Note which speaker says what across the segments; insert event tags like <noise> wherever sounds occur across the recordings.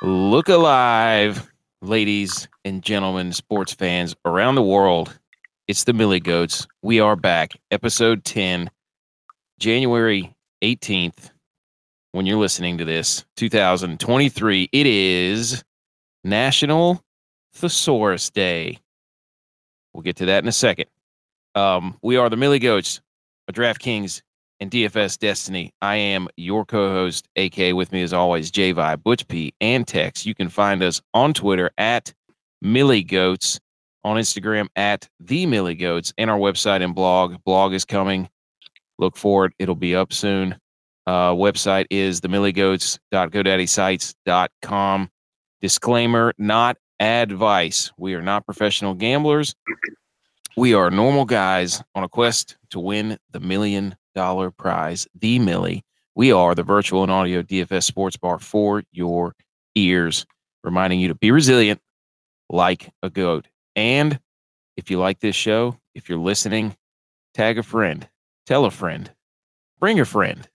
Speaker 1: Look alive, ladies and gentlemen, sports fans around the world. It's the Millie Goats. We are back, episode 10, January 18th. When you're listening to this, 2023, it is National Thesaurus Day. We'll get to that in a second. Um, we are the Millie Goats, a DraftKings and DFS Destiny. I am your co-host, AK. With me as always, JVI, Butch P, and Tex. You can find us on Twitter at Millie Goats, on Instagram at the Millie Goats, and our website and blog. Blog is coming. Look for it. It'll be up soon. Uh, website is e themillygoats.godaddysites.com. Disclaimer, not advice. We are not professional gamblers. We are normal guys on a quest to win the million dollar prize, the Millie. We are the virtual and audio DFS sports bar for your ears, reminding you to be resilient like a goat. And if you like this show, if you're listening, tag a friend, tell a friend, bring a friend.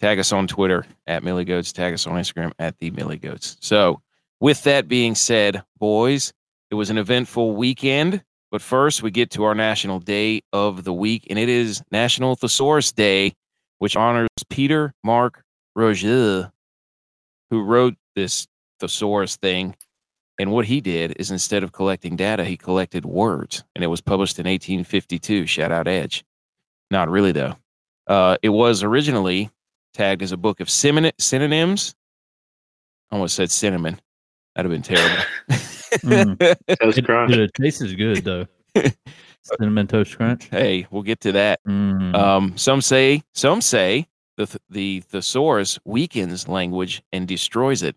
Speaker 1: Tag us on Twitter at Millie Goats, tag us on Instagram at the Millie Goats. So, with that being said, boys, it was an eventful weekend. But first, we get to our national day of the week, and it is National Thesaurus Day, which honors Peter Mark Rogier, who wrote this thesaurus thing. And what he did is instead of collecting data, he collected words, and it was published in 1852. Shout out Edge. Not really, though. Uh, it was originally tagged as a book of synonym- synonyms. I almost said cinnamon. That'd have been
Speaker 2: Mm.
Speaker 1: terrible.
Speaker 3: Toast
Speaker 2: It-
Speaker 3: crunch.
Speaker 2: The taste is good though. Cinnamon toast crunch.
Speaker 1: hey, we'll get to that.
Speaker 2: Mm.
Speaker 1: Um, some say, some say the th- the thesaurus weakens language and destroys it.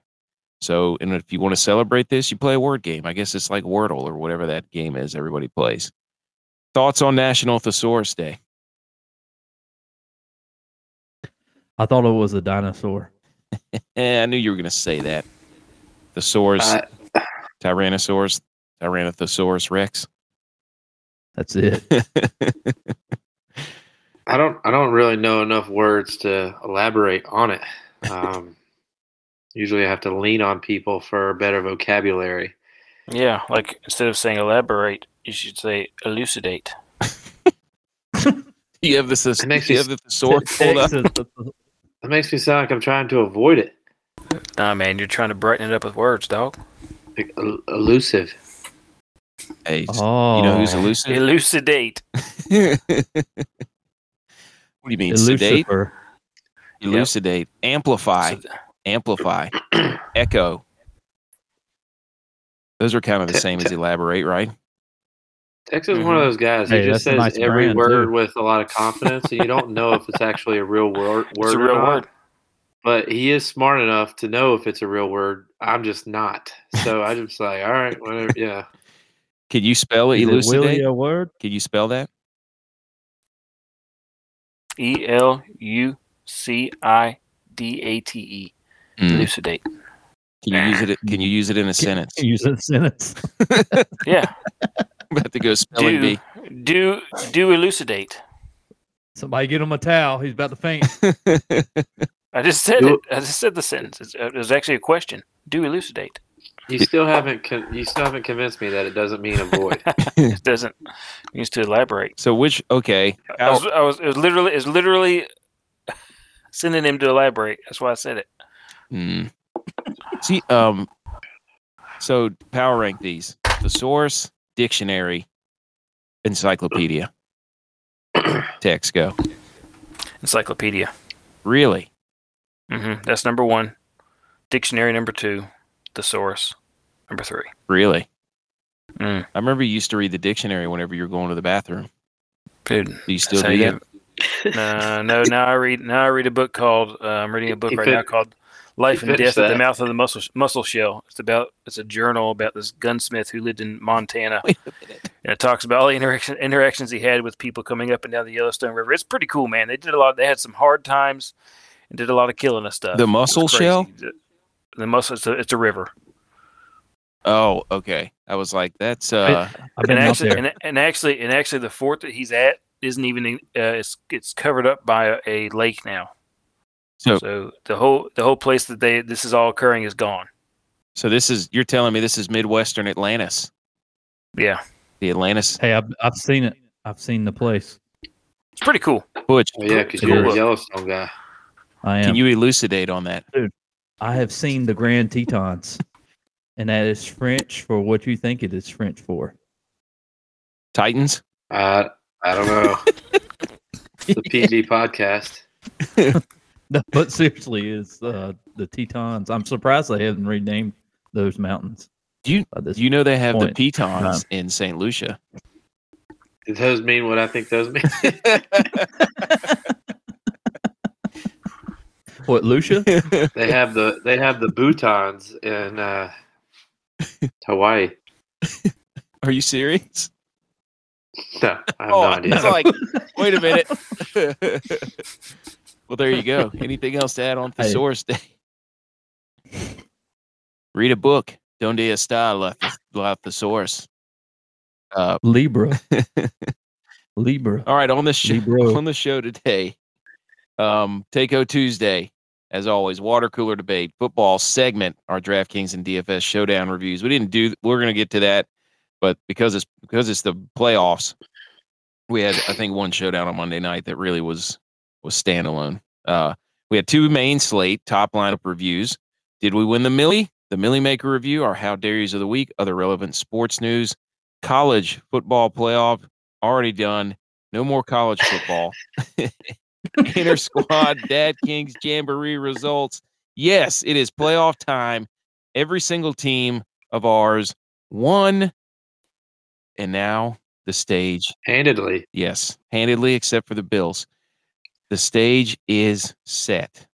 Speaker 1: So, and if you want to celebrate this, you play a word game. I guess it's like Wordle or whatever that game is everybody plays. Thoughts on National Thesaurus Day?
Speaker 2: I thought it was a dinosaur.
Speaker 1: Eh, I knew you were going to say that. Thesaurus,
Speaker 3: Uh,
Speaker 1: Tyrannosaurus, Tyrannothesaurus Rex. <laughs>
Speaker 2: That's it.
Speaker 3: I don't. I don't really know enough words to elaborate on it. Um, <laughs> usually, I have to lean on people for better vocabulary.
Speaker 4: Yeah, like instead of saying elaborate, you should say elucidate.
Speaker 1: you have this.
Speaker 3: And next
Speaker 1: You
Speaker 3: is-
Speaker 1: have the
Speaker 2: <laughs>
Speaker 1: thesaurus pulled up.
Speaker 3: That makes me sound like I'm trying to avoid it.
Speaker 4: Nah, man, you're trying to brighten it up with words, dog.
Speaker 3: Like, el- elusive.
Speaker 1: Hey, just-
Speaker 2: Oh,
Speaker 1: you know who's elusive?
Speaker 4: Elucidate.
Speaker 1: what do you mean? Sedate,
Speaker 2: Lucifer.
Speaker 1: elucidate, amplify.
Speaker 4: So-
Speaker 1: amplify, <clears throat> echo. Those are kind of the
Speaker 3: Te-
Speaker 1: same
Speaker 3: te-
Speaker 1: as elaborate, right?
Speaker 3: Tex is one
Speaker 4: Mm-hmm.
Speaker 3: of those guys.
Speaker 2: Hey,
Speaker 3: he just
Speaker 2: that's a
Speaker 3: says
Speaker 2: nice
Speaker 3: every
Speaker 2: brand,
Speaker 3: word
Speaker 2: too.
Speaker 3: with a lot of confidence, and you don't know if it's actually a real wor- word.
Speaker 4: <laughs> It's a
Speaker 3: or
Speaker 4: real
Speaker 3: not,
Speaker 4: word.
Speaker 3: But he is smart enough to know if it's a real word. I'm just not. So I just like, all right, whatever. Yeah.
Speaker 1: Can you spell it?
Speaker 2: Is it
Speaker 1: Elucidate.
Speaker 2: really a <laughs> word?
Speaker 1: Can you spell that?
Speaker 4: E L U C I D A T E.
Speaker 1: Mm.
Speaker 4: Elucidate.
Speaker 1: Can you use it? Can you use it in a sentence?
Speaker 2: Use a sentence.
Speaker 4: Yeah.
Speaker 1: I'm about to go spelling
Speaker 4: Do
Speaker 1: bee.
Speaker 4: do do elucidate.
Speaker 2: Somebody get him a towel. He's about to faint.
Speaker 4: I just said
Speaker 3: Do-
Speaker 4: it. I just said the sentence. It's, it was actually a question. Do elucidate.
Speaker 3: You still haven't. Con- you still haven't convinced me that it doesn't mean avoid.
Speaker 4: It doesn't use to elaborate.
Speaker 1: <laughs> So which? Okay,
Speaker 4: I was, I was, it was literally, it's literally <laughs> synonym to elaborate. That's why I said it.
Speaker 1: Hmm. See, um, so power rank these: thesaurus, dictionary, encyclopedia. Text go.
Speaker 4: Encyclopedia.
Speaker 1: Really?
Speaker 4: hmm That's number one. Dictionary number two. Thesaurus number three.
Speaker 1: Really?
Speaker 4: Mm.
Speaker 1: I remember you used to read the dictionary whenever you were going to the bathroom.
Speaker 4: Dude,
Speaker 1: Do you still
Speaker 4: that's
Speaker 1: do
Speaker 4: how
Speaker 1: that?
Speaker 4: you- no, no. Now I read. Now I read a book called. Uh, I'm reading a book
Speaker 3: You
Speaker 4: right
Speaker 3: fin-
Speaker 4: now called "Life
Speaker 3: you
Speaker 4: and Death
Speaker 3: finished
Speaker 4: at the
Speaker 3: that?
Speaker 4: Mouth of the Muscle Muscle Shell." It's about. It's a journal about this gunsmith who lived in Montana,
Speaker 1: <laughs> Wait a minute.
Speaker 4: and it talks about all the interaction, interactions he had with people coming up and down the Yellowstone River. It's pretty cool, man. They did a lot. They had some hard times, and did a lot of killing and stuff.
Speaker 1: The
Speaker 4: It was
Speaker 1: Muscle
Speaker 4: uh, crazy.
Speaker 1: Shell?
Speaker 4: The, the muscle. It's a, it's a river.
Speaker 1: Oh, okay. I was like, that's uh
Speaker 2: <laughs> I've been
Speaker 4: and
Speaker 2: out
Speaker 4: actually,
Speaker 2: there.
Speaker 4: and, and actually, and actually, the fort that he's at isn't even. in- Uh, it's it's covered up by a, a lake now.
Speaker 1: So,
Speaker 3: Oh.
Speaker 4: So the whole the whole place that they this is all occurring is gone.
Speaker 1: so this is you're telling me this is Midwestern Atlantis,
Speaker 4: Yeah,
Speaker 1: the Atlantis
Speaker 2: Hey, I've, I've seen it. I've seen the place.
Speaker 4: it's pretty cool.
Speaker 1: Butch.
Speaker 3: Oh, yeah, because
Speaker 2: Cool.
Speaker 3: you're a Yellowstone guy.
Speaker 2: I am.
Speaker 1: Can you elucidate on that?
Speaker 2: I have seen the Grand Tetons, and that is French for what you think it is French for.
Speaker 1: Titans.
Speaker 3: Uh, I don't know. It's the PG podcast.
Speaker 2: <laughs> No, but seriously, is uh, the Tetons? I'm surprised they haven't renamed those mountains.
Speaker 1: Do you-
Speaker 2: by this
Speaker 1: You know they have
Speaker 2: Point.
Speaker 1: the Tetons in St. Lucia.
Speaker 3: Did those mean what I think those mean? <laughs>
Speaker 2: what Lucia?
Speaker 3: they have the they have the Bhutans in uh, Hawaii. <laughs>
Speaker 1: Are you serious?
Speaker 3: No, I have no
Speaker 1: Oh,
Speaker 3: idea.
Speaker 1: it's like,
Speaker 3: <laughs>
Speaker 1: wait a minute. well, there you go. Anything else to add on
Speaker 2: Hey.
Speaker 1: Thesaurus Day? Read a book. Donde está la, la thesaurus? Uh,
Speaker 3: <laughs>
Speaker 2: Libra. Libra.
Speaker 1: all right, on the show <laughs>
Speaker 2: Libro.
Speaker 1: on the show today, um, Takeo Tuesday, as always, water cooler debate, football segment, our DraftKings and DFS showdown reviews. We didn't do. We're going to get to that, but because it's because it's the playoffs, we had I think one showdown on Monday night that really was was standalone. Uh, we had two main slate top lineup reviews. Did we win the Millie? The Millie Maker review, our How Dare Yous of the week, other relevant sports news, college football playoff already done. No more college football. <laughs> Inner squad, Dad Kings jamboree results. Yes, it is playoff time. Every single team of ours won, and now the stage
Speaker 3: Handedly.
Speaker 1: Yes, handedly, except for the Bills. The stage is set.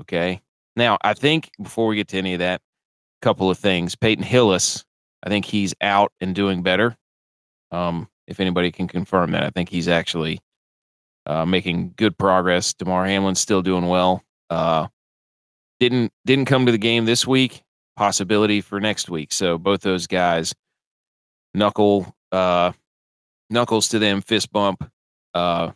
Speaker 1: Okay. Now, I think before we get to any of that, a couple of things. Peyton Hillis, I think he's out and doing better. Um, if anybody can confirm that, I think he's actually uh, making good progress. Damar Hamlin's still doing well. Uh, didn't didn't come to the game this week. Possibility for next week. So both those guys, knuckle uh, knuckles to them, fist bump. Uh,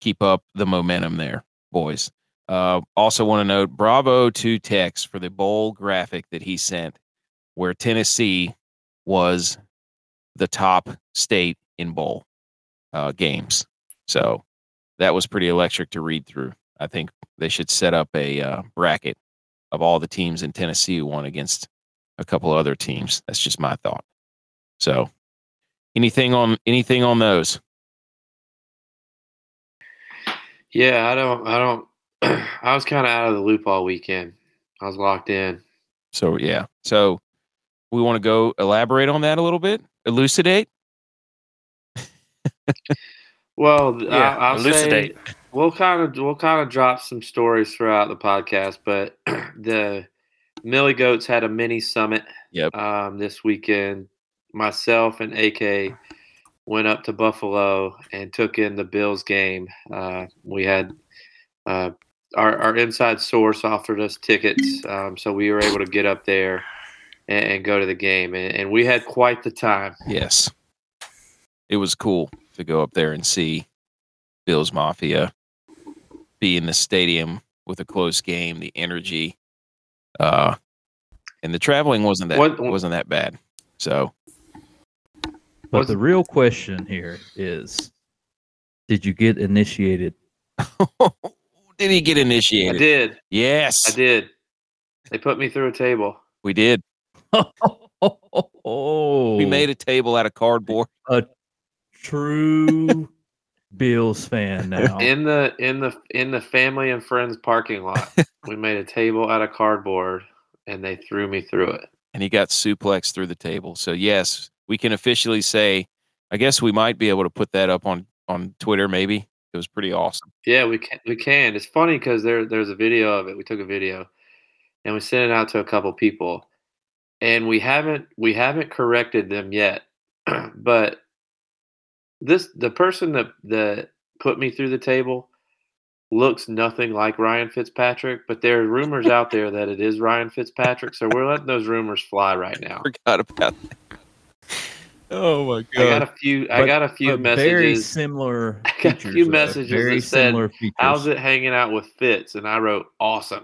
Speaker 1: keep up the momentum there, boys. Uh, also want to note bravo to Tex for the bowl graphic that he sent, where Tennessee was the top state in bowl uh, games. So that was pretty electric to read through. I think they should set up a uh, bracket of all the teams in Tennessee who won against a couple other teams. That's just my thought. So anything on anything on those
Speaker 3: Yeah, I don't. I don't. <clears throat> I was kind of out of the loop all weekend. I was locked in.
Speaker 1: so yeah so we want to go elaborate on that a little bit elucidate
Speaker 3: Well, th-
Speaker 4: Yeah,
Speaker 3: I, I'll
Speaker 4: elucidate.
Speaker 3: Say we'll kind of we'll kind of drop some stories throughout the podcast, but <clears throat> the Millie Goats had a mini summit.
Speaker 1: Yep.
Speaker 3: Um, this weekend, myself and AK went up to Buffalo and took in the Bills game. Uh, we had uh, our our inside source offered us tickets, um, so we were able to get up there. And and go to the game, and, and we had quite the time.
Speaker 1: yes it was cool to go up there and see bill's mafia be in the stadium with a close game the energy uh and the traveling wasn't that
Speaker 3: What-
Speaker 1: wasn't that bad so <laughs>
Speaker 2: But
Speaker 3: Was-
Speaker 2: the real question here is, did you get initiated? <laughs>
Speaker 1: did he get
Speaker 3: I
Speaker 1: initiated
Speaker 3: did. I
Speaker 1: yes
Speaker 3: did. They put me through a table.
Speaker 1: we did
Speaker 2: oh,
Speaker 1: we made a table out of cardboard
Speaker 3: <laughs>
Speaker 2: true Bills fan now.
Speaker 3: In the in the in the family and friends parking lot. we made a table out of cardboard and they threw me through it.
Speaker 1: and he got suplexed through the table. So yes, we can officially say. I guess we might be able to put that up on on Twitter. Maybe it was pretty awesome. <laughs>
Speaker 3: Yeah, we can we can. It's funny because there there's a video of it. We took a video and we sent it out to a couple people. And we haven't we haven't corrected them yet. <clears throat> but this the person that that put me through the table looks nothing like Ryan Fitzpatrick, but there are rumors out there that it is Ryan Fitzpatrick, so we're letting those rumors fly right now.
Speaker 1: Forgot about that. Oh my
Speaker 3: I got a few. I
Speaker 2: But-
Speaker 3: got a few
Speaker 2: But Very
Speaker 3: messages.
Speaker 2: similar.
Speaker 3: I got <laughs> a
Speaker 2: features,
Speaker 3: few
Speaker 2: though.
Speaker 3: messages
Speaker 2: Very
Speaker 3: that said,
Speaker 2: similar features.
Speaker 3: How's it hanging out with Fitz? And I wrote,
Speaker 2: <laughs>
Speaker 3: awesome.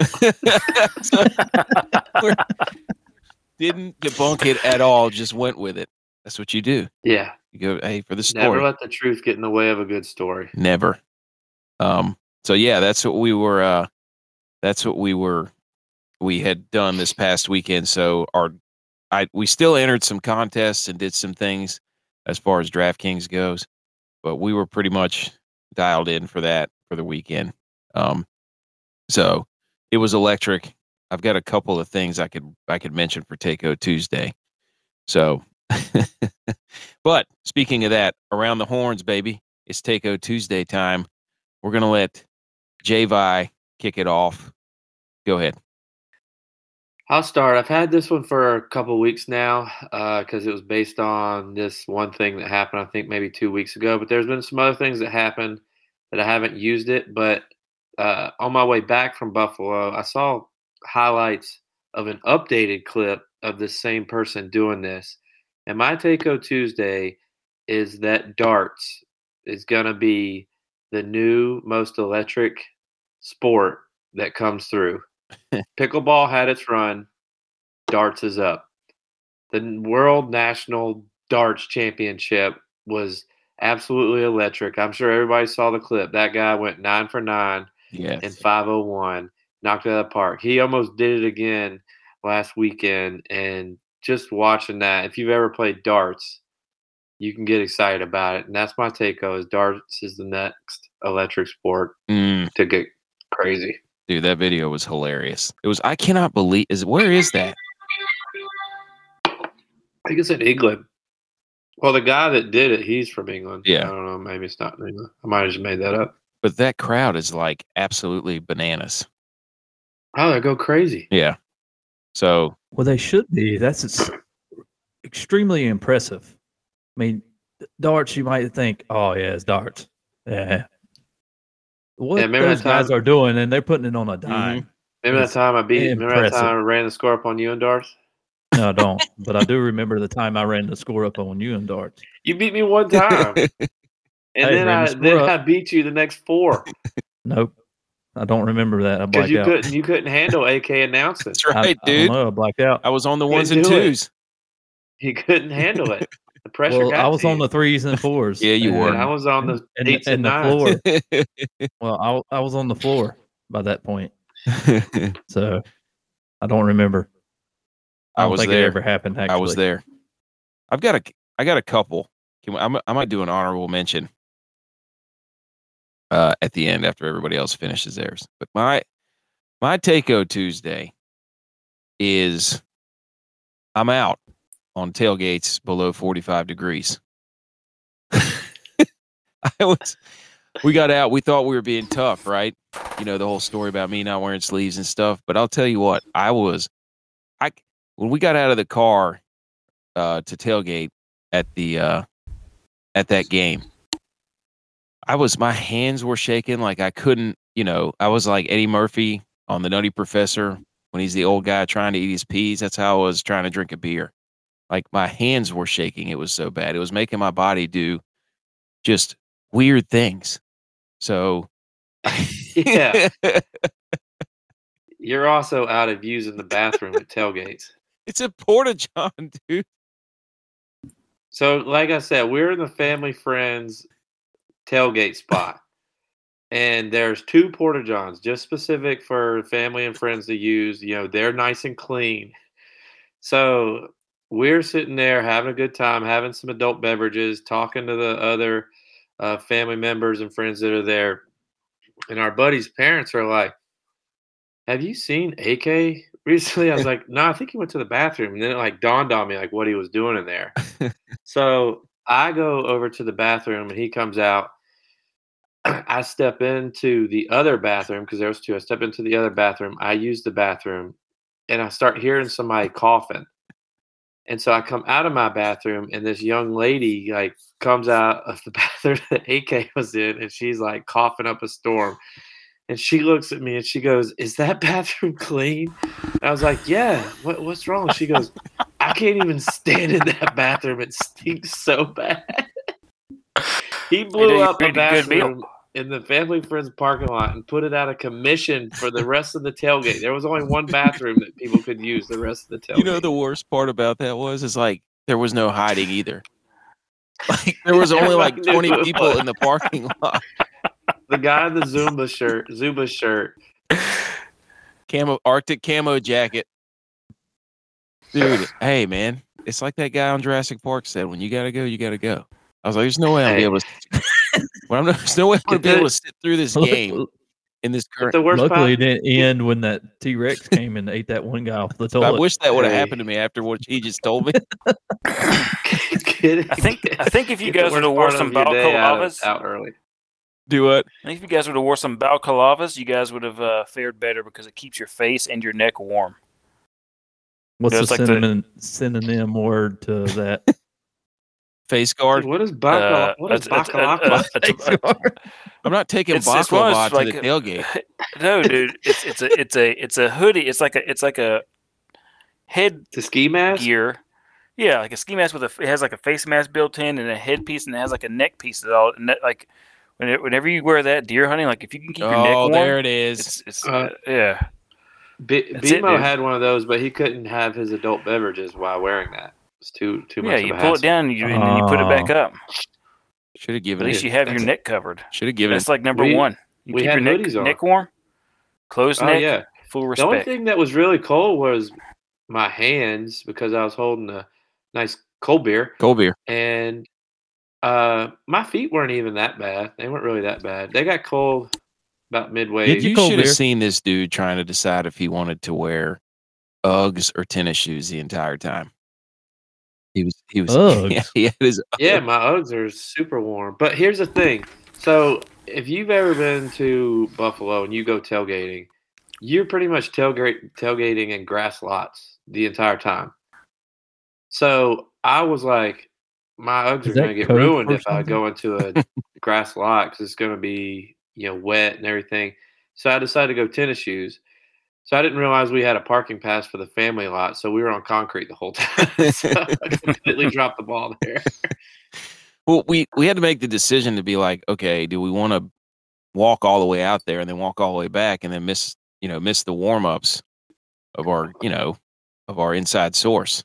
Speaker 1: <laughs> Didn't debunk it at all. Just went with it. That's what you do.
Speaker 3: yeah.
Speaker 1: You go, hey, for the story.
Speaker 3: Never let the truth get in the way of a good story.
Speaker 1: never um so yeah that's what we were uh that's what we were we had done this past weekend so our i we still entered some contests and did some things as far as draftkings goes but we were pretty much dialed in for that for the weekend um so it was electric i've got a couple of things i could i could mention for takeo tuesday so <laughs> but speaking of that around the horns baby it's Takeo Tuesday time. We're going to let Javi kick it off. Go ahead.
Speaker 3: I'll start. I've had this one for a couple weeks now because it was based on this one thing that happened, I think maybe two weeks ago. But there's been some other things that happened that I haven't used it. But uh, on my way back from Buffalo, I saw highlights of an updated clip of this same person doing this. And my Takeo Tuesday is that darts is going to be the new most electric sport that comes through pickleball had its run. Darts is up. The World National Darts Championship was absolutely electric. I'm sure everybody saw the clip. That guy went nine for nine
Speaker 1: Yeah.
Speaker 3: in 501, knocked it out of the park. He almost did it again last weekend. And just watching that, if you've ever played darts, you can get excited about it. And that's my take, though, is darts is the next electric sport
Speaker 1: Mm,
Speaker 3: to get crazy.
Speaker 1: dude, that video was hilarious. It was, I cannot believe, is where is that?
Speaker 3: I think it's in England. Well, the guy that did it, he's from England.
Speaker 1: Yeah.
Speaker 3: I don't know. Maybe it's not in England. I might have just made that up.
Speaker 1: But that crowd is like absolutely bananas.
Speaker 3: Oh, they go crazy.
Speaker 1: Yeah. So,
Speaker 2: Well, they should be. That's it's extremely impressive. I mean, d- darts. You might think, oh yeah, it's darts. Yeah. What
Speaker 3: Yeah, remember
Speaker 2: those
Speaker 3: that time-
Speaker 2: guys are doing, and they're putting it on a dime.
Speaker 1: Mm-hmm.
Speaker 3: Remember that
Speaker 2: It's
Speaker 3: time I beat, remember that
Speaker 2: impressive.
Speaker 3: time I ran the score up on you and darts?
Speaker 2: No, I don't. but I do remember the time I ran the score up on you in darts.
Speaker 3: You beat me
Speaker 2: <laughs>
Speaker 1: <laughs>
Speaker 3: one time. and
Speaker 2: Hey,
Speaker 3: then,
Speaker 2: ran
Speaker 3: I,
Speaker 2: the score
Speaker 3: then
Speaker 2: up.
Speaker 3: I beat you the next
Speaker 2: <laughs>
Speaker 3: four
Speaker 2: Nope, I don't remember that. I
Speaker 3: because
Speaker 2: blacked
Speaker 3: you
Speaker 2: out.
Speaker 3: couldn't, you couldn't handle AK
Speaker 2: <laughs>
Speaker 3: announcing.
Speaker 1: that's
Speaker 2: I,
Speaker 1: right,
Speaker 2: I
Speaker 1: dude.
Speaker 2: don't know. I blacked out.
Speaker 1: I was on the
Speaker 3: Couldn't
Speaker 1: ones and
Speaker 3: do it.
Speaker 1: twos.
Speaker 3: You couldn't handle it. The pressure
Speaker 2: Well,
Speaker 3: got
Speaker 2: I was
Speaker 3: to
Speaker 2: on the threes and fours.
Speaker 1: <laughs> Yeah, you
Speaker 2: and-
Speaker 1: were.
Speaker 3: And I was on
Speaker 2: <laughs>
Speaker 3: the
Speaker 2: and,
Speaker 3: eights and,
Speaker 2: and the
Speaker 3: nines.
Speaker 2: floor.
Speaker 1: <laughs>
Speaker 2: Well, I, w- I was on the floor by that point, so I don't remember. I,
Speaker 1: I
Speaker 2: don't
Speaker 1: was
Speaker 2: think
Speaker 1: there.
Speaker 2: it ever happened. Actually,
Speaker 1: I was there. I've got a, I got a couple. Can, I, I might do an honorable mention uh, at the end after everybody else finishes theirs. But my, my Takeo Tuesday is I'm out on tailgates below 45 degrees. <laughs> I was, we got out. We thought we were being tough, right? You know, the whole story about me not wearing sleeves and stuff. But I'll tell you what, I was, I, when we got out of the car uh, to tailgate at the, uh, at that game, I was, my hands were shaking. Like I couldn't, you know, I was like Eddie Murphy on The Nutty Professor when he's the old guy trying to eat his peas. That's how I was trying to drink a beer. Like my hands were shaking. It was so bad. It was making my body do just weird things. So,
Speaker 3: Yeah. You're also out of using the bathroom at tailgates.
Speaker 1: <laughs> it's a porta john, dude.
Speaker 3: So, like I said, we're in the family friends tailgate spot, and there's two porta johns just specific for family and friends to use. You know, they're nice and clean. So we're sitting there having a good time, having some adult beverages, talking to the other uh, family members and friends that are there, and our buddies' parents are like, "Have you seen AK?" <laughs> Recently, I was like, no, I think he went to the bathroom. And then it like dawned on me like what he was doing in there. So I go over to the bathroom and he comes out. <clears throat> I step into the other bathroom because there was two. I step into the other bathroom. I use the bathroom and I start hearing somebody coughing. And so I come out of my bathroom and this young lady like comes out of the <laughs> bathroom that AK was in and she's like coughing up a storm. And she looks at me and <laughs> she goes, Is that bathroom clean? And I was like, Yeah, what, what's wrong? She goes, I I can't even stand in that bathroom. It stinks so bad. <laughs> He blew
Speaker 4: you
Speaker 3: up a
Speaker 4: created a good meal.
Speaker 3: bathroom in the Family Friends parking lot and put it out of commission for the rest of the tailgate. There was only one bathroom that people could use the rest of the tailgate.
Speaker 1: You know the worst part about that was is like there was no hiding either. <laughs> Like there was only like
Speaker 4: <laughs>
Speaker 3: Everybody knew
Speaker 1: 20
Speaker 3: it
Speaker 1: people
Speaker 3: was.
Speaker 1: in the parking <laughs> lot.
Speaker 3: the guy in the Zumba shirt, Zuba shirt.
Speaker 1: Camo Arctic camo jacket. Dude, hey man, it's like that guy on Jurassic Park said, when you gotta go, you gotta go. I was like, there's no way I'm gonna be able to when I'm <laughs> there's no way I'm gonna be able to sit through
Speaker 2: <laughs>
Speaker 4: <laughs>
Speaker 1: this game in this current
Speaker 3: The worst part,
Speaker 2: Luckily, it didn't end when that T Rex came and ate that one guy off the
Speaker 1: I
Speaker 2: toilet.
Speaker 1: wish that would have
Speaker 3: Hey.
Speaker 1: happened to me after what he just told me.
Speaker 3: <laughs>
Speaker 1: <laughs>
Speaker 3: Get-
Speaker 4: I think
Speaker 3: <laughs>
Speaker 4: I think if you
Speaker 3: get the
Speaker 4: guys
Speaker 3: worst
Speaker 4: would have wore
Speaker 3: part
Speaker 4: some
Speaker 3: of your day out of-
Speaker 4: balaclavas, I
Speaker 3: out early.
Speaker 1: Do what?
Speaker 4: think if you guys would have wore some balaclavas, you guys would have uh, fared better because it keeps your face and your neck warm.
Speaker 2: What's
Speaker 4: It
Speaker 2: the
Speaker 4: was like the-
Speaker 2: synonym, synonym word to that?
Speaker 1: Face guard.
Speaker 3: What is bacala?
Speaker 4: Uh,
Speaker 3: what is
Speaker 4: it's- uh, it's-
Speaker 3: bacala?
Speaker 4: it's- it's-
Speaker 1: I'm not taking
Speaker 4: It's- it's one of
Speaker 1: baklava
Speaker 4: those,
Speaker 1: to
Speaker 4: like,
Speaker 1: the tailgate.
Speaker 4: no, dude, it's it's a it's a it's a hoodie. It's like a it's like a head
Speaker 3: the ski mask?
Speaker 4: gear. Yeah, like a ski mask with a it has like a face mask built in and a headpiece and it has like a neck piece that all and that, like when it- whenever you wear that deer hunting, like if you can keep <laughs> your neck
Speaker 1: Oh,
Speaker 4: warm,
Speaker 1: there it is.
Speaker 4: it's, it's
Speaker 3: Uh,
Speaker 4: yeah.
Speaker 3: B-
Speaker 4: That's it,
Speaker 3: BMO
Speaker 4: dude.
Speaker 3: had one of those, but he couldn't have his adult beverages while wearing that. It's too too much.
Speaker 4: Yeah,
Speaker 3: of
Speaker 4: you
Speaker 3: a
Speaker 4: pull it
Speaker 3: hassle.
Speaker 4: down and you, and then you put it back
Speaker 1: Oh,
Speaker 4: up.
Speaker 1: Should have
Speaker 4: At
Speaker 1: given
Speaker 4: least
Speaker 1: it.
Speaker 4: you have your
Speaker 3: that's-
Speaker 4: neck covered.
Speaker 1: Should have given it.
Speaker 4: That's like number
Speaker 3: We-
Speaker 4: one. You
Speaker 3: we
Speaker 4: keep
Speaker 3: had
Speaker 4: your neck,
Speaker 3: hoodies on.
Speaker 4: neck warm, closed
Speaker 3: Oh
Speaker 4: neck,
Speaker 3: yeah.
Speaker 4: full
Speaker 3: The only
Speaker 4: respect.
Speaker 3: thing that was really cold was my hands because I was holding a nice cold beer,
Speaker 1: Cold beer.
Speaker 3: and uh, my feet weren't even that bad. They weren't really that bad. They got cold about midway.
Speaker 2: Did
Speaker 1: You
Speaker 2: cold
Speaker 1: should have
Speaker 2: beer.
Speaker 1: seen this dude trying to decide if he wanted to wear Uggs or tennis shoes the entire time. He was he was <laughs>
Speaker 2: Uggs?
Speaker 1: Yeah, he had his
Speaker 3: Yeah, my Uggs are super warm. But here's the thing. So if you've ever been to Buffalo and you go tailgating, you're pretty much tailgate tailgating in grass lots the entire time. So I was like, my Uggs
Speaker 2: Is
Speaker 3: are going
Speaker 2: that
Speaker 3: to get
Speaker 2: code
Speaker 3: ruined
Speaker 2: for
Speaker 3: if I go into a
Speaker 2: <laughs>
Speaker 3: grass lot because it's going to be you know wet and everything. So I decided to go tennis shoes. So I didn't realize we had a parking pass for the family lot, so we were on concrete the whole <laughs> time. so I
Speaker 2: <laughs>
Speaker 3: completely dropped the ball there.
Speaker 1: well we we had to make the decision to be like, okay, do we want to walk all the way out there and then walk all the way back and then miss you know miss the warm ups of our you know of our inside source.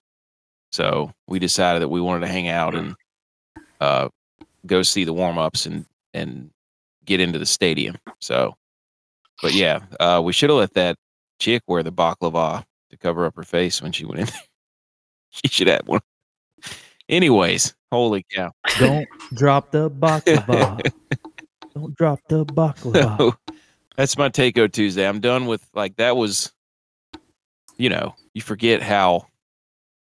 Speaker 1: So we decided that we wanted to hang out and uh, go see the warm ups and and get into the stadium. So, but yeah, uh, we should have let that chick wear the baklava to cover up her face when she went in. there. <laughs> she should have one. Anyways, holy cow!
Speaker 2: <laughs> Don't drop
Speaker 1: <laughs>
Speaker 2: the baklava. Don't drop the baklava.
Speaker 1: That's my Takeo Tuesday. I'm done with like that was, you know, you forget how,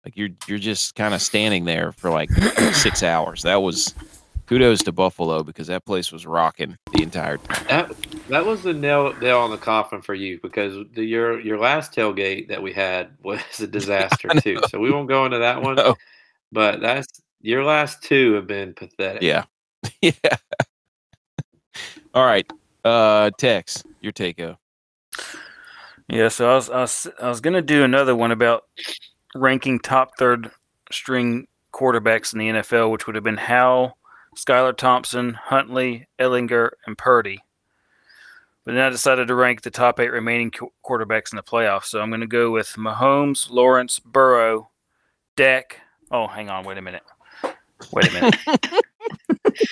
Speaker 1: like you're you're just kind of standing there for like six hours. That was kudos to Buffalo because that place was rocking the entire time.
Speaker 3: That that was the nail nail on the coffin for you because the, your your last tailgate that we had <laughs> was a
Speaker 4: <laughs>
Speaker 3: disaster too. So we won't go into
Speaker 1: <laughs>
Speaker 3: that one.
Speaker 1: No.
Speaker 3: But that's your last two have been pathetic.
Speaker 1: Yeah, <laughs> yeah. All right, uh, Tex, your Takeo.
Speaker 4: Yeah, so I was, I was I was gonna do another one about ranking top third string quarterbacks in the NFL, which would have been Howell, Skylar Thompson, Huntley, Ellinger, and Purdy. But then I decided to rank the top eight remaining qu- quarterbacks in the playoffs. So I'm gonna go with Mahomes, Lawrence, Burrow, Dak. Oh, hang on, wait a minute. Wait a minute.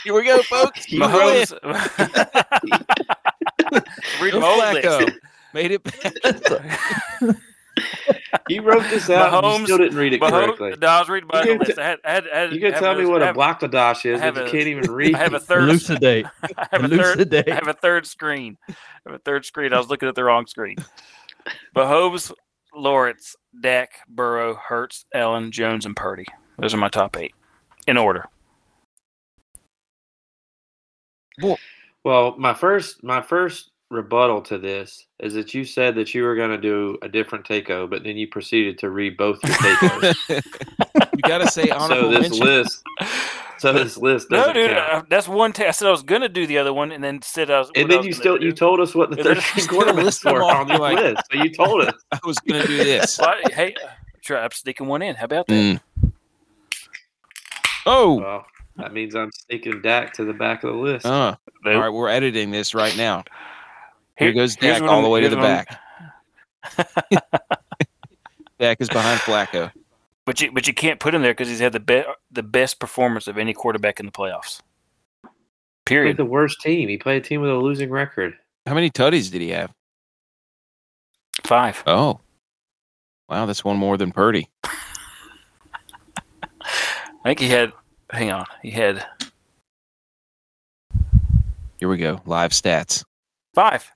Speaker 1: Here we go, folks.
Speaker 3: You
Speaker 1: Mahomes
Speaker 4: Mahomes. <laughs> Read my old list.
Speaker 1: Flacco made it back. <laughs>
Speaker 3: You wrote this out. and
Speaker 4: Mahomes-
Speaker 3: you still didn't read it correctly.
Speaker 4: Mahomes, no, I was reading my
Speaker 3: You
Speaker 4: own
Speaker 3: can
Speaker 4: list. I had, I had, I had,
Speaker 3: You can
Speaker 4: I
Speaker 3: tell
Speaker 4: have
Speaker 3: me
Speaker 4: a-
Speaker 3: what
Speaker 4: I
Speaker 3: a
Speaker 4: have-
Speaker 3: blockadash is,
Speaker 4: I have
Speaker 3: but you
Speaker 4: a-
Speaker 3: can't even read.
Speaker 4: I <laughs> have a
Speaker 1: <laughs>
Speaker 4: third.
Speaker 2: Elucidate.
Speaker 4: I have a third.
Speaker 2: Elucidate.
Speaker 4: I have a third screen. I have a third screen. I was looking at the
Speaker 3: <laughs>
Speaker 4: wrong screen. Mahomes, Lawrence, Dak, Burrow, Hertz, Allen, Jones, and Purdy. Those are my top eight in order.
Speaker 3: Well, my first my first rebuttal to this is that you said that you were going to do a different takeo, but then you proceeded to read both
Speaker 4: <laughs>
Speaker 3: your takeos.
Speaker 1: you gotta say
Speaker 3: so
Speaker 1: honorable
Speaker 3: this
Speaker 1: mention.
Speaker 3: list, so this list
Speaker 4: No,
Speaker 3: doesn't
Speaker 4: dude,
Speaker 3: count.
Speaker 4: uh, that's one. ta- I said I was gonna do the other one, and then said I was. what
Speaker 3: And
Speaker 4: I
Speaker 3: then
Speaker 4: was
Speaker 3: you
Speaker 4: gonna
Speaker 3: still
Speaker 4: do.
Speaker 3: you told us what the
Speaker 4: And then I
Speaker 3: thirteen
Speaker 1: still list
Speaker 3: quarterbacks
Speaker 1: them
Speaker 3: were
Speaker 1: all.
Speaker 3: on
Speaker 1: <laughs>
Speaker 3: your
Speaker 1: Like-
Speaker 3: list. So you told us.
Speaker 1: I was gonna do this.
Speaker 4: Well, I- hey, try. I'm sneaking one in. How about that?
Speaker 1: Mm. Oh,
Speaker 3: Well, that means I'm sneaking Dak to the back of the list.
Speaker 1: uh, all
Speaker 4: Nope.
Speaker 1: right. We're editing this right now. Here
Speaker 4: Here-
Speaker 1: goes
Speaker 4: here's
Speaker 1: Dak
Speaker 4: what
Speaker 1: all
Speaker 4: I'm-
Speaker 1: the way to
Speaker 4: here's
Speaker 1: the
Speaker 4: what I'm-
Speaker 1: back.
Speaker 4: <laughs>
Speaker 1: Dak is behind Flacco.
Speaker 4: But you but you can't put him there because he's had the be- the best performance of any quarterback in the playoffs.
Speaker 3: He played
Speaker 4: Period.
Speaker 3: the worst team. He played a team with a losing record.
Speaker 1: How many tutties did he have?
Speaker 4: Five.
Speaker 1: Oh, wow, that's one more than Purdy.
Speaker 4: I think he had. Hang on. He had
Speaker 1: Here we go. Live stats:
Speaker 4: five.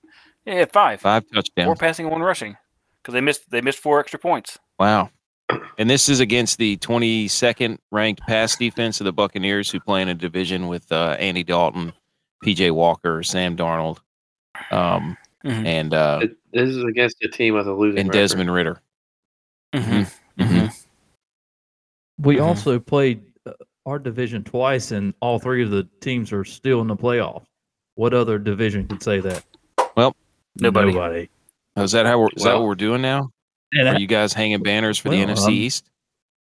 Speaker 4: Yeah, he had five.
Speaker 1: five
Speaker 4: Four
Speaker 1: touchdowns.
Speaker 4: passing, one rushing. Because they missed they missed four extra points.
Speaker 1: Wow. And this is against the 22nd ranked pass defense of the Buccaneers, who play in a division with uh, Andy Dalton, P.J. Walker, Sam Darnold, um,
Speaker 4: Mhm.
Speaker 1: and uh,
Speaker 3: It- This is against a team with a losing
Speaker 1: and
Speaker 3: record.
Speaker 1: Desmond Ritter.
Speaker 4: Mm-hmm.
Speaker 1: Mhm.
Speaker 2: We
Speaker 4: Mhm.
Speaker 2: also played uh, our division twice, and all three of the teams are still in the playoff. What other division could say that?
Speaker 1: Well,
Speaker 4: Nobody.
Speaker 2: Nobody.
Speaker 1: Oh, is that how we're, is that
Speaker 3: Well-
Speaker 1: what we're doing now?
Speaker 2: And
Speaker 1: Are
Speaker 2: that-
Speaker 1: you guys hanging banners for the
Speaker 2: Well,
Speaker 1: NFC
Speaker 2: um,
Speaker 1: East?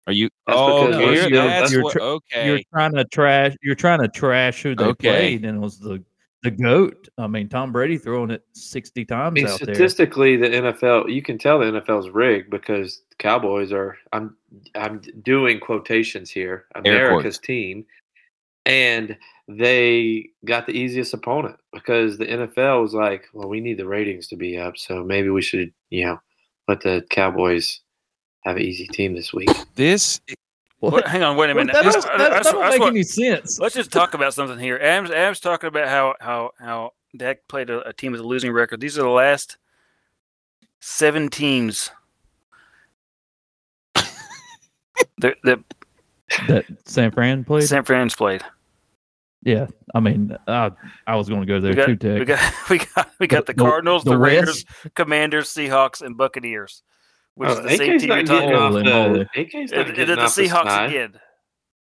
Speaker 1: Are you?
Speaker 3: That's
Speaker 1: oh,
Speaker 3: because
Speaker 1: okay,
Speaker 2: you're- you're-
Speaker 1: that's
Speaker 2: you're
Speaker 1: what-
Speaker 2: tr-
Speaker 1: okay.
Speaker 2: you're trying to trash. You're trying to trash who they
Speaker 1: Okay.
Speaker 2: played, and it was the the goat. I mean, Tom Brady throwing it sixty
Speaker 3: I
Speaker 2: times
Speaker 3: mean,
Speaker 2: out there.
Speaker 3: statistically, the NFL, you can tell the NFL's rigged because the Cowboys are. I'm I'm doing quotations here. America's team, and they got the easiest opponent because the NFL was like, well, we need the ratings to be up, so maybe we should, you know, let the Cowboys have an easy team this week.
Speaker 1: this
Speaker 4: What- hang on. Wait a
Speaker 2: Well,
Speaker 4: minute.
Speaker 2: that,
Speaker 4: That's-
Speaker 2: don't, that, that
Speaker 4: that's-
Speaker 2: don't
Speaker 4: that's
Speaker 2: make
Speaker 4: what-
Speaker 2: any sense.
Speaker 4: Let's just talk about something here. Adam's, Adam's talking about how how how Dak played a, a team with a losing record. These are the last seven <laughs> teams that, that
Speaker 2: that San Fran played.
Speaker 4: San Fran's played.
Speaker 2: yeah, I mean, I I was going to go there
Speaker 4: We got,
Speaker 2: too.
Speaker 4: we
Speaker 2: Tech.
Speaker 4: got <laughs> we got we got the, Cardinals, the, Raiders, Commanders, Seahawks, and Buccaneers, which is
Speaker 3: Oh,
Speaker 4: the same
Speaker 3: AK's
Speaker 4: team
Speaker 3: not
Speaker 4: you're
Speaker 3: getting
Speaker 4: talking
Speaker 2: off
Speaker 4: about.
Speaker 3: off
Speaker 2: Holy moly.
Speaker 3: the, AK's not
Speaker 4: And- and
Speaker 3: getting
Speaker 4: then the
Speaker 3: off the
Speaker 4: Seahawks
Speaker 3: snide.
Speaker 4: again.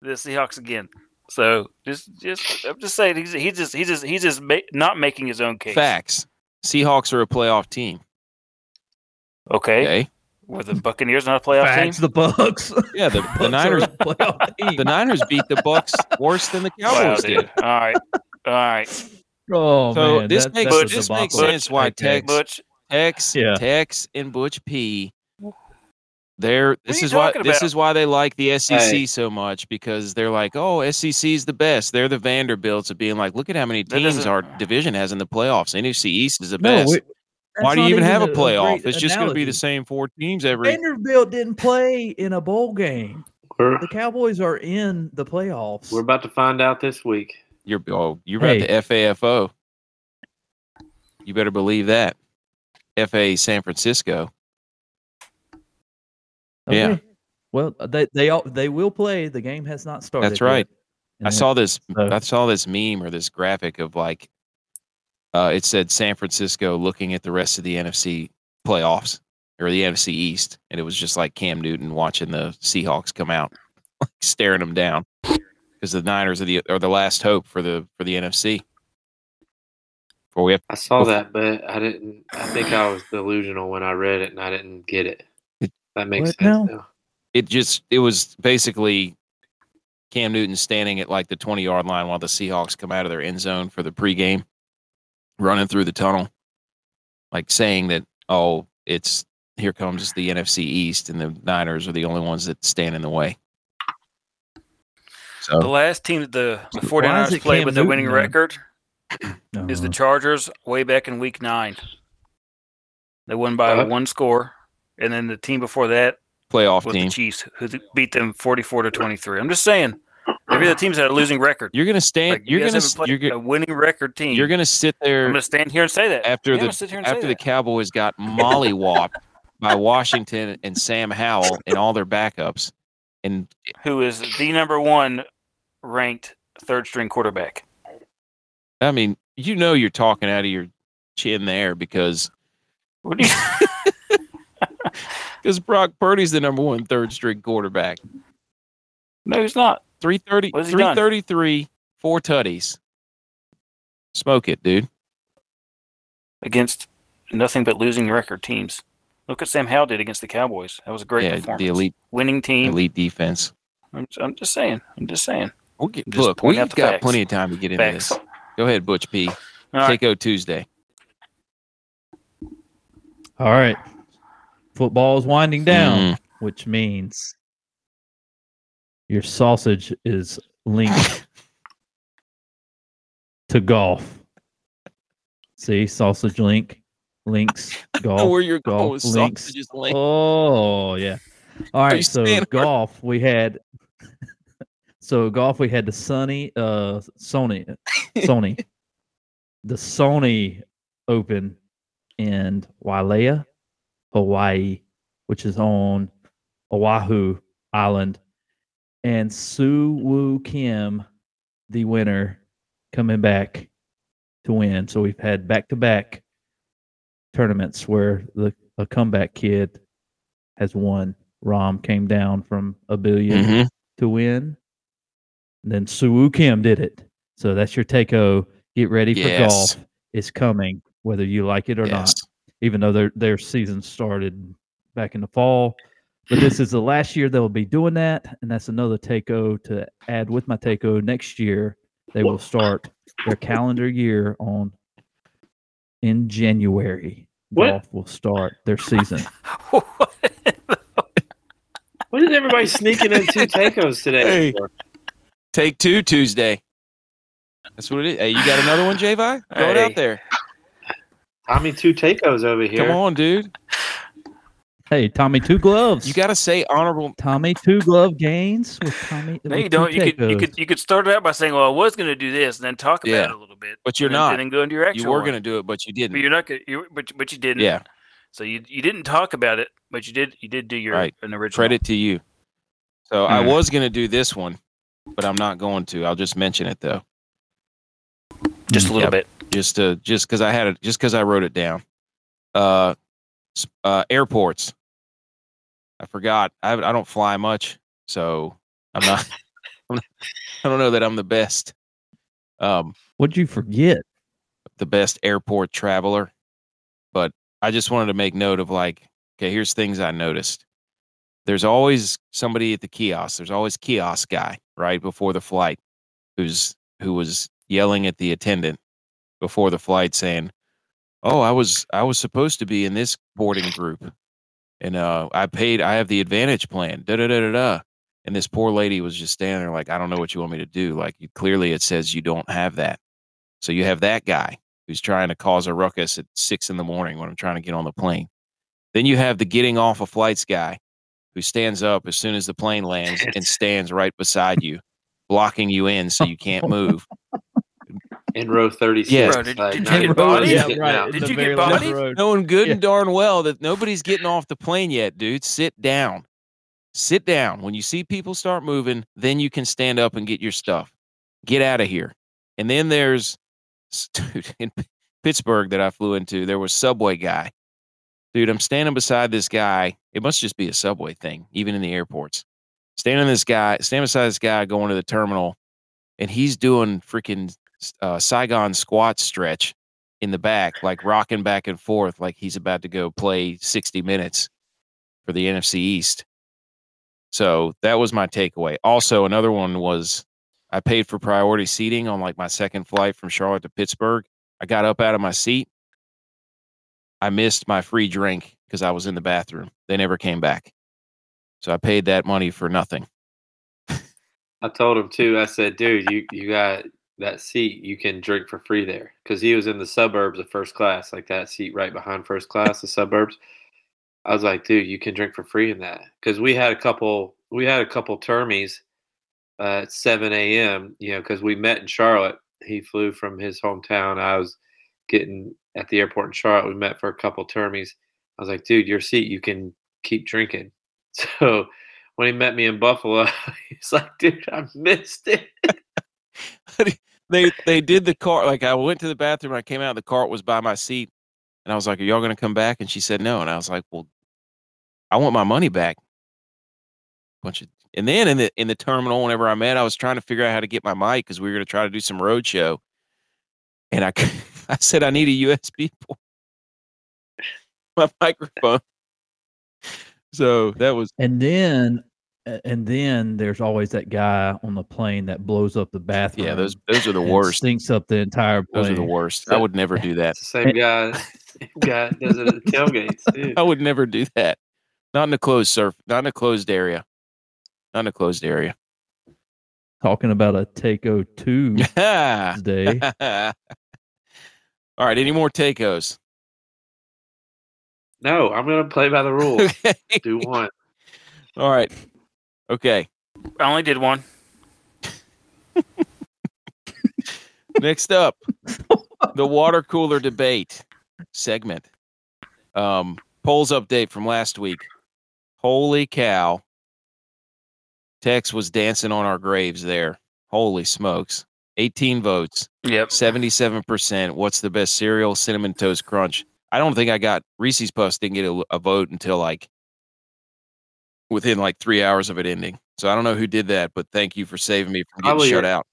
Speaker 4: The Seahawks again. So just, just, I'm just saying, he's, he's just, he's just, he's just ma- not making his own case.
Speaker 1: facts. Seahawks are a playoff team.
Speaker 4: Okay.
Speaker 1: Okay.
Speaker 4: Were the Buccaneers not a playoff
Speaker 2: Facts,
Speaker 4: team?
Speaker 2: the Bucks. <laughs>
Speaker 1: Yeah, the, the Niners
Speaker 2: playoff
Speaker 1: <laughs>
Speaker 2: team.
Speaker 1: the Niners beat the Bucks worse than the
Speaker 4: Wow,
Speaker 1: Cowboys
Speaker 4: dude.
Speaker 1: did.
Speaker 4: All right. All right.
Speaker 2: Oh
Speaker 1: So
Speaker 2: man,
Speaker 1: this
Speaker 2: that,
Speaker 1: makes-
Speaker 2: that's a
Speaker 4: this
Speaker 2: debacle.
Speaker 4: makes sense
Speaker 1: why
Speaker 2: Okay.
Speaker 1: Tex-
Speaker 4: Butch,
Speaker 1: Tex,
Speaker 2: Yeah.
Speaker 1: Tex, and Butch P. They're this
Speaker 4: you
Speaker 1: is why
Speaker 4: talking
Speaker 1: this
Speaker 4: about?
Speaker 1: is why they like the SEC
Speaker 3: Hey.
Speaker 1: so much because they're like, oh, SEC is the best. They're the Vanderbilts of being like, look at how many
Speaker 4: That
Speaker 1: teams
Speaker 4: doesn't-
Speaker 1: our division has in the playoffs. NFC East is the
Speaker 2: No,
Speaker 1: best.
Speaker 2: we-
Speaker 1: why
Speaker 2: that's
Speaker 1: do
Speaker 2: not
Speaker 1: you even have a
Speaker 2: a- a
Speaker 1: playoff?
Speaker 2: great
Speaker 1: It's just going to be the
Speaker 2: analogy.
Speaker 1: same four teams every.
Speaker 2: Vanderbilt didn't play in a bowl game.
Speaker 3: We're,
Speaker 2: The Cowboys are in the playoffs.
Speaker 3: we're about to find out this week.
Speaker 1: You're oh, you're about
Speaker 2: Hey.
Speaker 1: the FAFO. You better believe that. FA San Francisco. yeah.
Speaker 2: Well, they they all they will play. The game has not started. yet.
Speaker 1: right. I
Speaker 2: And uh,
Speaker 1: saw this.
Speaker 2: so-
Speaker 1: I saw this meme or this graphic of like, uh, it said San Francisco looking at the rest of the NFC playoffs or the NFC East, and it was just like Cam Newton watching the Seahawks come out, <laughs> like staring them down, because the Niners are the are the last hope for the for the NFC. Or we have
Speaker 3: I saw
Speaker 1: Bef-
Speaker 3: that, but I didn't. I think I was delusional when I read it, and I didn't get it.
Speaker 1: It-
Speaker 3: That makes
Speaker 2: What
Speaker 3: sense.
Speaker 2: now?
Speaker 3: now.
Speaker 1: it just it was basically Cam Newton standing at like the 20 yard line while the Seahawks come out of their end zone for the pregame, running through the tunnel, like saying that, oh, it's here comes the NFC East and the Niners are the only ones that stand in the way.
Speaker 4: the
Speaker 1: So
Speaker 4: last team that the, the
Speaker 2: Why is
Speaker 4: 49ers
Speaker 2: it
Speaker 4: played
Speaker 2: Cam
Speaker 4: with a winning
Speaker 2: Newton, man?
Speaker 4: record
Speaker 2: No,
Speaker 4: is the Chargers way back in week nine. They won by
Speaker 3: Uh-huh.
Speaker 4: one score. And then the team before that
Speaker 1: playoff
Speaker 4: was
Speaker 1: team.
Speaker 4: the Chiefs, who th- beat them 44 to 23. I'm just saying, every other team's had a losing record.
Speaker 1: You're gonna stand.
Speaker 4: Like, you
Speaker 1: you're
Speaker 4: guys
Speaker 1: gonna
Speaker 4: haven't
Speaker 1: s-
Speaker 4: played
Speaker 1: you're,
Speaker 4: a
Speaker 1: go-
Speaker 4: winning record team.
Speaker 1: you're gonna sit
Speaker 4: I'm
Speaker 1: there
Speaker 4: going to stand here and say that.
Speaker 1: After
Speaker 4: Yeah, I'm
Speaker 1: the-
Speaker 4: gonna sit here and say
Speaker 1: after the
Speaker 4: that.
Speaker 1: Cowboys
Speaker 4: <laughs>
Speaker 1: got mollywopped by Washington and Sam Howell and all their backups, and
Speaker 4: who is the number one ranked third string quarterback.
Speaker 1: I mean, you know, you're talking out of your chin there because
Speaker 4: What do you <laughs>
Speaker 1: because Brock Purdy's the number one third string quarterback.
Speaker 4: No, he's not.
Speaker 1: 330,
Speaker 4: What has he done?
Speaker 1: 333, four tutties. Smoke it, dude.
Speaker 4: Against nothing but losing record teams. Look what Sam Howell did against the Cowboys. That was a great
Speaker 1: yeah,
Speaker 4: performance.
Speaker 1: the elite
Speaker 4: Winning team.
Speaker 1: elite defense.
Speaker 4: I'm, I'm just saying. I'm just saying.
Speaker 1: We'll get-
Speaker 4: Just
Speaker 1: look,
Speaker 4: point
Speaker 1: we've
Speaker 4: out
Speaker 1: got
Speaker 4: the facts.
Speaker 1: plenty of time to get into
Speaker 4: Facts.
Speaker 1: this. Go ahead, Butch P.
Speaker 4: All right.
Speaker 1: Keiko Tuesday.
Speaker 2: All right. Football is winding down.
Speaker 1: Mm,
Speaker 2: which means your sausage is
Speaker 1: <laughs>
Speaker 2: linked to golf. See, sausage link, links,
Speaker 1: <laughs> I know
Speaker 2: golf.
Speaker 1: where you're going
Speaker 2: golf
Speaker 1: with
Speaker 2: links.
Speaker 1: sausages, Link.
Speaker 2: Oh, yeah. All
Speaker 1: you
Speaker 2: right, so
Speaker 1: saying-
Speaker 2: golf we had. <laughs> So golf we had the Sony, uh, Sony,
Speaker 1: <laughs>
Speaker 2: Sony, the Sony Open in Wailea, Hawaii, which is on Oahu Island, and Soo Woo Kim, the winner, coming back to win. So we've had back to back tournaments where the a comeback kid has won. Rom came down from a 1000000000
Speaker 1: Mhm.
Speaker 2: to win. And then Suwoo Kim did it. So that's your take-o. Get ready
Speaker 1: Yes.
Speaker 2: for golf. It's coming, whether you like it or not
Speaker 1: Yes.
Speaker 2: even though their their season started back in the fall. But this is the last year they'll be doing that, and that's another takeo to add with my takeo. Next year they will start their calendar year on in January.
Speaker 3: What?
Speaker 2: Golf will start their season.
Speaker 1: <laughs>
Speaker 3: What is everybody sneaking in two tacos today?
Speaker 1: Hey. Take two Tuesday. That's what it is. Hey, you got another one, J-Vi? Throw it
Speaker 4: Hey.
Speaker 1: out there.
Speaker 3: Tommy, two tacos over here.
Speaker 1: Come on, dude.
Speaker 2: Hey, Tommy, two gloves.
Speaker 1: You got to say honorable.
Speaker 2: Tommy two glove gains with Tommy.
Speaker 4: no,
Speaker 2: with
Speaker 4: you
Speaker 2: two
Speaker 4: don't. You could, you
Speaker 2: takeos.
Speaker 4: could you could start it out by saying, "Well, I was going to do this," and then talk about
Speaker 1: Yeah.
Speaker 4: it a little bit.
Speaker 1: But you're
Speaker 4: and,
Speaker 1: not.
Speaker 4: And then go into your actual.
Speaker 1: You were
Speaker 4: one.
Speaker 1: going to do it, but you
Speaker 4: But
Speaker 1: didn't.
Speaker 4: you're not going. You but but you didn't.
Speaker 1: Yeah.
Speaker 4: So you you didn't talk about it, but you did you did do your
Speaker 1: Right.
Speaker 4: an original.
Speaker 1: Credit to you. So I
Speaker 4: Mhm.
Speaker 1: was going to do this one, but I'm not going to. I'll just mention it though.
Speaker 4: just a little
Speaker 1: Yep.
Speaker 4: bit.
Speaker 1: just to just because I had it, just because I wrote it down. Uh, s- uh, airports. I forgot. I I don't fly much, so I'm not. <laughs> I'm not- I don't know that I'm the best. Um,
Speaker 2: What'd you forget?
Speaker 1: the best airport traveler, but I just wanted to make note of like, okay, here's things I noticed. There's always somebody at the kiosk. There's always kiosk guy right before the flight, who's who was yelling at the attendant before the flight saying, "Oh, I was I was supposed to be in this boarding group, and uh, I paid. I have the advantage plan." Da da da da da. And this poor lady was just standing there like, "I don't know what you want me to do. Like, you, clearly it says you don't have that." So you have that guy who's trying to cause a ruckus at six in the morning when I'm trying to get on the plane. Then you have the getting off of flights guy who stands up as soon as the plane lands and stands right beside you, blocking you in so you can't move.
Speaker 3: In row 36.
Speaker 1: Yeah.
Speaker 4: Bro, did- did you
Speaker 3: not
Speaker 4: get
Speaker 3: even
Speaker 4: bodied?
Speaker 3: getting
Speaker 4: Yeah,
Speaker 3: out.
Speaker 4: right. Did you get bodied?
Speaker 1: knowing good
Speaker 2: Yeah.
Speaker 1: and darn well that nobody's getting off the plane yet, dude. Sit down. Sit down. When you see people start moving, then you can stand up and get your stuff. Get out of here. And then there's s- <laughs> dude in P- Pittsburgh that I flew into, there was subway guy. Dude, I'm standing beside this guy. It must just be a subway thing, even in the airports. Standing this guy, standing beside this guy going to the terminal, and he's doing freaking uh, Saigon squat stretch in the back, like rocking back and forth, like he's about to go play 60 minutes for the NFC East. So that was my takeaway. Also, another one was I paid for priority seating on like my second flight from Charlotte to Pittsburgh. I got up out of my seat. I missed my free drink because I was in the bathroom. They never came back. So I paid that money for nothing.
Speaker 3: I told him too. I said, dude, you, you got that seat. You can drink for free there. Because he was in the suburbs of first class, like that seat right behind first class, the suburbs. I was like, dude, you can drink for free in that. Because we had a couple, we had a couple termies uh, at 7 a.m., you know, because we met in Charlotte. He flew from his hometown. I was getting at the airport in Charlotte. We met for a couple termies. I was like, dude, your seat, you can keep drinking. <laughs> So when he met me in Buffalo, he's like, dude, I missed it.
Speaker 1: <laughs> they they did the cart like I went to the bathroom, I came out, the cart was by my seat, and I was like, Are y'all gonna come back? And she said no. And I was like, Well, I want my money back. Bunch of and then in the in the terminal, whenever I met, I was trying to figure out how to get my mic because we were gonna try to do some road show. And <laughs> I <laughs> c- I said I need a USB port. My microphone So that was
Speaker 2: And then and then there's always that guy on the plane that blows up the bathroom.
Speaker 1: yeah. Those those are the
Speaker 2: and
Speaker 1: worst.
Speaker 2: Stinks up the entire plane.
Speaker 1: Those are the worst. I would never do that.
Speaker 3: It's the same guy,
Speaker 1: <laughs>
Speaker 3: same guy that does it at the tailgates too.
Speaker 1: I would never do that. Not in a closed surf. Not in a closed area. Not in a closed area. <laughs>
Speaker 2: Talking about a Takeo two today.
Speaker 1: All right. Any more <laughs> takeos?
Speaker 3: No, I'm gonna play by
Speaker 1: <laughs>
Speaker 3: the rules.
Speaker 1: Okay.
Speaker 3: Do one.
Speaker 1: All right. Okay.
Speaker 4: I only did one.
Speaker 1: Next up, the water cooler debate segment. Um, polls update from last week. Holy cow. Tex was dancing on our graves there. Holy smokes. 18 votes,
Speaker 4: Yep.
Speaker 1: 77%. What's the best cereal? Cinnamon Toast Crunch. I don't think I got Reese's Puffs didn't get a, a vote until like within like three hours of it ending. So I don't know who did that, but thank you for saving me from getting
Speaker 3: Probably
Speaker 1: shut
Speaker 3: your
Speaker 1: out.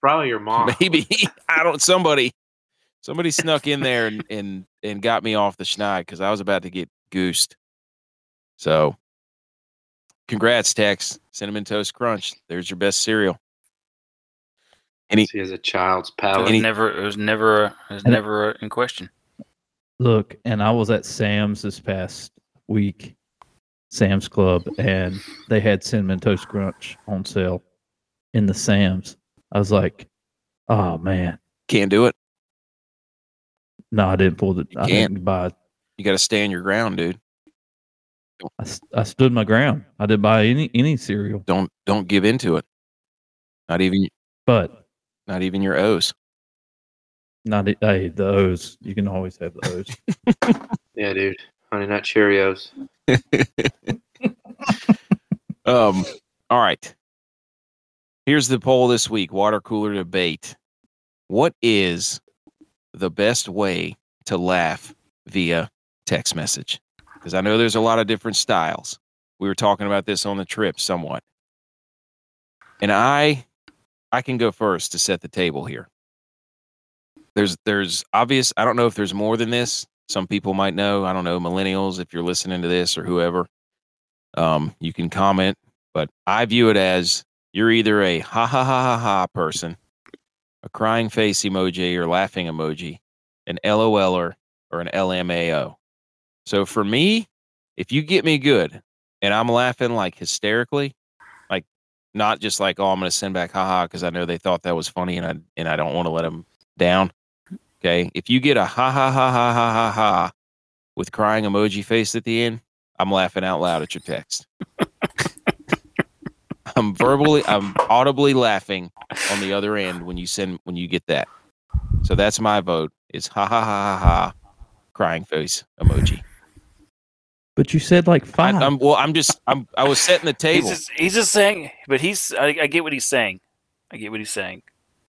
Speaker 3: Probably your mom.
Speaker 1: <laughs> Maybe I don't. Somebody, somebody snuck in there and and, and got me off the schneid because I was about to get goosed. So, congrats, Tex. Cinnamon Toast Crunch. There's your best cereal. Any-
Speaker 3: She has a child's
Speaker 4: It was
Speaker 3: palate.
Speaker 1: Any-
Speaker 4: never. It was never. It was
Speaker 2: And-
Speaker 4: never in question.
Speaker 2: Look, and I was at Sam's this past week, Sam's Club, and they had cinnamon toast crunch on sale in the Sam's. I was like, oh man,
Speaker 1: Can't do it.
Speaker 2: no, I didn't pull the, I
Speaker 1: can't.
Speaker 2: didn't buy.
Speaker 1: You got to stand your ground, dude.
Speaker 2: I, s- I stood my ground. I didn't buy any any cereal,
Speaker 1: Don't don't give into it. Not even
Speaker 2: but
Speaker 1: not even your O's.
Speaker 2: not e- hey the O's. You can always have the O's.
Speaker 3: Yeah, dude. Honey Nut Cheerios.
Speaker 1: Um. All right. Here's the poll this week: water cooler debate. What is the best way to laugh via text message? Because I know there's a lot of different styles. We were talking about this on the trip somewhat, and I, I can go first to set the table here. There's, there's obvious. I don't know if there's more than this. Some people might know. I don't know millennials if you're listening to this or whoever. Um, you can comment, but I view it as you're either a ha ha ha ha ha person, a crying face emoji or laughing emoji, an LOLer or an LMAO. So for me, if you get me good and I'm laughing like hysterically, like not just like oh I'm gonna send back haha because I know they thought that was funny and I and I don't want to let them down. Okay, if you get a ha ha ha ha ha ha ha with crying emoji face at the end, I'm laughing out loud at your text. I'm verbally, I'm audibly laughing on the other end when you send when you get that. So that's my vote. It's ha ha ha ha ha, crying face emoji.
Speaker 2: But you said like
Speaker 1: I,
Speaker 2: five.
Speaker 1: I'm well. I'm just. I'm. I was setting the
Speaker 4: He's
Speaker 1: table.
Speaker 4: just. He's just saying. But he's. I, I get what he's saying. I get what he's saying.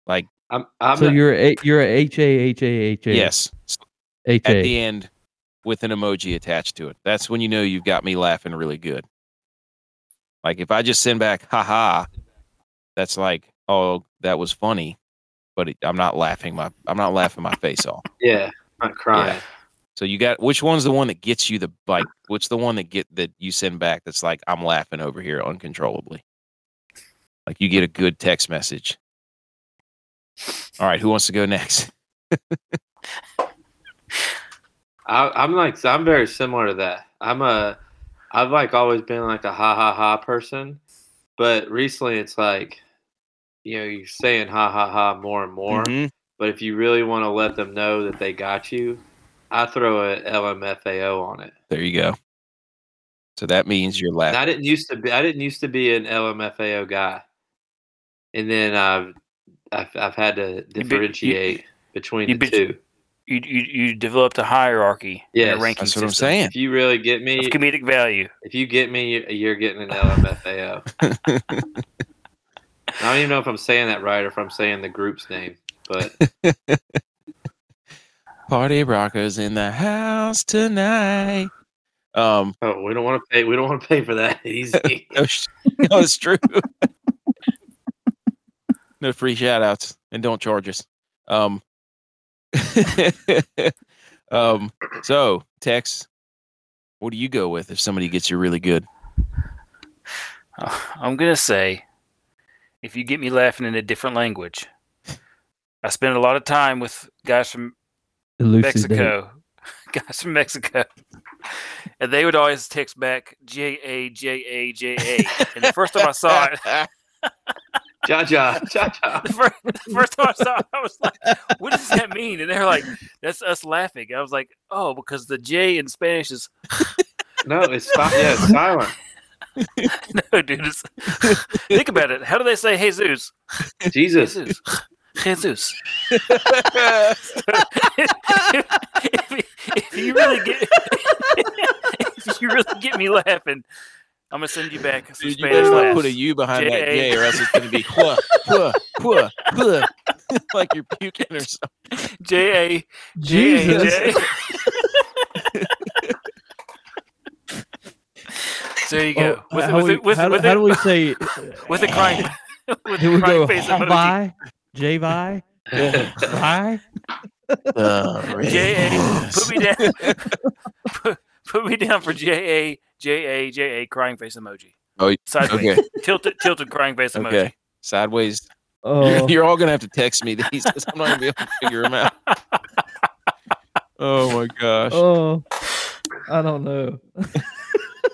Speaker 3: I'm. I'm
Speaker 2: so
Speaker 3: not-
Speaker 2: you're a you're a H A H A H A
Speaker 1: Yes,
Speaker 2: H
Speaker 1: at
Speaker 2: A.
Speaker 1: the end with an emoji attached to it. That's when you know you've got me laughing really good. Like if I just send back ha ha, that's like oh that was funny, but it, I'm not laughing my I'm not laughing my face off.
Speaker 3: yeah. Not crying.
Speaker 1: So you got which one's the one that gets you the bite? What's the one that get that you send back that's like I'm laughing over here uncontrollably? Like you get a good text message. All right, who wants to go next? <laughs>
Speaker 3: I, I'm like. I'm very similar to that. I'm a. I've like always been like a ha ha ha person, but recently it's like, you know, you're saying ha ha ha more and more.
Speaker 1: Mhm.
Speaker 3: But if you really want to let them know that they got you, I throw a LMFAO on it.
Speaker 1: There you go. So that means you're
Speaker 3: And
Speaker 1: laughing.
Speaker 3: I didn't used to be. I didn't used to be an LMFAO guy, and then I've I've, I've had to
Speaker 4: you-
Speaker 3: differentiate between
Speaker 4: you
Speaker 3: the
Speaker 4: bet- <laughs>
Speaker 3: two.
Speaker 4: You you, you developed a hierarchy. and
Speaker 3: Yes,
Speaker 4: a ranking
Speaker 1: That's what I'm
Speaker 4: system
Speaker 1: saying.
Speaker 3: If you really get me,
Speaker 4: Of comedic value. <laughs>
Speaker 3: if you get me, you're- you're getting an LMFAO. I don't even know if I'm saying that right or if I'm saying the group's name,
Speaker 4: <laughs>
Speaker 3: but
Speaker 1: Party rockers in the house tonight. Um,
Speaker 3: oh, we don't want to pay. We don't want to pay for that <laughs> easy.
Speaker 1: <laughs> no, sh- no, it's true. <laughs> no free shout outs and don't charge us. Um, <laughs> um, so Tex, What do you go with if somebody gets you really good?
Speaker 4: I'm gonna say, if you get me laughing in a different language, I spend a lot of time with guys from
Speaker 2: Elusive date.
Speaker 4: Mexico, <laughs> guys from Mexico, and they would always text back J A J A J A. And the first time I saw it, <laughs>
Speaker 1: <laughs>
Speaker 3: Ja ja ja ja.
Speaker 4: the first, the first time I saw it, I was like, "What does that mean?" And they were like, "That's us laughing." I was like, "Oh, because the J in Spanish is
Speaker 3: No, it's si- yeah,
Speaker 4: <laughs>
Speaker 3: it's silent.
Speaker 4: no, <laughs> dude." It's, think about it. How do they say Jesus?
Speaker 3: Jesus.
Speaker 4: Jesus. Jesus. <laughs> if, you- if you really get <laughs> if you really get me laughing, I'm gonna send you back some
Speaker 1: Dude, you
Speaker 4: Spanish
Speaker 1: better not
Speaker 4: laughs.
Speaker 1: put a U behind that
Speaker 4: J.
Speaker 1: J, or else it's going to
Speaker 4: <laughs>
Speaker 1: be puh, puh, puh, puh, <laughs> like you're puking or something.
Speaker 4: J A J A
Speaker 2: Jesus.
Speaker 4: J. So there you go.
Speaker 2: Oh,
Speaker 4: with
Speaker 2: how,
Speaker 4: with
Speaker 2: we-
Speaker 4: it- with
Speaker 2: how,
Speaker 4: with
Speaker 2: do- how
Speaker 4: it-
Speaker 2: do we
Speaker 4: <laughs>
Speaker 2: say?
Speaker 4: with a crying <laughs> with
Speaker 2: Do
Speaker 4: a
Speaker 2: we go
Speaker 4: crying face emoji.
Speaker 2: Hawaii, J-Vi,
Speaker 1: <laughs>
Speaker 2: Vi?
Speaker 4: Oh, J A put me down put, put me down <laughs> for J A J A J A crying face emoji.
Speaker 1: Oh,
Speaker 4: sideways.
Speaker 1: okay,
Speaker 4: tilted tilted crying face emoji.
Speaker 1: okay. Sideways.
Speaker 2: Oh,
Speaker 1: You're, you're all going to have to text me these. 'cause I'm not going to be able to figure them out. Oh my gosh.
Speaker 2: oh, I don't know.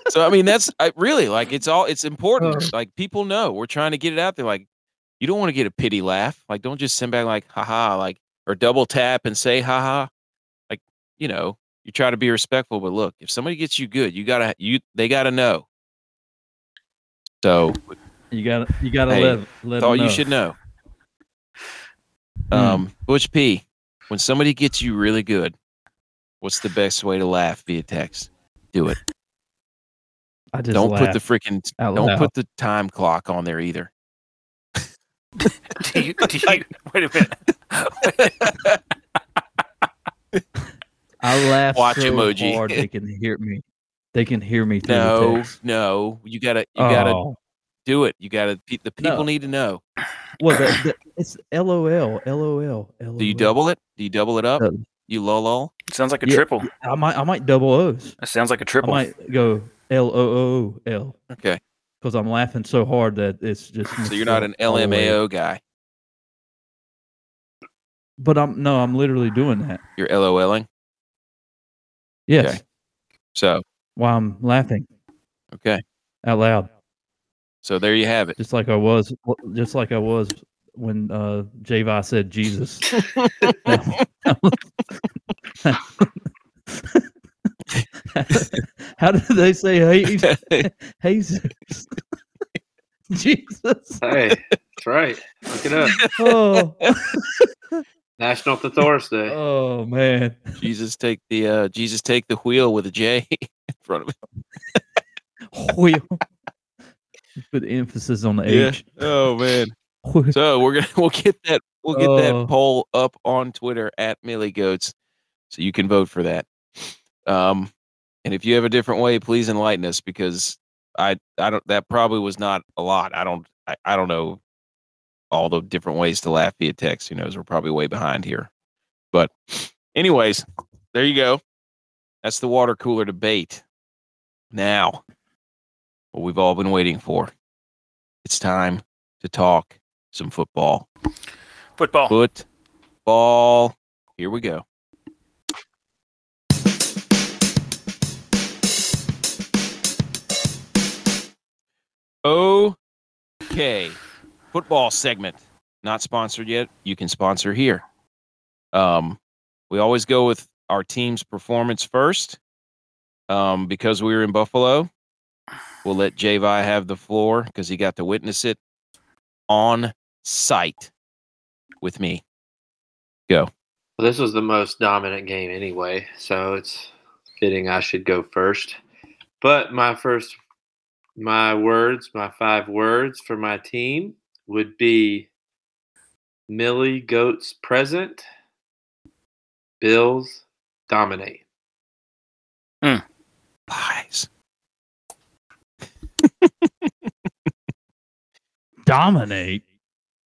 Speaker 1: so I mean, that's I, really like it's all it's important.
Speaker 2: Oh.
Speaker 1: Like people know we're trying to get it out there. Like you don't want to get a pity laugh. Like don't just send back like haha like or double tap and say haha. Like you know you try to be respectful, but look if somebody gets you good, you gotta you they gotta know. So
Speaker 2: You got to you got to
Speaker 1: Hey,
Speaker 2: let let
Speaker 1: that's all
Speaker 2: 'em
Speaker 1: you
Speaker 2: know.
Speaker 1: should know.
Speaker 2: Hmm.
Speaker 1: Um, Butch P, when somebody gets you really good, what's the best way to laugh via text? Do it.
Speaker 2: I just
Speaker 1: don't put
Speaker 2: laugh
Speaker 1: the freaking
Speaker 2: out
Speaker 1: don't
Speaker 2: loud.
Speaker 1: put the time clock on there either.
Speaker 4: Do you, do you, <laughs> wait a minute.
Speaker 2: I laugh
Speaker 1: watch
Speaker 2: so
Speaker 1: emoji. <laughs>
Speaker 2: hard they can hear me. They can hear me through the
Speaker 1: No,
Speaker 2: text.
Speaker 1: no, you gotta, you gotta
Speaker 2: Oh,
Speaker 1: do it. You gotta. pe- The people
Speaker 2: No.
Speaker 1: need to know.
Speaker 2: well, that, that, it's LOL, LOL, LOL.
Speaker 1: Do you double it? Do you double it up?
Speaker 2: No.
Speaker 1: You lol.
Speaker 4: sounds like a
Speaker 2: Yeah.
Speaker 4: triple.
Speaker 2: I might I might double O's.
Speaker 4: That sounds like a
Speaker 2: I
Speaker 4: triple.
Speaker 2: might go L O O L <laughs>
Speaker 1: Okay,
Speaker 2: because I'm laughing so hard that it's just.
Speaker 1: so you're not an
Speaker 2: all the way.
Speaker 1: LMAO guy.
Speaker 2: But I'm no, I'm literally doing that.
Speaker 1: You're LOLing.
Speaker 2: Yes,
Speaker 1: Okay. So
Speaker 2: while I'm laughing
Speaker 1: okay,
Speaker 2: out loud,
Speaker 1: so there you have it.
Speaker 2: just like I was, just like I was when uh, Javi said Jesus. How do they say hey? <laughs> Jesus. Jesus.
Speaker 3: Hey, that's right. Look it
Speaker 2: <laughs>
Speaker 3: up.
Speaker 2: Oh,
Speaker 3: National Thesaurus Day.
Speaker 2: oh man.
Speaker 1: <laughs> Jesus take the uh, Jesus take the wheel with a J <laughs> in front of it.
Speaker 2: Wheel. Put emphasis on the
Speaker 1: Yeah.
Speaker 2: H.
Speaker 1: Oh man.
Speaker 2: Wheel.
Speaker 1: So we're gonna <laughs> we'll get that we'll get
Speaker 2: Oh.
Speaker 1: that poll up on Twitter at Millie Goats, so you can vote for that. Um, and if you have a different way, please enlighten us because I I don't that probably was not a lot. I don't I, I don't know all the different ways to laugh via text. Who knows? We're probably way behind here. But anyways, there you go. That's the water cooler debate. Now, what we've all been waiting for. It's time to talk some football.
Speaker 4: Football.
Speaker 1: Oh. Football. Here we go. Okay. Football segment. Not sponsored yet. You can sponsor here. Um, we always go with our team's performance first. Um, because we were in Buffalo, we'll let Javi have the floor because he got to witness it on site with me.
Speaker 3: Well, this was the most dominant game anyway, so it's fitting I should go first. But my first, my words, my five words for my team would be Millie Goats present, Bills dominate.
Speaker 1: Pies.
Speaker 2: Dominate.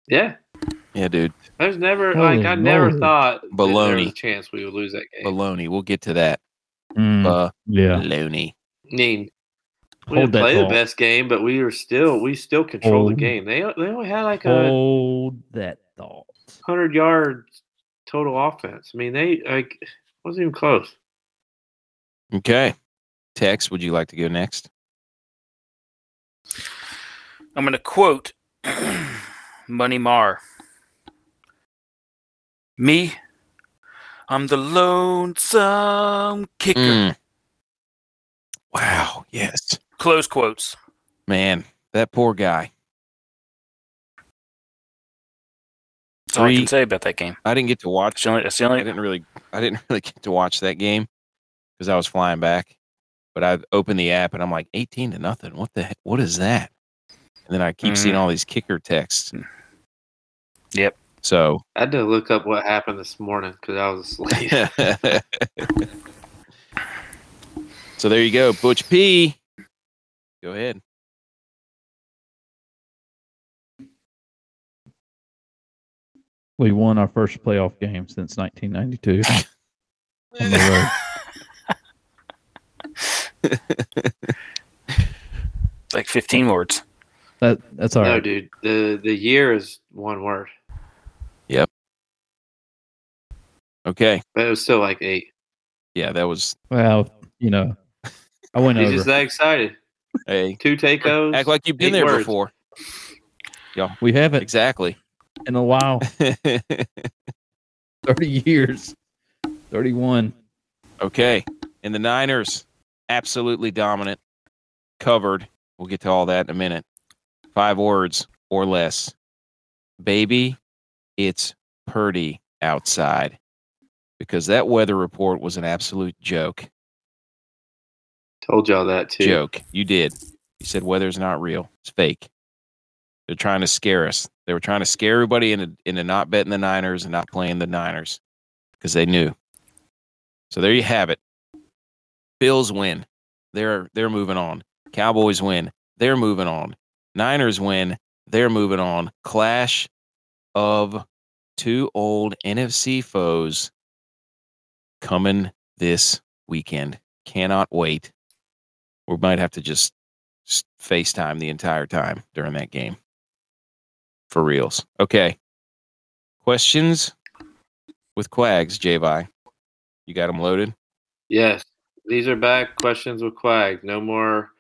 Speaker 3: Yeah,
Speaker 1: Yeah, dude.
Speaker 3: there's never
Speaker 2: Holy
Speaker 3: like I never
Speaker 2: moly.
Speaker 3: thought that there was a
Speaker 1: Baloney.
Speaker 3: chance we would lose that game.
Speaker 1: Baloney. We'll get to that.
Speaker 2: Mm, yeah.
Speaker 1: Baloney.
Speaker 3: I mean, we
Speaker 2: Hold
Speaker 3: didn't
Speaker 2: that
Speaker 3: play the
Speaker 2: ball.
Speaker 3: best game, but we were still we still controlled the
Speaker 2: Hold.
Speaker 3: game. They they only had like a
Speaker 2: Hold that thought.
Speaker 3: hundred yards total offense. I mean, they like wasn't even close.
Speaker 1: Okay. Tex, would you like to go next?
Speaker 4: I'm going to quote <clears throat> Money Marr. Me, I'm the lonesome kicker.
Speaker 1: Mm. Wow. Yes.
Speaker 4: Close quotes.
Speaker 1: Man, that poor guy.
Speaker 4: That's all I
Speaker 1: Three-
Speaker 4: can say about that game.
Speaker 1: I didn't get to watch
Speaker 4: That's the only, that's the
Speaker 1: I
Speaker 4: only
Speaker 1: didn't really I didn't <laughs> really get to watch that game because I was flying back. But I opened the app and I'm like 18 to nothing. What the heck? what is that? And then I keep seeing
Speaker 4: Mhm.
Speaker 1: all these kicker texts.
Speaker 4: Yep.
Speaker 1: So
Speaker 3: I had to look up what happened this morning because I was <laughs> asleep.
Speaker 1: <laughs> So there you go, Butch P. Go ahead.
Speaker 2: We won our first playoff game
Speaker 3: <laughs>
Speaker 2: since 1992. on the road.
Speaker 4: like 15 words.
Speaker 2: That that's all
Speaker 3: no,
Speaker 2: right.
Speaker 3: dude, the the year is one word,
Speaker 1: Okay.
Speaker 3: but it was still like eight.
Speaker 1: Yeah, that was
Speaker 2: Well, you know, I went
Speaker 3: He's
Speaker 2: over.
Speaker 3: just that excited.
Speaker 1: a
Speaker 3: Two takeos.
Speaker 1: act like you've been there
Speaker 3: Eight words.
Speaker 1: before.
Speaker 2: we haven't
Speaker 1: Exactly. <laughs>
Speaker 2: in a while.
Speaker 3: <laughs>
Speaker 2: Thirty years. Thirty-one.
Speaker 1: Okay. And the Niners, absolutely dominant, covered. We'll get to all that in a minute. Five words or less. Baby, it's Purdy outside because that weather report was an absolute joke.
Speaker 3: Told y'all that too.
Speaker 1: Joke. You did. You said weather's not real. It's fake. They're trying to scare us. They were trying to scare everybody into, into not betting the Niners and not playing the Niners because they knew. So there you have it. Bills win. They're they're moving on. Cowboys win. They're moving on. Niners win. They're moving on. Clash of two old NFC foes coming this weekend. Cannot wait we might have to just s- FaceTime the entire time during that game. For reals. Okay. Questions with Quags, Javi. You got them loaded?
Speaker 3: Yes, these are back questions with Quag. No more.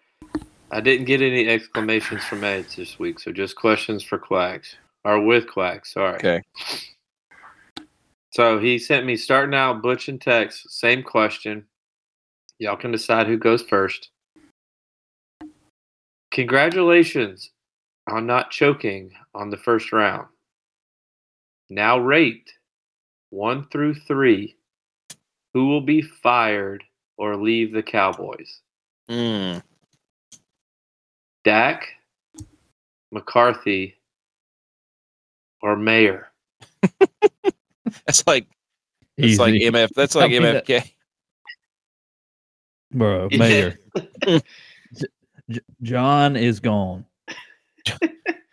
Speaker 3: I didn't get any exclamations from Eds this week, so just questions for Quags or with Quags. Sorry.
Speaker 1: Okay.
Speaker 3: So he sent me starting out Butch and Tex. Same question. Y'all can decide who goes first. Congratulations on not choking on the first round. Now rate one through three. Who will be fired or leave the Cowboys? Hmm.
Speaker 1: Mm.
Speaker 3: Dak, McCarthy, or Mayer?
Speaker 1: That's like that's
Speaker 2: Easy,
Speaker 1: like MF that's
Speaker 2: Tell
Speaker 1: like
Speaker 2: me that-
Speaker 1: MFK.
Speaker 2: bro.
Speaker 3: <laughs> Yeah.
Speaker 2: Mayor. J- J- John is gone.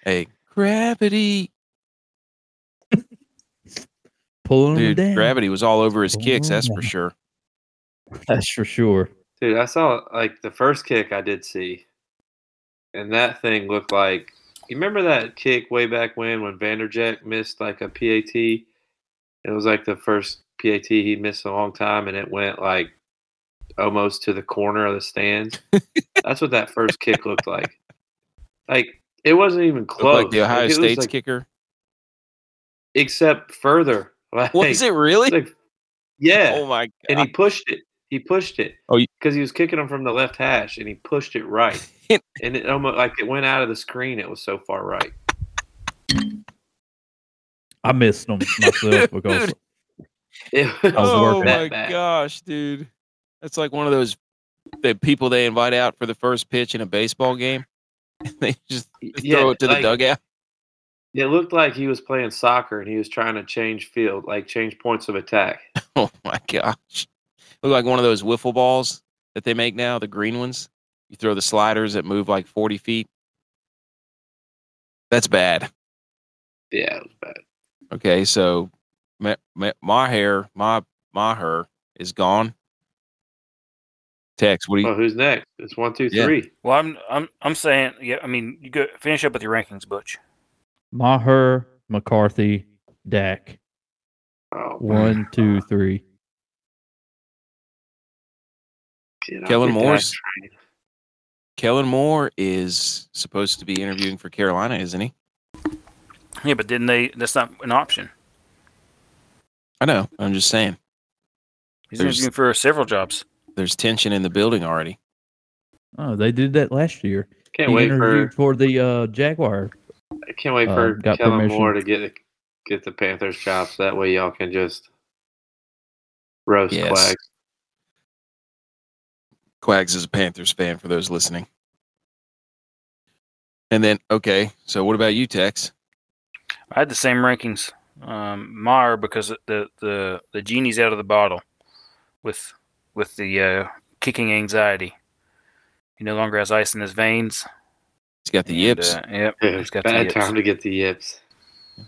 Speaker 1: Hey, gravity.
Speaker 2: Pulling him
Speaker 1: Dude,
Speaker 2: down.
Speaker 1: gravity was all over his
Speaker 2: Pulling
Speaker 1: kicks,
Speaker 2: him
Speaker 1: that's for
Speaker 2: down.
Speaker 1: sure.
Speaker 2: That's for sure.
Speaker 3: Dude, I saw like the first kick I did see, and that thing looked like. You remember that kick way back when when Vanderjack missed like a PAT? It was like the first PAT he missed in a long time, and it went like almost to the corner of
Speaker 1: <laughs>
Speaker 3: the stands. That's what that first kick looked like. Like it wasn't even
Speaker 1: Looked
Speaker 3: close.
Speaker 1: like the Ohio
Speaker 3: it was,
Speaker 1: State's
Speaker 3: like,
Speaker 1: kicker.
Speaker 3: except further. <laughs> Like,
Speaker 1: Was it really?
Speaker 3: like, yeah,
Speaker 1: Oh my
Speaker 3: and he
Speaker 1: god.
Speaker 3: pushed it. He pushed it.
Speaker 1: Oh, you-
Speaker 3: because he was kicking him from the left hash, and he pushed it right, and it almost like it went out of the screen. It was so far right. <laughs>
Speaker 2: I missed him
Speaker 3: <laughs>
Speaker 2: myself because
Speaker 3: It was
Speaker 2: was
Speaker 1: oh
Speaker 2: working.
Speaker 1: my
Speaker 3: that bad.
Speaker 1: gosh, dude. That's like one of those the people they invite out for the first pitch in a baseball game. <laughs> they just throw it to the
Speaker 3: like,
Speaker 1: dugout. <laughs>
Speaker 3: It looked like he was playing soccer, and he was trying to change field, like change points of attack.
Speaker 1: Oh my gosh. Look like one of those wiffle balls that they make now, the green ones. You throw the sliders that move like 40 feet. That's bad.
Speaker 3: Yeah, it was bad.
Speaker 1: Okay, so Ma- Ma- Maher, Ma- Maher is gone. Tex, what do you?
Speaker 3: Oh, who's next? It's one, two,
Speaker 1: Yeah.
Speaker 3: three.
Speaker 4: Well, I'm I'm I'm saying yeah. I mean, you go finish up with your rankings, Butch.
Speaker 2: Maher, McCarthy, Dak.
Speaker 3: Oh,
Speaker 2: One, two, three.
Speaker 3: get off
Speaker 1: Kellen
Speaker 3: your
Speaker 1: Moore's-
Speaker 3: back train.
Speaker 1: Kellen Moore is supposed to be interviewing for Carolina, isn't he?
Speaker 4: Yeah, but didn't they? That's not an option.
Speaker 1: I know. I'm just saying.
Speaker 4: He's
Speaker 1: There's-
Speaker 4: interviewing for several jobs.
Speaker 1: There's tension in the building already.
Speaker 2: Oh, they did that last year.
Speaker 3: Can't
Speaker 2: he
Speaker 3: wait for
Speaker 2: interviewed for, the uh, Jaguar.
Speaker 3: I can't wait
Speaker 2: uh,
Speaker 3: for
Speaker 2: got
Speaker 3: Kellen
Speaker 2: permission.
Speaker 3: Moore to get get the Panthers job. So that way y'all can just roast
Speaker 1: Yes.
Speaker 3: Quags.
Speaker 1: Quags is a Panthers fan for those listening. And then, okay, so what about you, Tex?
Speaker 4: I had the same rankings. Um, Meyer because the the the genie's out of the bottle, with with the uh, kicking anxiety. He no longer has ice in his veins.
Speaker 1: He's got the
Speaker 4: And,
Speaker 1: yips,
Speaker 4: uh, <laughs> yep. He's
Speaker 3: It's
Speaker 4: got the
Speaker 3: bad
Speaker 4: yips.
Speaker 3: time to get the yips.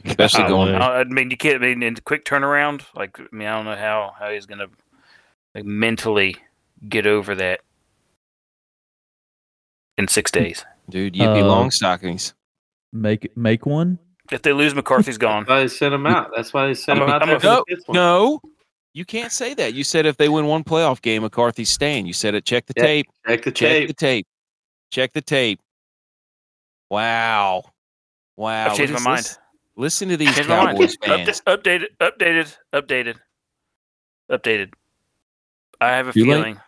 Speaker 1: especially
Speaker 2: I
Speaker 1: going.
Speaker 2: would.
Speaker 4: Uh, I I mean, you can't. I mean, in quick turnaround. Like, I mean, I don't know how how he's gonna like, mentally get over that in
Speaker 1: Hmm.
Speaker 4: six days.
Speaker 1: Dude, you'd be
Speaker 2: Uh,
Speaker 1: long stockings.
Speaker 2: Make make one.
Speaker 4: If they lose, McCarthy's gone.
Speaker 3: <laughs> That's why they sent him out. That's why they sent
Speaker 4: I'm
Speaker 3: him
Speaker 4: a-
Speaker 3: out
Speaker 4: I'm
Speaker 3: there
Speaker 4: a-
Speaker 3: for the fifth one.
Speaker 1: No, you can't say that. You said if they win one playoff game, McCarthy's staying. You said it. Check the
Speaker 3: Yeah,
Speaker 1: tape.
Speaker 3: Check the
Speaker 1: Check
Speaker 3: tape.
Speaker 1: the tape. Check the tape. Wow. Wow.
Speaker 4: I've changed
Speaker 1: Lis-
Speaker 4: my mind.
Speaker 1: lis- Listen to these
Speaker 4: Changed my mind. <laughs>
Speaker 1: Cowboys
Speaker 4: Upda-
Speaker 1: fans.
Speaker 4: updated, updated, updated, updated. I have a
Speaker 1: You like-
Speaker 4: feeling. This is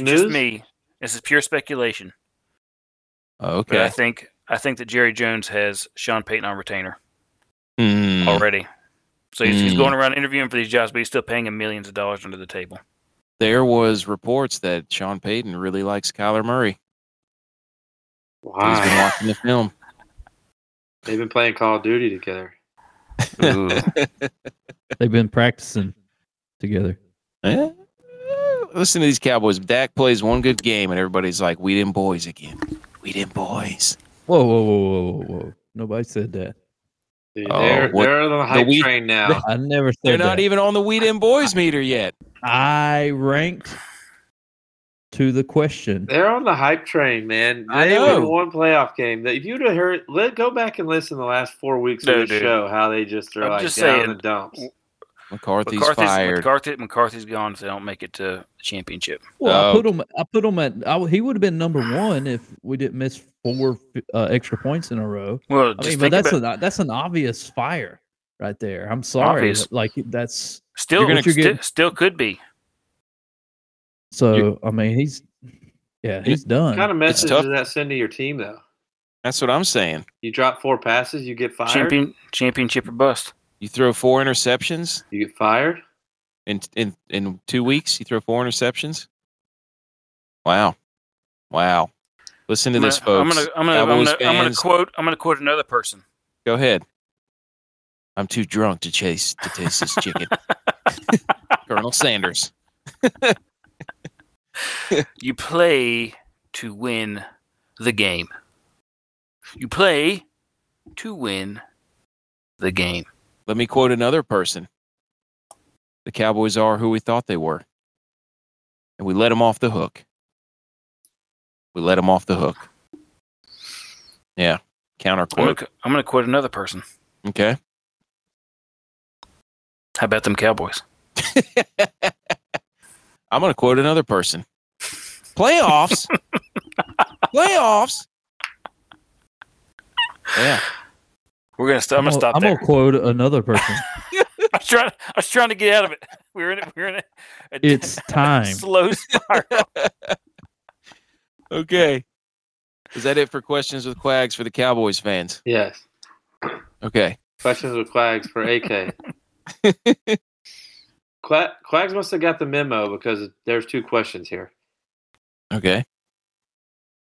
Speaker 3: Breaking news.
Speaker 4: just me. This is pure speculation. But I <laughs>
Speaker 1: Okay.
Speaker 4: think I think that Jerry Jones has Sean Payton on retainer
Speaker 1: Hmm.
Speaker 4: already. So he's, he's
Speaker 1: Mm.
Speaker 4: going around interviewing for these jobs, but he's still paying him millions of dollars under the table.
Speaker 1: There was reports that Sean Payton really likes Kyler Murray. He's been
Speaker 3: Wow.
Speaker 4: Ah.
Speaker 1: watching the film.
Speaker 3: They've been playing Call of Duty together.
Speaker 4: Ooh.
Speaker 2: They've been practicing together.
Speaker 1: Eh? Listen to these Cowboys. Dak plays one good game, and everybody's like, "We didn't boys again. We didn't boys."
Speaker 2: Whoa, whoa, whoa, whoa, whoa, whoa! Nobody said that.
Speaker 3: Dude,
Speaker 1: Oh,
Speaker 3: they're,
Speaker 1: what-
Speaker 3: they're on the hype
Speaker 1: we-
Speaker 3: train
Speaker 2: <laughs>
Speaker 3: now.
Speaker 2: I never said
Speaker 1: They're not
Speaker 2: that.
Speaker 1: even on the "We didn't boys" meter
Speaker 4: <laughs>
Speaker 1: yet.
Speaker 2: I ranked to the question.
Speaker 3: They're on the hype train, man.
Speaker 1: I
Speaker 3: They
Speaker 1: know.
Speaker 3: won one playoff game. That if you'd have heard, let go back and listen to the last four weeks
Speaker 4: No,
Speaker 3: of the
Speaker 4: dude.
Speaker 3: show how they just are
Speaker 4: I'm
Speaker 3: like
Speaker 4: just
Speaker 3: down
Speaker 4: saying.
Speaker 3: in the dumps.
Speaker 1: McCarthy's,
Speaker 4: McCarthy's
Speaker 1: fired.
Speaker 4: McCarthy, McCarthy's gone if they don't make it to the championship.
Speaker 2: Well, I
Speaker 1: Oh.
Speaker 2: put him. I put him at. I, w- he would have been number one if we didn't miss four uh, extra points in a row.
Speaker 4: Well,
Speaker 2: I
Speaker 4: just
Speaker 2: mean, but
Speaker 4: think
Speaker 2: that's
Speaker 4: about,
Speaker 2: an that's an obvious fire right there. I'm sorry.
Speaker 4: Obvious.
Speaker 2: Like that's
Speaker 4: still,
Speaker 2: you're gonna-
Speaker 4: sti-
Speaker 2: you're getting-
Speaker 4: still could be.
Speaker 2: so.
Speaker 1: You-
Speaker 2: I mean, he's yeah, he's done.
Speaker 3: kind of message
Speaker 1: tough.
Speaker 3: does that send to your team though?
Speaker 1: That's what I'm saying.
Speaker 3: You drop four passes, you get fired.
Speaker 4: Champion, championship or bust.
Speaker 1: You throw four interceptions
Speaker 3: You get fired.
Speaker 1: in in in two weeks. You throw four interceptions. Wow, wow. Listen to
Speaker 4: I'm
Speaker 1: this,
Speaker 4: gonna-
Speaker 1: folks.
Speaker 4: I'm gonna, I'm gonna, I'm
Speaker 1: Cowboys
Speaker 4: gonna, I'm gonna
Speaker 1: fans.
Speaker 4: quote, I'm gonna quote another person.
Speaker 1: Go ahead. I'm too drunk to chase to taste this
Speaker 4: <laughs>
Speaker 1: chicken. Colonel Sanders.
Speaker 4: You play to win the game. You play to win the game.
Speaker 1: Let me quote another person. The Cowboys are who we thought they were. And we let them off the hook. We let them off the hook. Yeah. Counter
Speaker 4: I'm gonna,
Speaker 1: quote.
Speaker 4: qu- I'm gonna quote another person.
Speaker 1: Okay.
Speaker 4: How about them Cowboys?
Speaker 1: I'm going to quote another person. Playoffs. Playoffs. Yeah.
Speaker 4: We're gonna. St- I'm gonna
Speaker 2: I'll-
Speaker 4: stop
Speaker 2: I'm
Speaker 4: there. <laughs>
Speaker 2: gonna quote another person.
Speaker 4: I was trying. I was trying to get out of it. <laughs> We were in. it. We were in. A, a
Speaker 2: it's time.
Speaker 4: <laughs> slow start.
Speaker 1: Okay. Is that it for questions with quags for the Cowboys fans?
Speaker 3: Yes.
Speaker 1: Okay.
Speaker 3: Questions with Quags for AK. Qua- Quags must have got the memo because there's two questions here.
Speaker 1: Okay.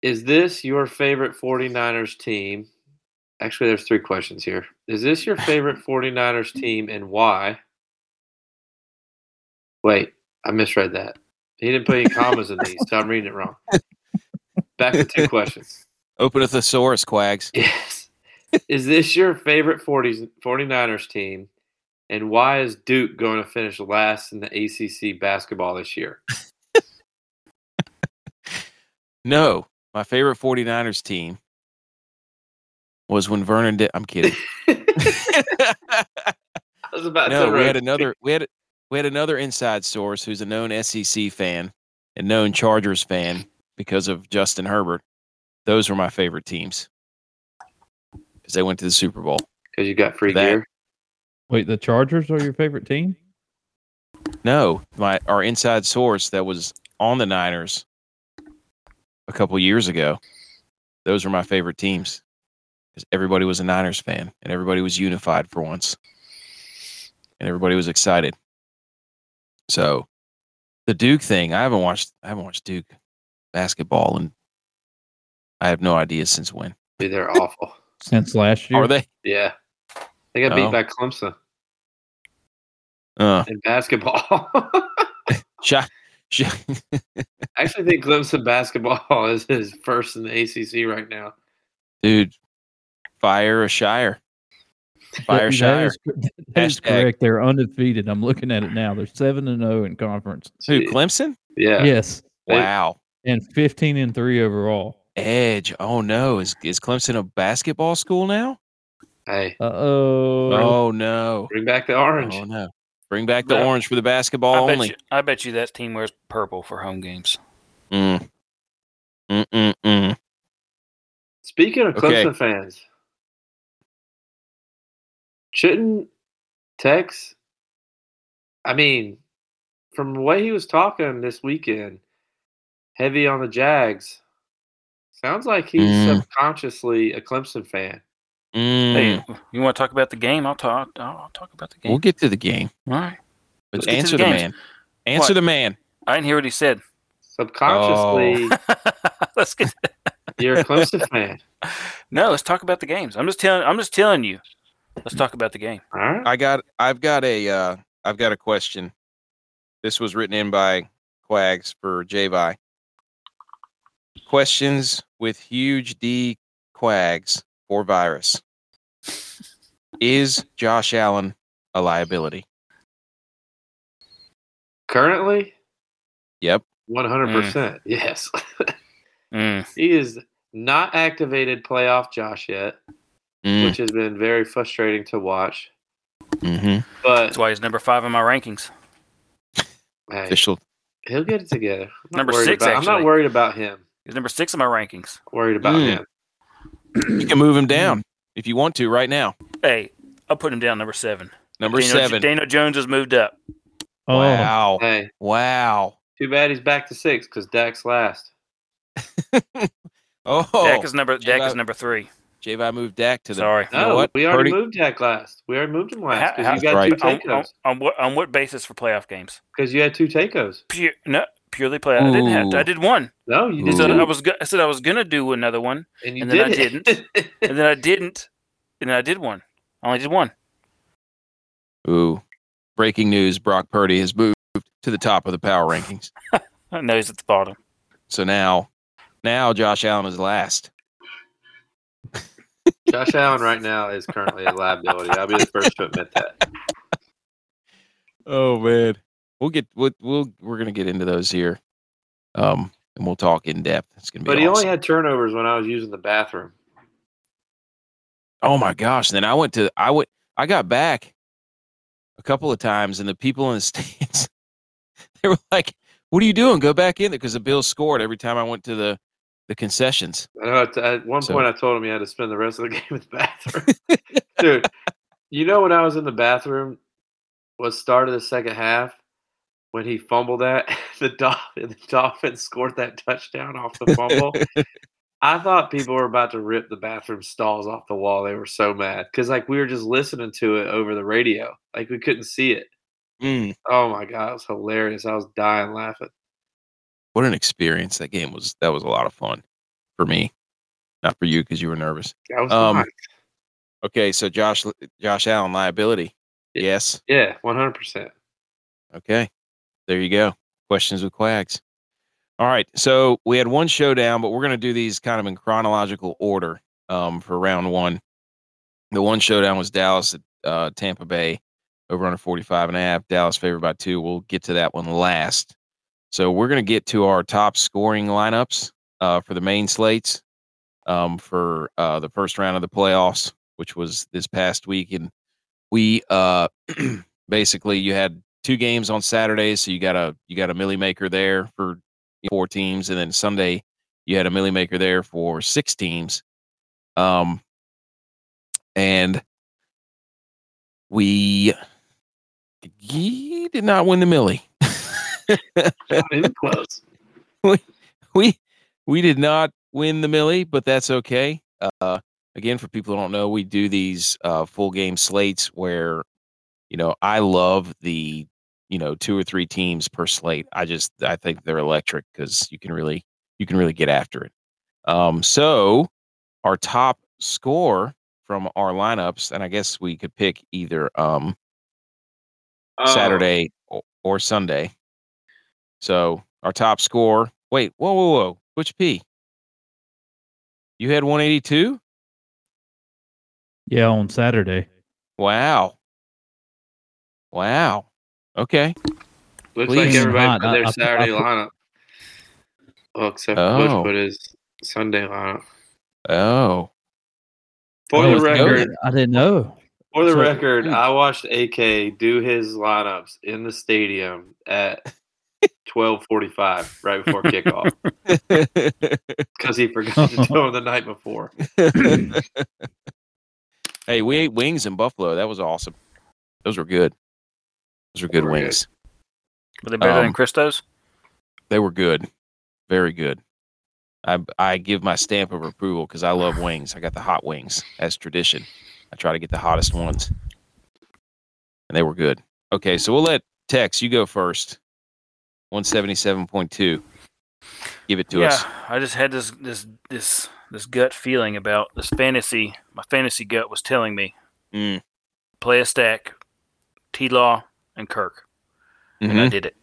Speaker 3: Is this your favorite 49ers team? Actually, there's three questions here. Is this your favorite 49ers team and why? Wait, I misread that. He didn't put any commas in these, so I'm reading it wrong. Back to two questions.
Speaker 1: Open a thesaurus, quags.
Speaker 3: Yes. Is this your favorite 40s, 49ers team? And why is Duke going to finish last in the ACC basketball this year?
Speaker 1: No, my favorite 49ers team was when Vernon did. I'm kidding.
Speaker 3: I was about
Speaker 1: no,
Speaker 3: to.
Speaker 1: we
Speaker 3: write-
Speaker 1: had another we had we had another inside source who's a known SEC fan and known Chargers fan because of Justin Herbert. Those were my favorite teams because they went to the Super Bowl.
Speaker 3: Because you got free
Speaker 1: That-
Speaker 3: gear.
Speaker 2: Wait, the Chargers are your favorite team?
Speaker 1: No, my our inside source that was on the Niners a couple years ago. Those were my favorite teams because everybody was a Niners fan and everybody was unified for once, and everybody was excited. So, the Duke thing, I haven't watched. I haven't watched Duke basketball, and I have no idea since when.
Speaker 3: Dude, they're awful.
Speaker 2: Since last year,
Speaker 1: Are they?
Speaker 3: Yeah. They got beat
Speaker 1: Oh.
Speaker 3: by Clemson
Speaker 1: Uh,
Speaker 3: in basketball. <laughs>
Speaker 1: shot.
Speaker 3: I actually think Clemson basketball <laughs> is, is first in the ACC right now.
Speaker 1: <laughs> Dude, fire a shire.
Speaker 2: <laughs> That-
Speaker 1: Fire
Speaker 2: that
Speaker 1: shire.
Speaker 2: is cor- that is
Speaker 1: Hashtag.
Speaker 2: correct. They're undefeated. I'm looking at it now. They're seven and zero in conference.
Speaker 1: Who, Clemson?
Speaker 3: Yeah.
Speaker 2: Yes,
Speaker 3: They-
Speaker 1: Wow.
Speaker 2: and fifteen and three overall.
Speaker 1: Edge. Oh no. Is is Clemson a basketball school now?
Speaker 3: Hey,
Speaker 2: Uh oh.
Speaker 1: Oh no.
Speaker 3: bring back the orange.
Speaker 1: Oh no. Bring back the
Speaker 4: Yeah.
Speaker 1: orange for the basketball
Speaker 4: I bet
Speaker 1: only.
Speaker 4: You, I bet you that team wears purple for home games.
Speaker 1: Mm. Mm mm mm.
Speaker 3: Speaking of
Speaker 1: Okay.
Speaker 3: Clemson fans, shouldn't Tex? I mean, from the way he was talking this weekend, heavy on the Jags. Sounds like he's
Speaker 1: Mm.
Speaker 3: subconsciously a Clemson fan.
Speaker 1: mm.
Speaker 4: Hey, you want to talk about the game? I'll talk. I'll, I'll talk about the game.
Speaker 1: We'll get to the game.
Speaker 4: All right.
Speaker 1: But
Speaker 4: Let's get to
Speaker 1: answer
Speaker 4: the
Speaker 1: the,
Speaker 4: games.
Speaker 1: man. Answer
Speaker 4: What?
Speaker 1: the man.
Speaker 4: I didn't hear what he said. <laughs>
Speaker 3: Subconsciously,
Speaker 1: Oh.
Speaker 4: let's get.
Speaker 3: <laughs> you're a Clemson fan.
Speaker 4: No, let's talk about the games. I'm just telling. I'm just telling you. Let's talk about the game.
Speaker 3: All right.
Speaker 1: I got I've got a uh I've got a question. This was written in by Quags for Javi. Questions with huge D Quags for virus. Is Josh Allen a liability?
Speaker 3: Currently,
Speaker 1: Yep.
Speaker 3: 100%. Yes. <laughs>
Speaker 1: Hmm.
Speaker 4: Mm.
Speaker 3: he is not activated playoff Josh yet,
Speaker 1: Mm.
Speaker 4: Mm,
Speaker 3: which has been very frustrating to watch.
Speaker 1: Mm-hmm.
Speaker 3: But
Speaker 4: That's why he's number five in my rankings.
Speaker 3: hey,
Speaker 1: Official.
Speaker 3: He'll get it together. I'm not
Speaker 4: Number
Speaker 3: worried
Speaker 4: six,
Speaker 3: about- I'm
Speaker 4: actually. Hmm.
Speaker 3: not worried about him.
Speaker 4: He's number six in my rankings.
Speaker 3: Worried about
Speaker 1: Mm.
Speaker 3: him.
Speaker 1: You can move him down
Speaker 4: Mm.
Speaker 1: if you want to right now.
Speaker 4: Hey, I'll put him down number seven.
Speaker 1: Number
Speaker 4: Daniel,
Speaker 1: seven.
Speaker 4: Daniel Jones has moved up.
Speaker 2: Oh,
Speaker 1: Wow.
Speaker 3: Hey,
Speaker 1: Wow.
Speaker 3: too bad he's back to six because Dak's last.
Speaker 1: Oh,
Speaker 4: Dak is number. Dak
Speaker 1: Dak-
Speaker 4: is number three.
Speaker 1: Javi moved Dak to the
Speaker 4: Sorry.
Speaker 1: You know
Speaker 3: No,
Speaker 1: what?
Speaker 3: we already
Speaker 1: Purdy-
Speaker 3: moved Dak last. We already moved him last
Speaker 4: How-
Speaker 3: because you
Speaker 1: how-
Speaker 3: got two
Speaker 1: That's
Speaker 4: on, on,
Speaker 3: takeos.
Speaker 4: on what on what basis for playoff games?
Speaker 3: Because you had two takeos.
Speaker 4: Pure, no, purely playoff. I didn't have. To. I
Speaker 1: Ooh.
Speaker 4: did one.
Speaker 3: No, you did
Speaker 1: Ooh.
Speaker 4: So I
Speaker 3: two,
Speaker 4: was. Go- I said I was gonna do another one,
Speaker 3: and you
Speaker 4: and then I
Speaker 3: did <laughs> it.
Speaker 4: and then I didn't, and then I did one. I only did one.
Speaker 1: Ooh. Breaking news Brock Purdy has moved to the top of the power rankings.
Speaker 4: No, he's at the bottom.
Speaker 1: So now, now Josh Allen is last.
Speaker 3: Josh Allen right now is currently a liability. I'll be the first to admit
Speaker 4: <laughs>
Speaker 3: that.
Speaker 1: Oh man, we'll get we'll, we'll we're gonna get into those here, um, and we'll talk in depth. It's gonna be.
Speaker 3: But he only
Speaker 1: awesome.
Speaker 3: had turnovers when I was using the bathroom.
Speaker 1: oh my gosh! Then I went to I went I got back a couple of times, and the people in the <laughs> stands they were like, "What are you doing? Go back in there!" Because the Bills scored every time I went to the the concessions.
Speaker 3: I know at, at one
Speaker 1: So-
Speaker 3: point I told him he had to spend the rest of the <laughs> game in the
Speaker 1: <laughs>
Speaker 3: bathroom. Dude, you know when I was in the bathroom was start of the second half when he fumbled that <laughs> the dolphin the Dolphins scored that touchdown off the fumble. I thought people were about to rip the bathroom stalls off the wall. They were so mad because like we were just listening to it over the radio, like we couldn't see it.
Speaker 1: Mm,
Speaker 3: Oh my god, it was hilarious! I was dying laughing.
Speaker 1: what an experience that game was! That was a lot of fun for me, not for you because you were nervous.
Speaker 3: I was
Speaker 1: Um,
Speaker 3: fine.
Speaker 1: Okay, so Josh Josh Allen liability.
Speaker 3: Yeah.
Speaker 1: Yes.
Speaker 3: yeah, one
Speaker 1: <laughs>
Speaker 3: hundred percent.
Speaker 1: Okay. There you go. Questions with quags. All right. So we had one showdown, but we're going to do these kind of in chronological order um, for round one. The one showdown was Dallas at uh, Tampa Bay over under 45 and a half. Dallas favored by two. We'll get to that one last. So we're going to get to our top scoring lineups uh, for the main slates um, for uh, the first round of the playoffs, which was this past week. And we uh, <clears throat> basically you had two games on Saturday, so you got a you got a millie maker there for four teams, and then Sunday you had a millie maker there for six teams. Um, and we he did not win the millie.
Speaker 3: Not even close.
Speaker 1: <laughs> we we did not win the millie, but that's okay. Uh, again, for people who don't know, we do these uh, full game slates where, you know, I love the you know two or three teams per slate. I just I think they're electric because you can really you can really get after it. Um, so our top score from our lineups, and I guess we could pick either um,
Speaker 3: Oh,
Speaker 1: Saturday or, or Sunday. So our top score. Wait, whoa, whoa, whoa. Which P? You had 182?
Speaker 2: Yeah, on Saturday.
Speaker 1: Wow. Wow. Okay.
Speaker 3: Looks
Speaker 1: please
Speaker 3: like everybody
Speaker 2: not.
Speaker 3: put
Speaker 2: I-
Speaker 3: their
Speaker 2: I- I
Speaker 3: Saturday
Speaker 2: put-
Speaker 3: lineup. Well, except
Speaker 1: Oh.
Speaker 3: Butch put his Sunday lineup. <coughs>
Speaker 1: Oh.
Speaker 3: For
Speaker 1: Oh,
Speaker 3: the
Speaker 1: it's
Speaker 3: record,
Speaker 1: noted.
Speaker 2: I didn't know.
Speaker 3: For the
Speaker 1: So-
Speaker 3: record,
Speaker 1: Hmm.
Speaker 3: I watched AK do his lineups in the stadium at 12:45, right before
Speaker 1: <laughs>
Speaker 3: kickoff, because he forgot to do them the
Speaker 1: <laughs>
Speaker 3: night before.
Speaker 1: hey, we ate wings in Buffalo. That was awesome. Those were good. Those were good
Speaker 3: They were good.
Speaker 1: wings.
Speaker 4: Were they better
Speaker 1: Um,
Speaker 4: than Christos?
Speaker 1: They were good. Very good. I I give my stamp of approval because I love wings. I got the hot wings as tradition. I try to get the hottest ones. And they were good. Okay, so we'll let Tex, you go first. 177.2. Give it to
Speaker 4: yeah,
Speaker 1: us.
Speaker 4: I just had this this this this gut feeling about this fantasy. My fantasy gut was telling me
Speaker 1: Mm.
Speaker 4: play a stack, T Law and Kirk, and I
Speaker 1: Mhm.
Speaker 4: did it,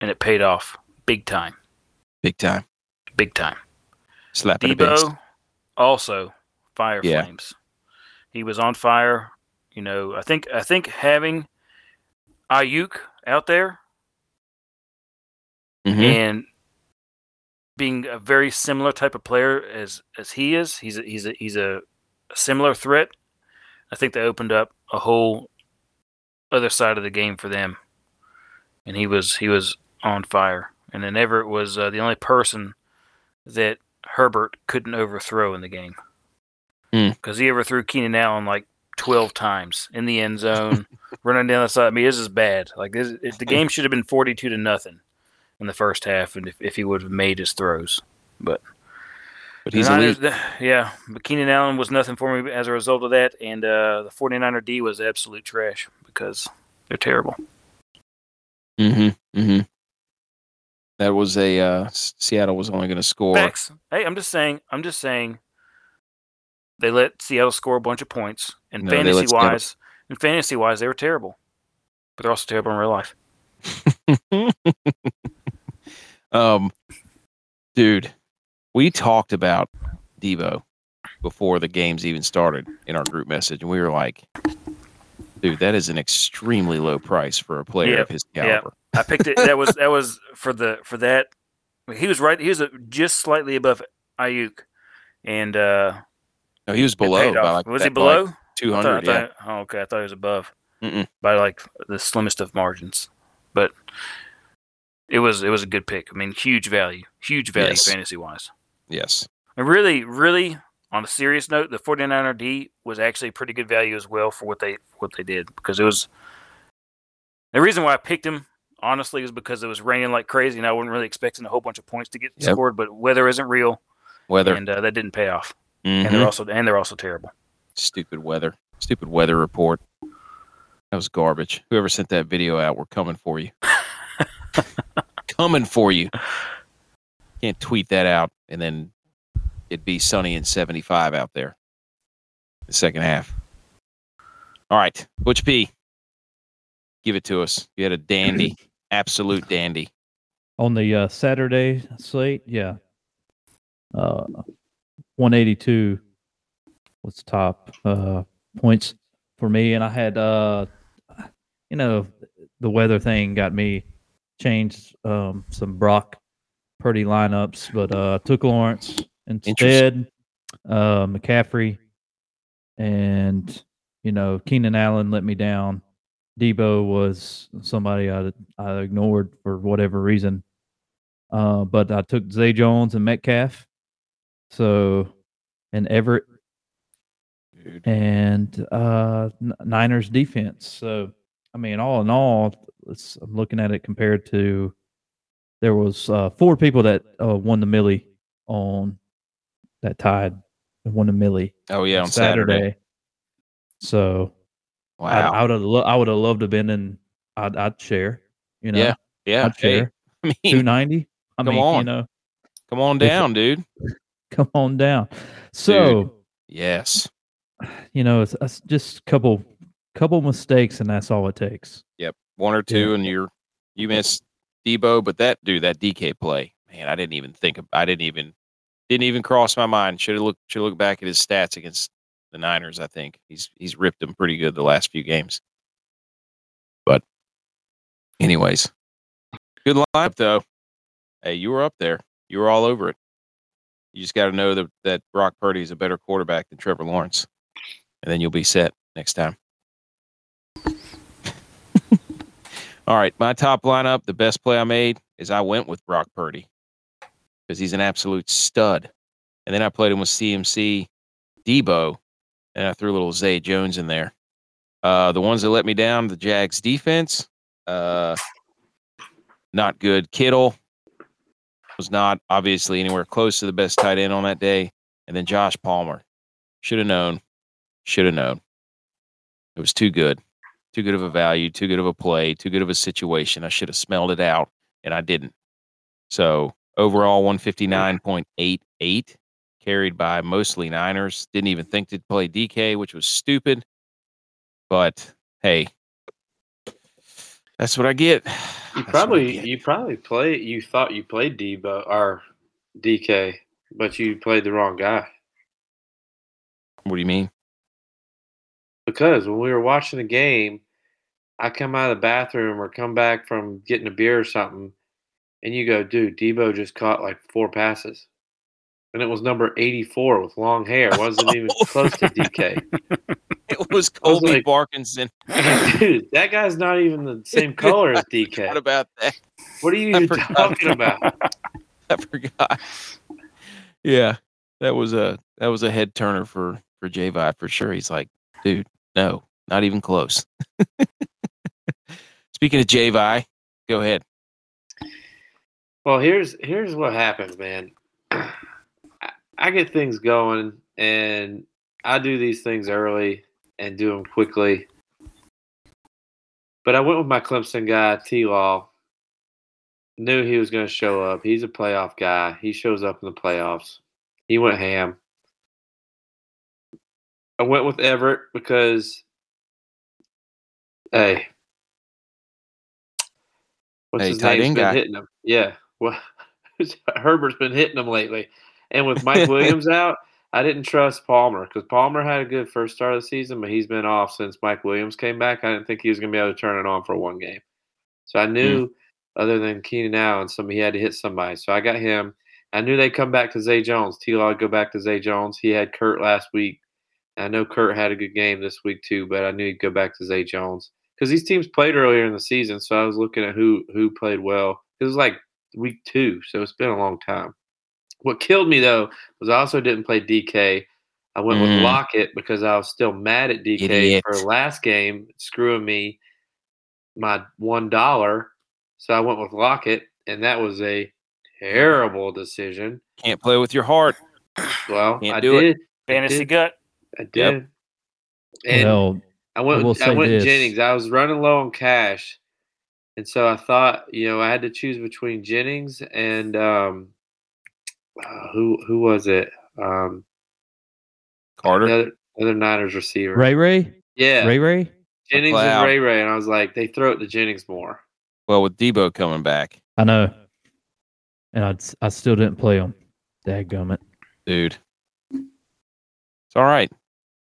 Speaker 4: and it paid off big time,
Speaker 1: Big time.
Speaker 4: big time.
Speaker 1: Slap in the base.
Speaker 4: Debo also fire
Speaker 1: Yeah.
Speaker 4: flames. He was on fire. You know, I think I think having Ayuk out there
Speaker 1: Mhm.
Speaker 4: and being a very similar type of player as as he is, he's a, he's a, he's a similar threat. I think they opened up a whole other side of the game for them, and he was he was on fire. And then Everett was uh, the only person that Herbert couldn't overthrow in the game
Speaker 1: Hmm.
Speaker 4: because he overthrew Keenan Allen like twelve times in the end zone, running down the side. I mean, this is bad. Like this, it, the game should have been forty-two to nothing in the first half, and if, if he would have made his throws.
Speaker 1: But he's
Speaker 4: The
Speaker 1: elite.
Speaker 4: Niners- <sighs> yeah, but Keenan Allen was nothing for me as a result of that, and uh, the 49er D was absolute trash because they're terrible.
Speaker 1: Mm-hmm. Mm-hmm. That was a uh, S- Seattle was only going to score.
Speaker 4: Facts. Hey, I'm just saying. I'm just saying. They let Seattle score a bunch of points, and
Speaker 1: No, they let
Speaker 4: fantasy
Speaker 1: Seattle-
Speaker 4: wise, and fantasy wise, they were terrible. But they're also terrible in real life.
Speaker 1: Um, dude, we talked about Debo before the games even started in our group message, and we were like, "Dude, that is an extremely low price for a player
Speaker 4: Yep,
Speaker 1: of his
Speaker 4: yep.
Speaker 1: caliber."
Speaker 4: I picked
Speaker 1: <laughs>
Speaker 4: it. That was that was for the for that. He was right. He was uh just slightly above Ayuk, and uh,
Speaker 1: No, he was
Speaker 4: it
Speaker 1: below.
Speaker 4: paid
Speaker 1: By
Speaker 4: off.
Speaker 1: like,
Speaker 4: was
Speaker 1: that-
Speaker 4: he
Speaker 1: by
Speaker 4: below?
Speaker 1: two
Speaker 4: I thought-
Speaker 1: hundred?
Speaker 4: I
Speaker 1: Yeah.
Speaker 4: thought- oh, okay. I thought it was above
Speaker 1: Mm-mm.
Speaker 4: by like the slimmest of margins, but it was it was a good pick. I mean, huge value, huge value
Speaker 1: Yes.
Speaker 4: fantasy wise.
Speaker 1: Yes.
Speaker 4: And really, really, on a serious note, the 49er D was actually pretty good value as well for what they what they did because it was the reason why I picked him. Honestly, was because it was raining like crazy, and I wasn't really expecting a whole bunch of points to get
Speaker 1: Yep.
Speaker 4: scored. But weather isn't real,
Speaker 1: Weather.
Speaker 4: and uh, that didn't pay off.
Speaker 1: Mhm.
Speaker 4: And they're also and they're
Speaker 1: <coughs>
Speaker 4: also terrible.
Speaker 1: Stupid weather. Stupid weather report. That was garbage. Whoever sent that video out, we're coming for <laughs> you. coming for you. Can't tweet that out and then it'd be sunny and 75 out there. The second half. All right. Butch P, give it to us. You had a <clears throat> dandy, absolute dandy.
Speaker 2: on the uh, Saturday slate. Yeah, uh, one eighty two was top uh, points for me, and I had uh, you know the weather thing got me changed um, some Brock Purdy lineups, but uh, I took Lawrence instead.
Speaker 1: Interesting.
Speaker 2: Uh, McCaffrey and you know Keenan Allen let me down. Debo was somebody I I ignored for whatever reason. Uh, but I took Zay Jones and Metcalf, so and Everett
Speaker 1: Dude.
Speaker 2: and uh, N- Niners defense. So, I mean, all in all, it's, I'm looking at it compared to there was uh, four people that uh, won the millie on that tied and won the millie
Speaker 1: Oh yeah, on Saturday.
Speaker 2: So
Speaker 1: Wow.
Speaker 2: I, I would have lo- I would have loved to have been in. I'd, I'd share, you know,
Speaker 1: yeah.
Speaker 2: I'd
Speaker 1: Hey,
Speaker 2: share
Speaker 1: <laughs> I mean,
Speaker 2: two ninety. I
Speaker 1: Come
Speaker 2: mean, you
Speaker 1: on.
Speaker 2: know, <laughs>
Speaker 1: come on
Speaker 2: If-
Speaker 1: down, dude.
Speaker 2: come on down. So.
Speaker 1: Yes.
Speaker 2: you know, it's, it's just a couple couple mistakes and that's all it takes.
Speaker 1: One or two, and you're you miss Debo, but that dude, that DK play, man, I didn't even think. Of, I didn't even didn't even cross my mind. Should have looked. Should look back at his stats against the Niners. I think he's he's ripped them pretty good the last few games. But, anyways, good lineup though. Hey, you were up there. You were all over it. You just got to know that that Brock Purdy is a better quarterback than Trevor Lawrence, and then you'll be set next time. All right, my top lineup, the best play I made is I went with Brock Purdy because he's an absolute stud. And then I played him with CMC, Debo, and I threw a little Zay Jones in there. Uh, the ones that let me down, the Jags defense, uh, not good. Kittle was not obviously anywhere close to the best tight end on that day. And then Josh Palmer, should have known, should have known. It was too good too good of a value, too good of a play, too good of a situation. I should have smelled it out and I didn't. So overall, 159.88, carried by mostly Niners. Didn't even think to play DK, which was stupid. But hey, that's what I get.
Speaker 3: You
Speaker 1: That's what I
Speaker 3: probably
Speaker 1: get.
Speaker 3: you probably play you thought you played Debo or DK, but you played the wrong guy.
Speaker 1: What do you mean?
Speaker 3: Because when we were watching the game, I come out of the bathroom or come back from getting a beer or something, and you go, dude, Debo just caught like four passes. And it was number 84 with long hair.
Speaker 1: <laughs>
Speaker 3: Wasn't even close to DK.
Speaker 1: It was Colby
Speaker 3: like-
Speaker 1: Parkinson.
Speaker 3: Dude, that guy's not even the same
Speaker 1: <laughs>
Speaker 3: color as
Speaker 1: What
Speaker 3: DK.
Speaker 1: about that? <laughs>
Speaker 3: What are you
Speaker 1: I
Speaker 3: even
Speaker 1: forgot.
Speaker 3: talking about?
Speaker 1: I forgot. Yeah, that was a that was a head turner for for Javi for sure. He's like, dude, no, not even close. <laughs> Speaking of Javi, go ahead.
Speaker 3: Well, here's here's what happens, man. I, I get things going, and I do these things early and do them quickly. But I went with my Clemson guy, T. Law. Knew he was going to show up. He's a playoff guy. He shows up in the playoffs. He went ham. I went with Everett because, hey, what's
Speaker 1: Hey,
Speaker 3: his
Speaker 1: tight
Speaker 3: name?
Speaker 1: end
Speaker 3: been
Speaker 1: guy.
Speaker 3: hitting him. Yeah, well, <laughs> Herbert's been hitting him lately, and with Mike Williams out, I didn't trust Palmer because Palmer had a good first start of the season, but he's been off since Mike Williams came back. I didn't think he was going to be able to turn it on for one game. So I knew, other than Keenan Allen, somebody he had to hit somebody. So I got him. I knew they'd come back to Zay Jones. T Law would go back to Zay Jones. He had Kurt last week. I know Kurt had a good game this week too, but I knew he'd go back to Zay Jones because these teams played earlier in the season. So I was looking at who who played well. It was like week two, so it's been a long time. What killed me though was I also didn't play DK. I went with
Speaker 1: Mm.
Speaker 3: Lockett because I was still mad at DK
Speaker 1: Idiot.
Speaker 3: for last game screwing me my one dollar. So I went with Lockett, and that was a terrible decision.
Speaker 1: Can't play with your heart.
Speaker 3: Well,
Speaker 1: Can't
Speaker 3: I
Speaker 1: do it.
Speaker 3: did,
Speaker 4: Fantasy
Speaker 3: did.
Speaker 4: gut.
Speaker 3: I did,
Speaker 1: Yep.
Speaker 3: and
Speaker 2: well,
Speaker 3: I went.
Speaker 2: will
Speaker 3: with- I
Speaker 2: say
Speaker 3: went
Speaker 2: this.
Speaker 3: Jennings. I was running low on cash, and so I thought, you know, I had to choose between Jennings and um, uh, who who was it? Um,
Speaker 1: Carter.
Speaker 3: another, another Niners receiver.
Speaker 2: Ray Ray,
Speaker 3: Yeah,
Speaker 2: Ray Ray.
Speaker 3: Jennings
Speaker 1: McLeod.
Speaker 3: and Ray Ray, and I was like, they throw it to Jennings more.
Speaker 1: Well, with Debo coming back,
Speaker 2: I know, and I, I still didn't play him. Dadgummit.
Speaker 1: dude. It's all right.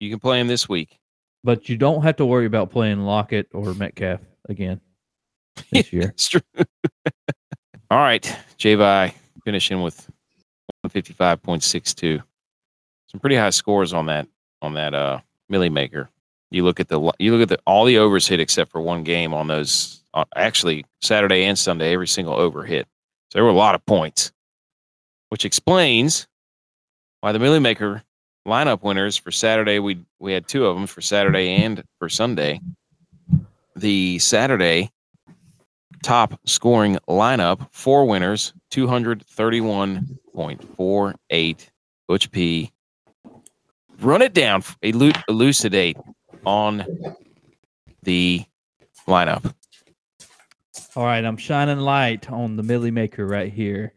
Speaker 1: You can play him this week.
Speaker 2: But you don't have to worry about playing Lockett or Metcalf <laughs> again this year.
Speaker 1: It's true. all right, Javi, finishing with 155.62. Some pretty high scores on that on that uh millie maker. You look at the you look at the all the overs hit except for one game on those uh, actually Saturday and Sunday every single over hit. So there were a lot of points, which explains why the millie maker lineup winners for Saturday we we had two of them for Saturday and for Sunday. The Saturday top scoring lineup, four winners, 231.48. Butch P. Run it down, elu- elucidate on the lineup.
Speaker 2: All right, I'm shining light on the Millie Maker right here.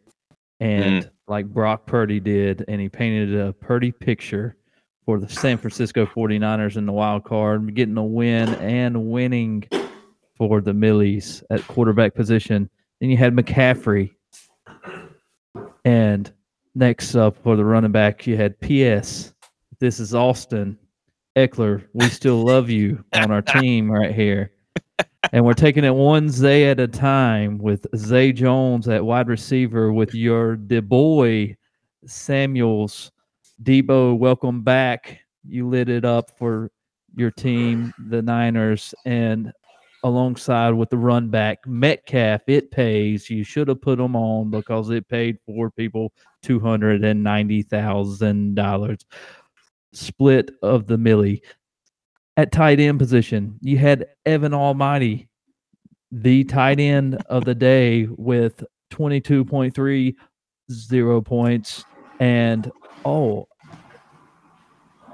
Speaker 2: And like Brock Purdy did, and he painted a Purdy picture for the San Francisco 49ers in the wild card, getting a win and winning for the Millies at quarterback position. Then you had McCaffrey. And next up for the running back, you had PS. This is Austin Eckler. We still love you on our team right here. And we're taking it one Zay at a time with Zay Jones at wide receiver with your the boy Samuels. Debo, welcome back. You lit it up for your team, the Niners, and alongside with the run back Metcalf. It pays. You should have put him on because it paid four people two hundred and ninety thousand dollars. Split of the millie at tight end position. You had Evan Almighty, the tight end of the day, with twenty two point three zero points, and oh,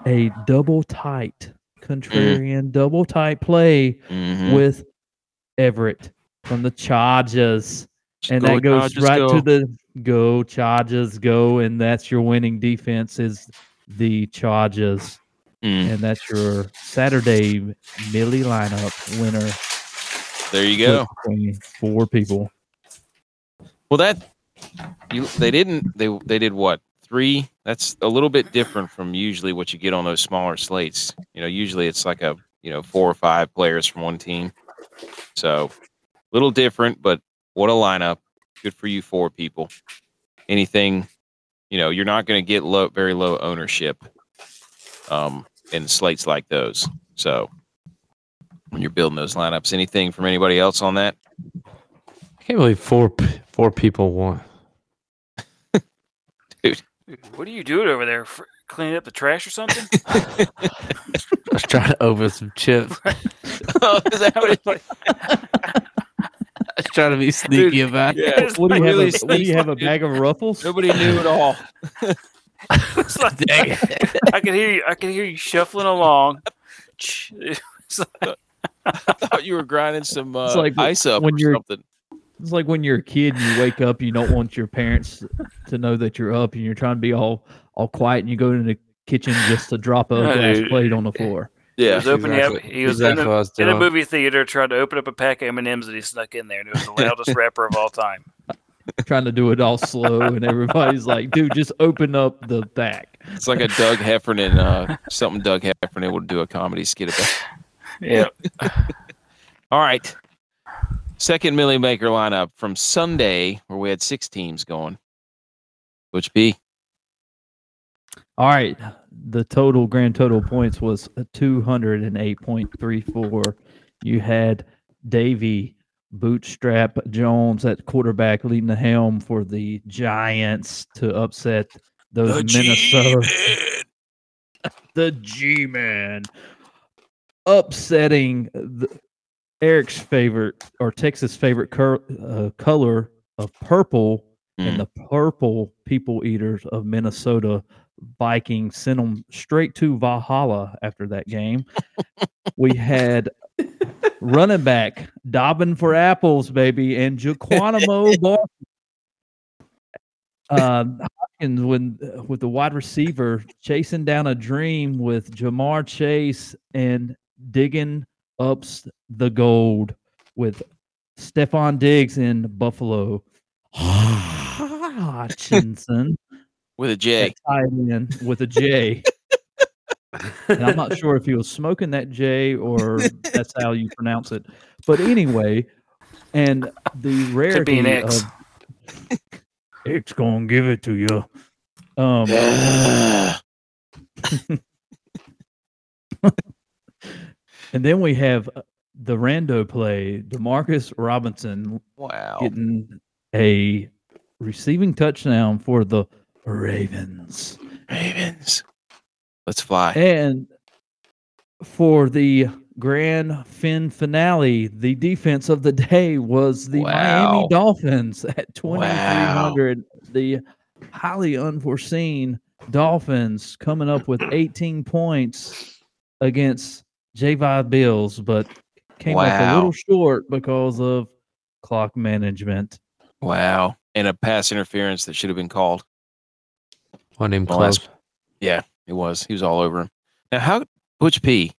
Speaker 2: a double tight contrarian double tight play
Speaker 1: Mhm.
Speaker 2: with Everett from the Chargers. And
Speaker 1: Go
Speaker 2: that goes
Speaker 1: Dodgers,
Speaker 2: right
Speaker 1: go.
Speaker 2: to the go Chargers go, and that's your winning defense is the Chargers,
Speaker 1: Mm,
Speaker 2: and that's your Saturday Millie lineup winner.
Speaker 1: there you go.
Speaker 2: with four people.
Speaker 1: Well, that you they didn't they they did what three? That's a little bit different from usually what you get on those smaller slates. You know, usually it's like a you know four or five players from one team. So, little different, but what a lineup! Good for you, four people. Anything, you know, you're not going to get low, very low ownership, um, in slates like those. So, when you're building those lineups, anything from anybody else on that? <laughs>
Speaker 5: I can't believe four p- four people won.
Speaker 4: What are you doing over there? F- Cleaning up the trash or something?
Speaker 5: <laughs> I was trying to open some chips. I
Speaker 1: oh, is that what it,
Speaker 5: was
Speaker 1: <laughs>
Speaker 5: trying to be sneaky about it.
Speaker 1: yeah.
Speaker 4: <laughs> It's
Speaker 2: What do you
Speaker 4: like-
Speaker 2: have?
Speaker 1: really
Speaker 2: a, what do you have a
Speaker 1: sneaky.
Speaker 2: bag of ruffles?
Speaker 1: Nobody knew at all.
Speaker 4: it's like-
Speaker 5: Dang it.
Speaker 4: <laughs> I can hear you. I can hear you shuffling along. <laughs> Ch- It's like,
Speaker 1: Thought you were grinding some uh,
Speaker 2: It's like
Speaker 1: ice up
Speaker 2: when
Speaker 1: or
Speaker 2: you're-
Speaker 1: something.
Speaker 2: It's like when you're a kid and you wake up, you don't want your parents to know that you're up, and you're trying to be all all quiet, and you go into the kitchen just to drop a
Speaker 4: Yeah,
Speaker 2: glass
Speaker 4: dude.
Speaker 2: plate on the floor.
Speaker 4: he
Speaker 1: Yeah,
Speaker 4: was opening up.
Speaker 5: exactly.
Speaker 4: He was
Speaker 5: exactly
Speaker 4: in,
Speaker 5: what I was
Speaker 4: a, in a
Speaker 5: doing.
Speaker 4: movie theater trying to open up a pack of M and M's that he snuck in there, and it was the loudest rapper of all time.
Speaker 2: trying to do it all slow, and everybody's like, "Dude, just open up the back."
Speaker 1: it's like a Doug Heffernan, uh, something Doug Heffernan would do a comedy skit about.
Speaker 4: Yeah,
Speaker 1: All right, second Millie Maker lineup from Sunday, where we had six teams going. Which be
Speaker 2: All right, the total grand total points was two hundred and eight point three four. You had Davy Bootstrap Jones at quarterback leading the helm for the Giants to upset those Minnesota. <laughs> the G Man, upsetting the, Eric's favorite or Texas' favorite cur, uh, color of purple
Speaker 1: Mm.
Speaker 2: and the purple people eaters of Minnesota Vikings sent them straight to Valhalla after that game. we had running back Dobbin for apples, baby, and Jaquanimo Bar- uh, Hopkins when uh, with the wide receiver chasing down a dream with Jamar Chase and digging ups the gold with Stephon Diggs in Buffalo. Hutchinson
Speaker 1: with a
Speaker 2: at
Speaker 1: J.
Speaker 2: tight end with a J. and I'm not sure if he was smoking that J or that's how you pronounce it. But anyway, and the rarity
Speaker 4: could be an X.
Speaker 2: of It's gonna give it to you. Um, <laughs> and then we have uh, the rando play, Demarcus Robinson
Speaker 1: wow.
Speaker 2: getting a receiving touchdown for the Ravens.
Speaker 1: Ravens. Let's fly.
Speaker 2: And for the grand fin finale, the defense of the day was the
Speaker 1: Wow.
Speaker 2: Miami Dolphins at 2300.
Speaker 1: Wow.
Speaker 2: The highly unforeseen Dolphins coming up with 18 points against J5 Bills, but came up a
Speaker 1: Wow.
Speaker 2: little short because of clock management.
Speaker 1: Wow. And a pass interference that should have been called.
Speaker 5: One him
Speaker 1: Well, that's-
Speaker 5: close.
Speaker 1: It was. He was all over him. Now, how Butch P?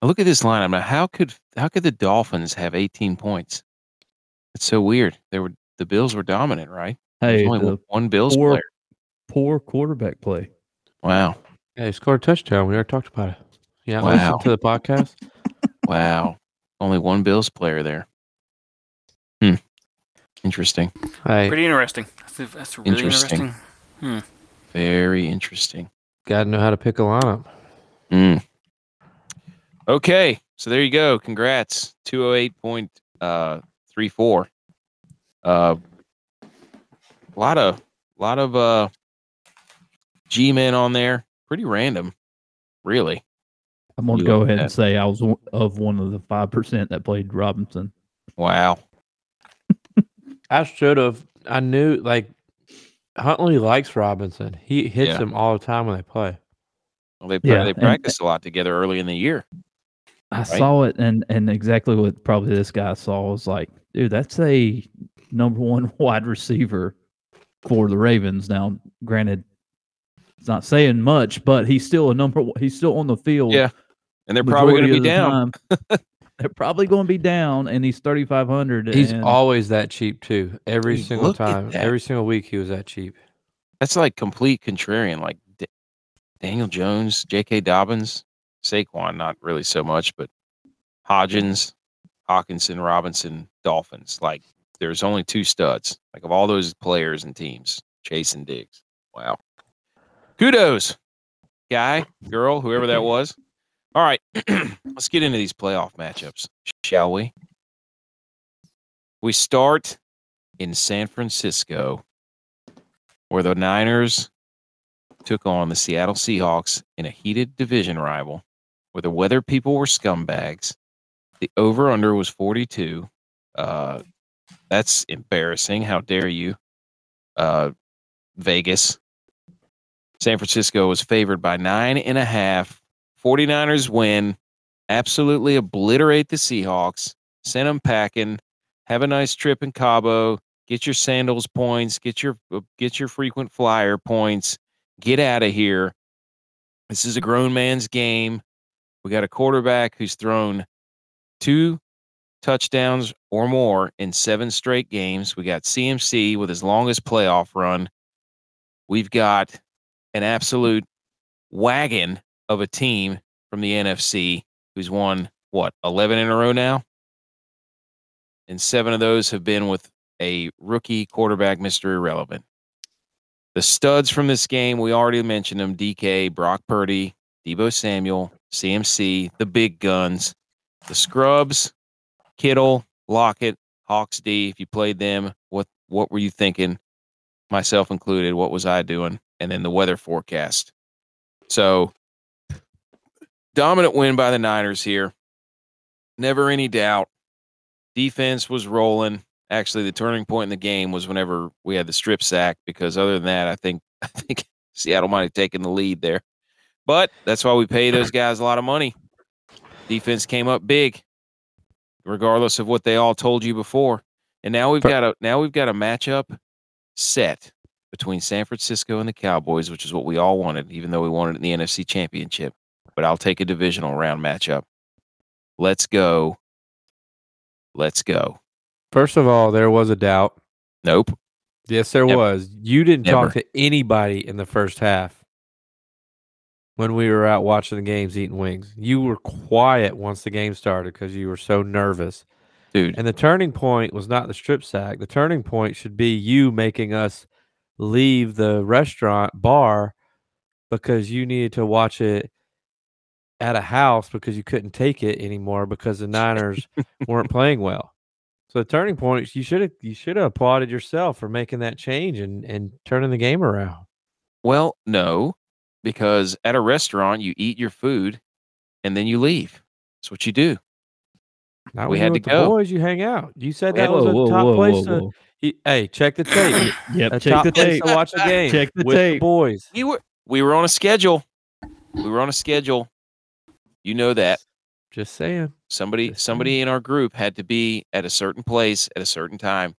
Speaker 1: Now look at this lineup. Now, how could how could the Dolphins have 18 points? It's so weird. They were the Bills were dominant, right?
Speaker 2: Hey,
Speaker 1: There's only
Speaker 2: the
Speaker 1: one Bills
Speaker 2: poor,
Speaker 1: player.
Speaker 2: poor quarterback play.
Speaker 1: Wow.
Speaker 5: Yeah, he scored a touchdown. We already talked about it. Yeah,
Speaker 1: Wow.
Speaker 5: listen to the podcast.
Speaker 1: Wow. only one Bills player there. Hmm. Interesting.
Speaker 5: Hey,
Speaker 4: Pretty interesting. That's, that's really
Speaker 1: Interesting.
Speaker 4: interesting.
Speaker 1: Very interesting.
Speaker 5: gotta know how to pick a lineup.
Speaker 1: Mm. Okay, so there you go. Congrats, two hundred eight point three four. Uh, lot of lot of uh, G men on there. Pretty random, really.
Speaker 2: I'm going
Speaker 1: You
Speaker 2: to go
Speaker 1: like
Speaker 2: ahead
Speaker 1: that.
Speaker 2: and say I was one- of one of the 5% that played Robinson.
Speaker 1: Wow.
Speaker 5: <laughs> I should have. I knew like Huntley likes Robinson. He hits
Speaker 1: Yeah.
Speaker 5: him all the time when they play.
Speaker 1: Well, they
Speaker 2: Yeah,
Speaker 1: they
Speaker 2: and-
Speaker 1: practiced a lot together early in the year.
Speaker 2: I saw it and and exactly what probably this guy saw was like, dude, that's a number one <laughs> wide receiver for the Ravens. Now, granted, it's not saying much, but he's still a number one, he's still on the field.
Speaker 1: Yeah, And they're probably going
Speaker 2: majority
Speaker 1: to be
Speaker 2: of
Speaker 1: down.
Speaker 2: the
Speaker 1: <laughs>
Speaker 2: time. they're probably going to be down, and he's 3,500.
Speaker 5: He's
Speaker 2: and
Speaker 5: always that cheap too. Every
Speaker 1: Dude,
Speaker 5: single
Speaker 1: look at
Speaker 5: time,
Speaker 1: that.
Speaker 5: every single week, he was that cheap.
Speaker 1: That's like complete contrarian. Like D- Daniel Jones, J.K. Dobbins, Saquon, not really so much, but Hodgins, Hawkinson, Robinson, Dolphins. Like there's only two studs. Like of all those players and teams, Chase and Diggs. Wow. Kudos, guy, girl, whoever that was. All right, <clears throat> let's get into these playoff matchups, shall we? We start in San Francisco where the Niners took on the Seattle Seahawks in a heated division rival where the weather people were scumbags. The over under was 42. Uh, that's embarrassing. How dare you? Uh, Vegas. San Francisco was favored by nine and a half. 49ers win, absolutely obliterate the Seahawks, send them packing. Have a nice trip in Cabo get your sandals points, get your uh, get your frequent flyer points, get out of here. This is a grown man's game. We got a quarterback who's thrown two touchdowns or more in seven straight games. We got CMC with his longest playoff run. We've got an absolute wagon of a team from the NFC who's won what 11 in a row now. And seven of those have been with a rookie quarterback, Mr. Irrelevant. The studs from this game, we already mentioned them DK, Brock Purdy, Debo Samuel, CMC, the big guns, the scrubs, Kittle, Lockett, Hawks D. If you played them, what what were you thinking? Myself included, what was I doing? And then the weather forecast. So dominant win by the Niners here. Never any doubt. Defense was rolling actually the turning point in the game was whenever we had the strip sack because other than that i think <laughs> i think seattle might have taken the lead there but that's why we pay those guys a lot of money defense came up big regardless of what they all told you before and now we've
Speaker 5: Per-
Speaker 1: got a now we've got a matchup set between san francisco and the cowboys which is what we all wanted even though we wanted it in the nfc championship but i'll take a divisional round matchup let's go let's go
Speaker 5: First of all, there was a doubt.
Speaker 1: nope
Speaker 5: Yes, there
Speaker 1: Never.
Speaker 5: was. You didn't talk
Speaker 1: Never.
Speaker 5: to anybody in the first half when we were out watching the games eating wings. You were quiet once the game started because you were so nervous.
Speaker 1: dude
Speaker 5: And the turning point was not the strip sack. The turning point should be you making us leave the restaurant bar because you needed to watch it at a house because you couldn't take it anymore because
Speaker 2: <laughs>
Speaker 5: the Niners weren't playing well. So the turning points, you should have you should have applauded yourself for making that change and and turning the game around.
Speaker 1: Well, no, because at a restaurant you eat your food and then you leave. That's what you do.
Speaker 5: Not
Speaker 1: We
Speaker 5: when
Speaker 1: had
Speaker 5: you're
Speaker 1: to
Speaker 5: with the
Speaker 1: go.
Speaker 5: boys. You hang out. You said
Speaker 1: We
Speaker 5: that
Speaker 1: had-
Speaker 5: was a top place. to, he- hey, check
Speaker 2: <coughs>
Speaker 5: the tape.
Speaker 2: Yep,
Speaker 5: a
Speaker 2: check
Speaker 5: top
Speaker 2: the
Speaker 5: place
Speaker 2: tape.
Speaker 5: to watch
Speaker 2: <coughs>
Speaker 5: a game.
Speaker 2: Check the
Speaker 5: with
Speaker 2: tape.
Speaker 5: the boys.
Speaker 1: We were we were on a schedule. We were on a schedule. You know that.
Speaker 5: Just saying.
Speaker 1: Somebody
Speaker 5: Just
Speaker 1: somebody in our group had to be at a certain place at a certain time.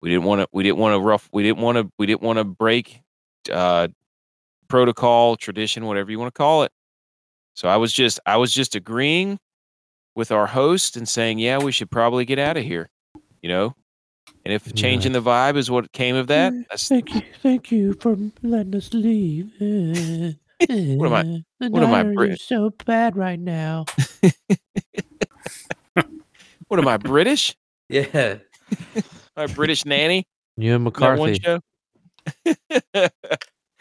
Speaker 1: We didn't want to we didn't want to rough we didn't want to we didn't want to break uh protocol, tradition, whatever you want to call it. So I was just I was just agreeing with our host and saying, "Yeah, we should probably get out of here." You know? And if changing the vibe is what came of that, that's
Speaker 5: Thank you, thank you for letting us leave. what am
Speaker 1: I- what am I, Niners Brit- are
Speaker 5: so bad right now.
Speaker 1: what am I British?
Speaker 3: Yeah.
Speaker 1: My British nanny?
Speaker 5: You and
Speaker 1: that one
Speaker 5: McCarthy.
Speaker 1: show?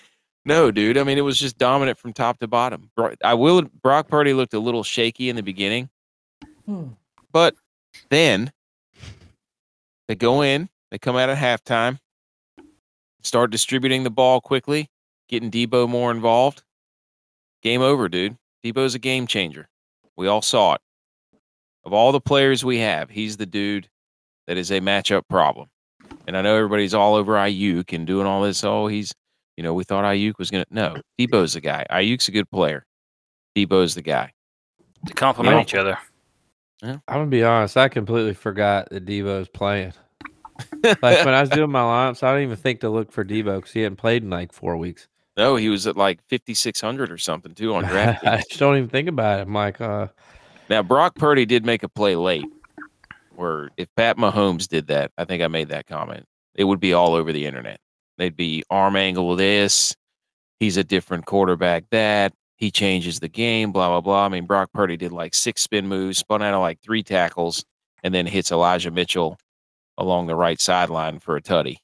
Speaker 1: <laughs> no, dude. I mean, it was just dominant from top to bottom. Bro- I will. Brock Purdy looked a little shaky in the beginning,
Speaker 5: Hmm.
Speaker 1: but then they go in. They come out at halftime, start distributing the ball quickly, getting Debo more involved. Game over, dude. Debo's a game changer. We all saw it. Of all the players we have, he's the dude that is a matchup problem. And I know everybody's all over Ayuk and doing all this. Oh, he's, you know, we thought Ayuk was going to. No, Debo's the guy. Ayuk's a good player. Debo's the guy.
Speaker 4: They compliment
Speaker 1: Yeah.
Speaker 4: each other.
Speaker 5: I'm gonna be honest. I completely forgot that Debo's playing. Like when I was doing my lineups, I didn't even think to look for Debo because he hadn't played in like four <laughs> weeks.
Speaker 1: no, he was at like 5,600 or something, too,
Speaker 5: <laughs>
Speaker 1: on draft.
Speaker 5: I just don't even think about it. I'm like, uh,
Speaker 1: now, Brock Purdy did make a play late where if Pat Mahomes did that, I think I made that comment. It would be all over the internet. They'd be arm angle this. He's a different quarterback that. He changes the game, blah, blah, blah. I mean, Brock Purdy did like six spin moves, spun out of like three tackles, and then hits Elijah Mitchell along the right sideline for a tutty.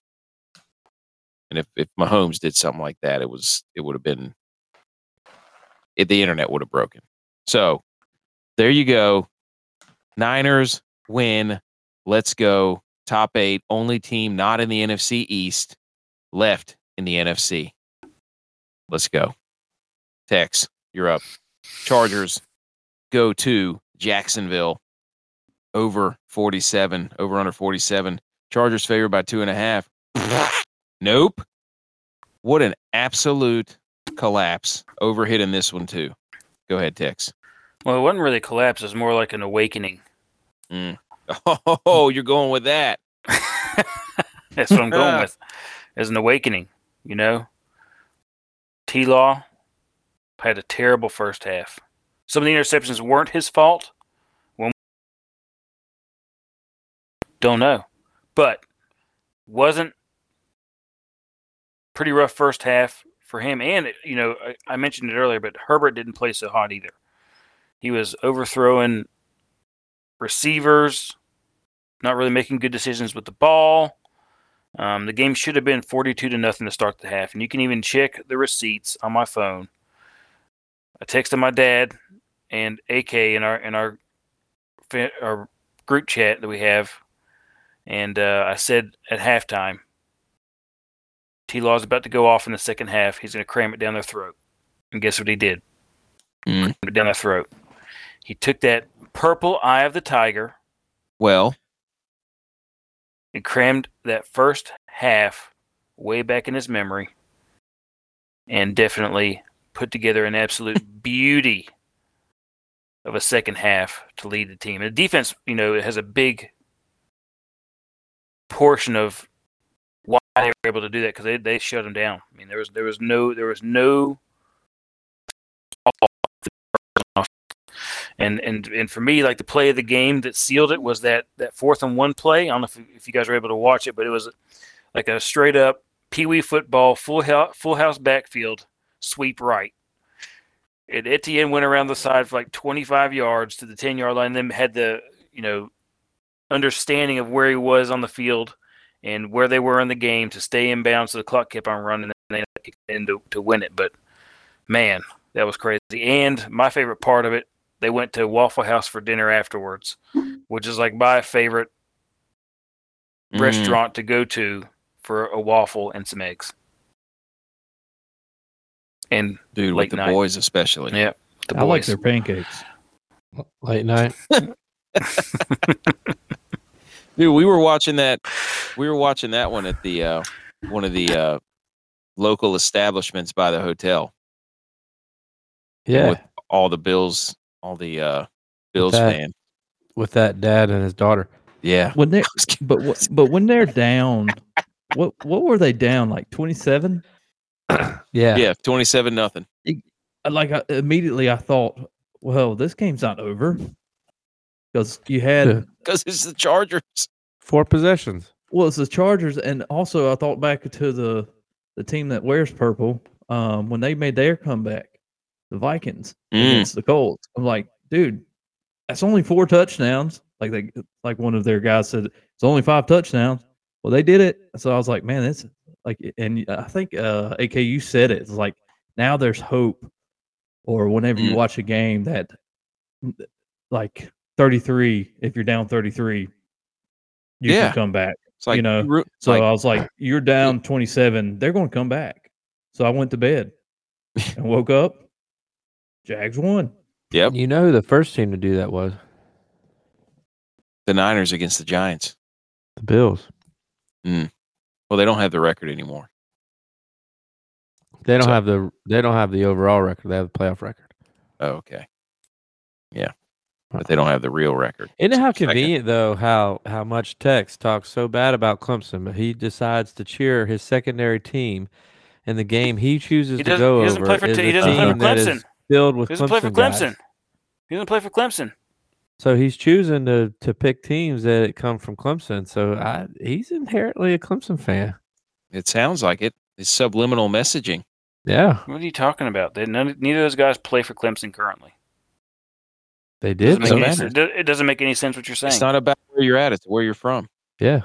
Speaker 1: And if, if Mahomes did something like that, it was it would have been it, the internet would have broken. So there you go. Niners win. Let's go. Top eight, only team not in the NFC East, left in the NFC. Let's go. Tex, you're up. Chargers go to Jacksonville over 47, over under 47. Chargers favored by two and a half. <laughs> nope. What an absolute collapse. Overhit in this one, too. Go ahead, Tex.
Speaker 4: Well, it wasn't really a collapse. It was more like an awakening.
Speaker 1: Oh, you're going with that.
Speaker 4: <laughs> That's what I'm going with. As an awakening, you know. T Law had a terrible first half. Some of the interceptions weren't his fault. When don't know, but wasn't pretty rough first half for him. And you know, I, I mentioned it earlier, but Herbert didn't play so hot either. He was overthrowing receivers, not really making good decisions with the ball. Um, the game should have been 42 to nothing to start the half, and you can even check the receipts on my phone. I texted my dad and AK in our in our fa- our group chat that we have, and uh, I said at halftime, T Law's about to go off in the second half. He's going to cram it down their throat, and guess what he did?
Speaker 1: Hmm.
Speaker 4: Crammed it down their throat. He took that purple eye of the tiger
Speaker 1: Well,
Speaker 4: and crammed that first half way back in his memory and definitely put together an absolute beauty of a second half to lead the team. And the defense, you know, it has a big portion of why they were able to do that because they, they shut them down. I mean, there was there was no there was no and and and for me, like the play of the game that sealed it was that that fourth and one play. I don't know if, if you guys were able to watch it, but it was like a straight up pee wee football, full house, full house backfield sweep right. And Etienne went around the side for like 25 yards to the 10 yard line. Then had the you know understanding of where he was on the field and where they were in the game to stay in bounds. So the clock kept on running, and they ended up kicking in to, to win it. But man, that was crazy. And my favorite part of it, they went to Waffle House for dinner afterwards, which is like my favorite
Speaker 1: Mm.
Speaker 4: restaurant to go to for a waffle and some eggs. And
Speaker 1: dude,
Speaker 4: late
Speaker 1: with the
Speaker 4: night.
Speaker 1: boys especially.
Speaker 4: yeah, the
Speaker 2: I like
Speaker 4: boys.
Speaker 2: their pancakes.
Speaker 5: Late night.
Speaker 1: Dude, we were watching that. We were watching that one at the uh, one of the uh, local establishments by the hotel.
Speaker 5: Yeah.
Speaker 1: With-
Speaker 5: With,
Speaker 1: All the Bills, all the uh, Bills
Speaker 5: that-
Speaker 1: fan.
Speaker 5: that dad and his daughter.
Speaker 1: Yeah,
Speaker 2: <laughs> When <laughs> they but what but when they're down, what what were they down like twenty seven?
Speaker 5: Yeah.
Speaker 1: yeah, twenty-seven nothing.
Speaker 2: Uh, Like I, immediately, I thought, well, this game's not over because you had
Speaker 5: Yeah.
Speaker 1: Because it's the Chargers.
Speaker 5: Four possessions.
Speaker 2: well, it's the Chargers, and also I thought back to the the team that wears purple um, when they made their comeback, the Vikings
Speaker 1: Mm.
Speaker 2: against the Colts. I'm like, dude, that's only four touchdowns. Like they like one of their guys said, it's only five touchdowns. Well, they did it. So I was like, man, that's like, and I think uh, AKU said it. It's like now there's hope, or whenever you
Speaker 1: Mm.
Speaker 2: watch a game that like 33, if you're down 33, you
Speaker 1: Yeah.
Speaker 2: can come back.
Speaker 1: It's like
Speaker 2: you know,
Speaker 1: ru-
Speaker 2: So
Speaker 5: uh,
Speaker 1: like,
Speaker 2: I was like,
Speaker 1: <laughs>
Speaker 2: you're down 27. They're going to come back. So I went
Speaker 1: <laughs>
Speaker 2: to bed and woke up. Jags won.
Speaker 1: yep,
Speaker 5: You know who the first team to do that was?
Speaker 1: the Niners against the Giants.
Speaker 5: The Bills.
Speaker 1: Well, they don't have the record anymore.
Speaker 5: They don't
Speaker 1: So-
Speaker 5: have the they don't have the overall record. They have the playoff record.
Speaker 1: Oh, okay. Yeah, but they don't have the real record.
Speaker 5: Isn't it how
Speaker 1: Second.
Speaker 5: convenient though how how much Tex talks so bad about Clemson, but he decides to cheer his secondary team, and the game he chooses
Speaker 4: He
Speaker 5: to
Speaker 4: doesn't,
Speaker 5: go
Speaker 4: he doesn't
Speaker 5: over
Speaker 4: play for
Speaker 5: is
Speaker 4: t- he
Speaker 5: a
Speaker 4: doesn't play for
Speaker 5: team that is
Speaker 4: Clemson.
Speaker 5: filled with
Speaker 4: He doesn't play for
Speaker 5: Clemson guys.
Speaker 4: Clemson. He doesn't play for Clemson.
Speaker 5: So he's choosing to to pick teams that come from Clemson. So I, he's inherently a Clemson fan.
Speaker 1: It sounds like it. It's subliminal messaging.
Speaker 5: Yeah,
Speaker 4: What are you talking about? They, none, neither of those guys play for Clemson currently.
Speaker 5: they did.
Speaker 4: Doesn't make
Speaker 1: so
Speaker 5: though.
Speaker 4: any
Speaker 1: matter.
Speaker 4: sense. It doesn't make any sense what you're saying.
Speaker 1: It's not about where you're at; it's where you're from.
Speaker 5: Yeah,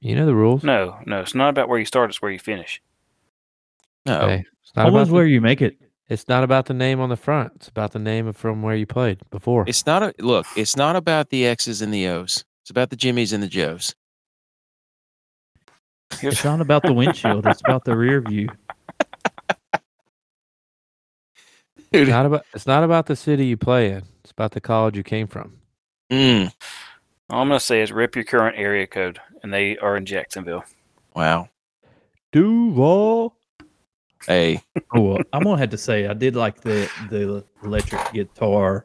Speaker 5: you know the rules.
Speaker 4: no, no, it's not about where you start. It's where you finish.
Speaker 1: No,
Speaker 5: Hey, it's not about
Speaker 2: Almost
Speaker 5: the,
Speaker 2: where you make it.
Speaker 5: it's not about the name on the front. It's about the name of from where you played before.
Speaker 1: It's not a look. It's not about the X's and the O's. It's about the Jimmies and the Joes.
Speaker 2: It's not about the windshield. It's about the rear view.
Speaker 5: It's not about it's not about the city you play in. It's about the college you came from.
Speaker 1: Mm.
Speaker 4: All I'm gonna say is rip your current area code, and they are in Jacksonville.
Speaker 1: Wow.
Speaker 5: Duval.
Speaker 1: Hey,
Speaker 2: Oh, well, I'm gonna have to say I did like the the electric guitar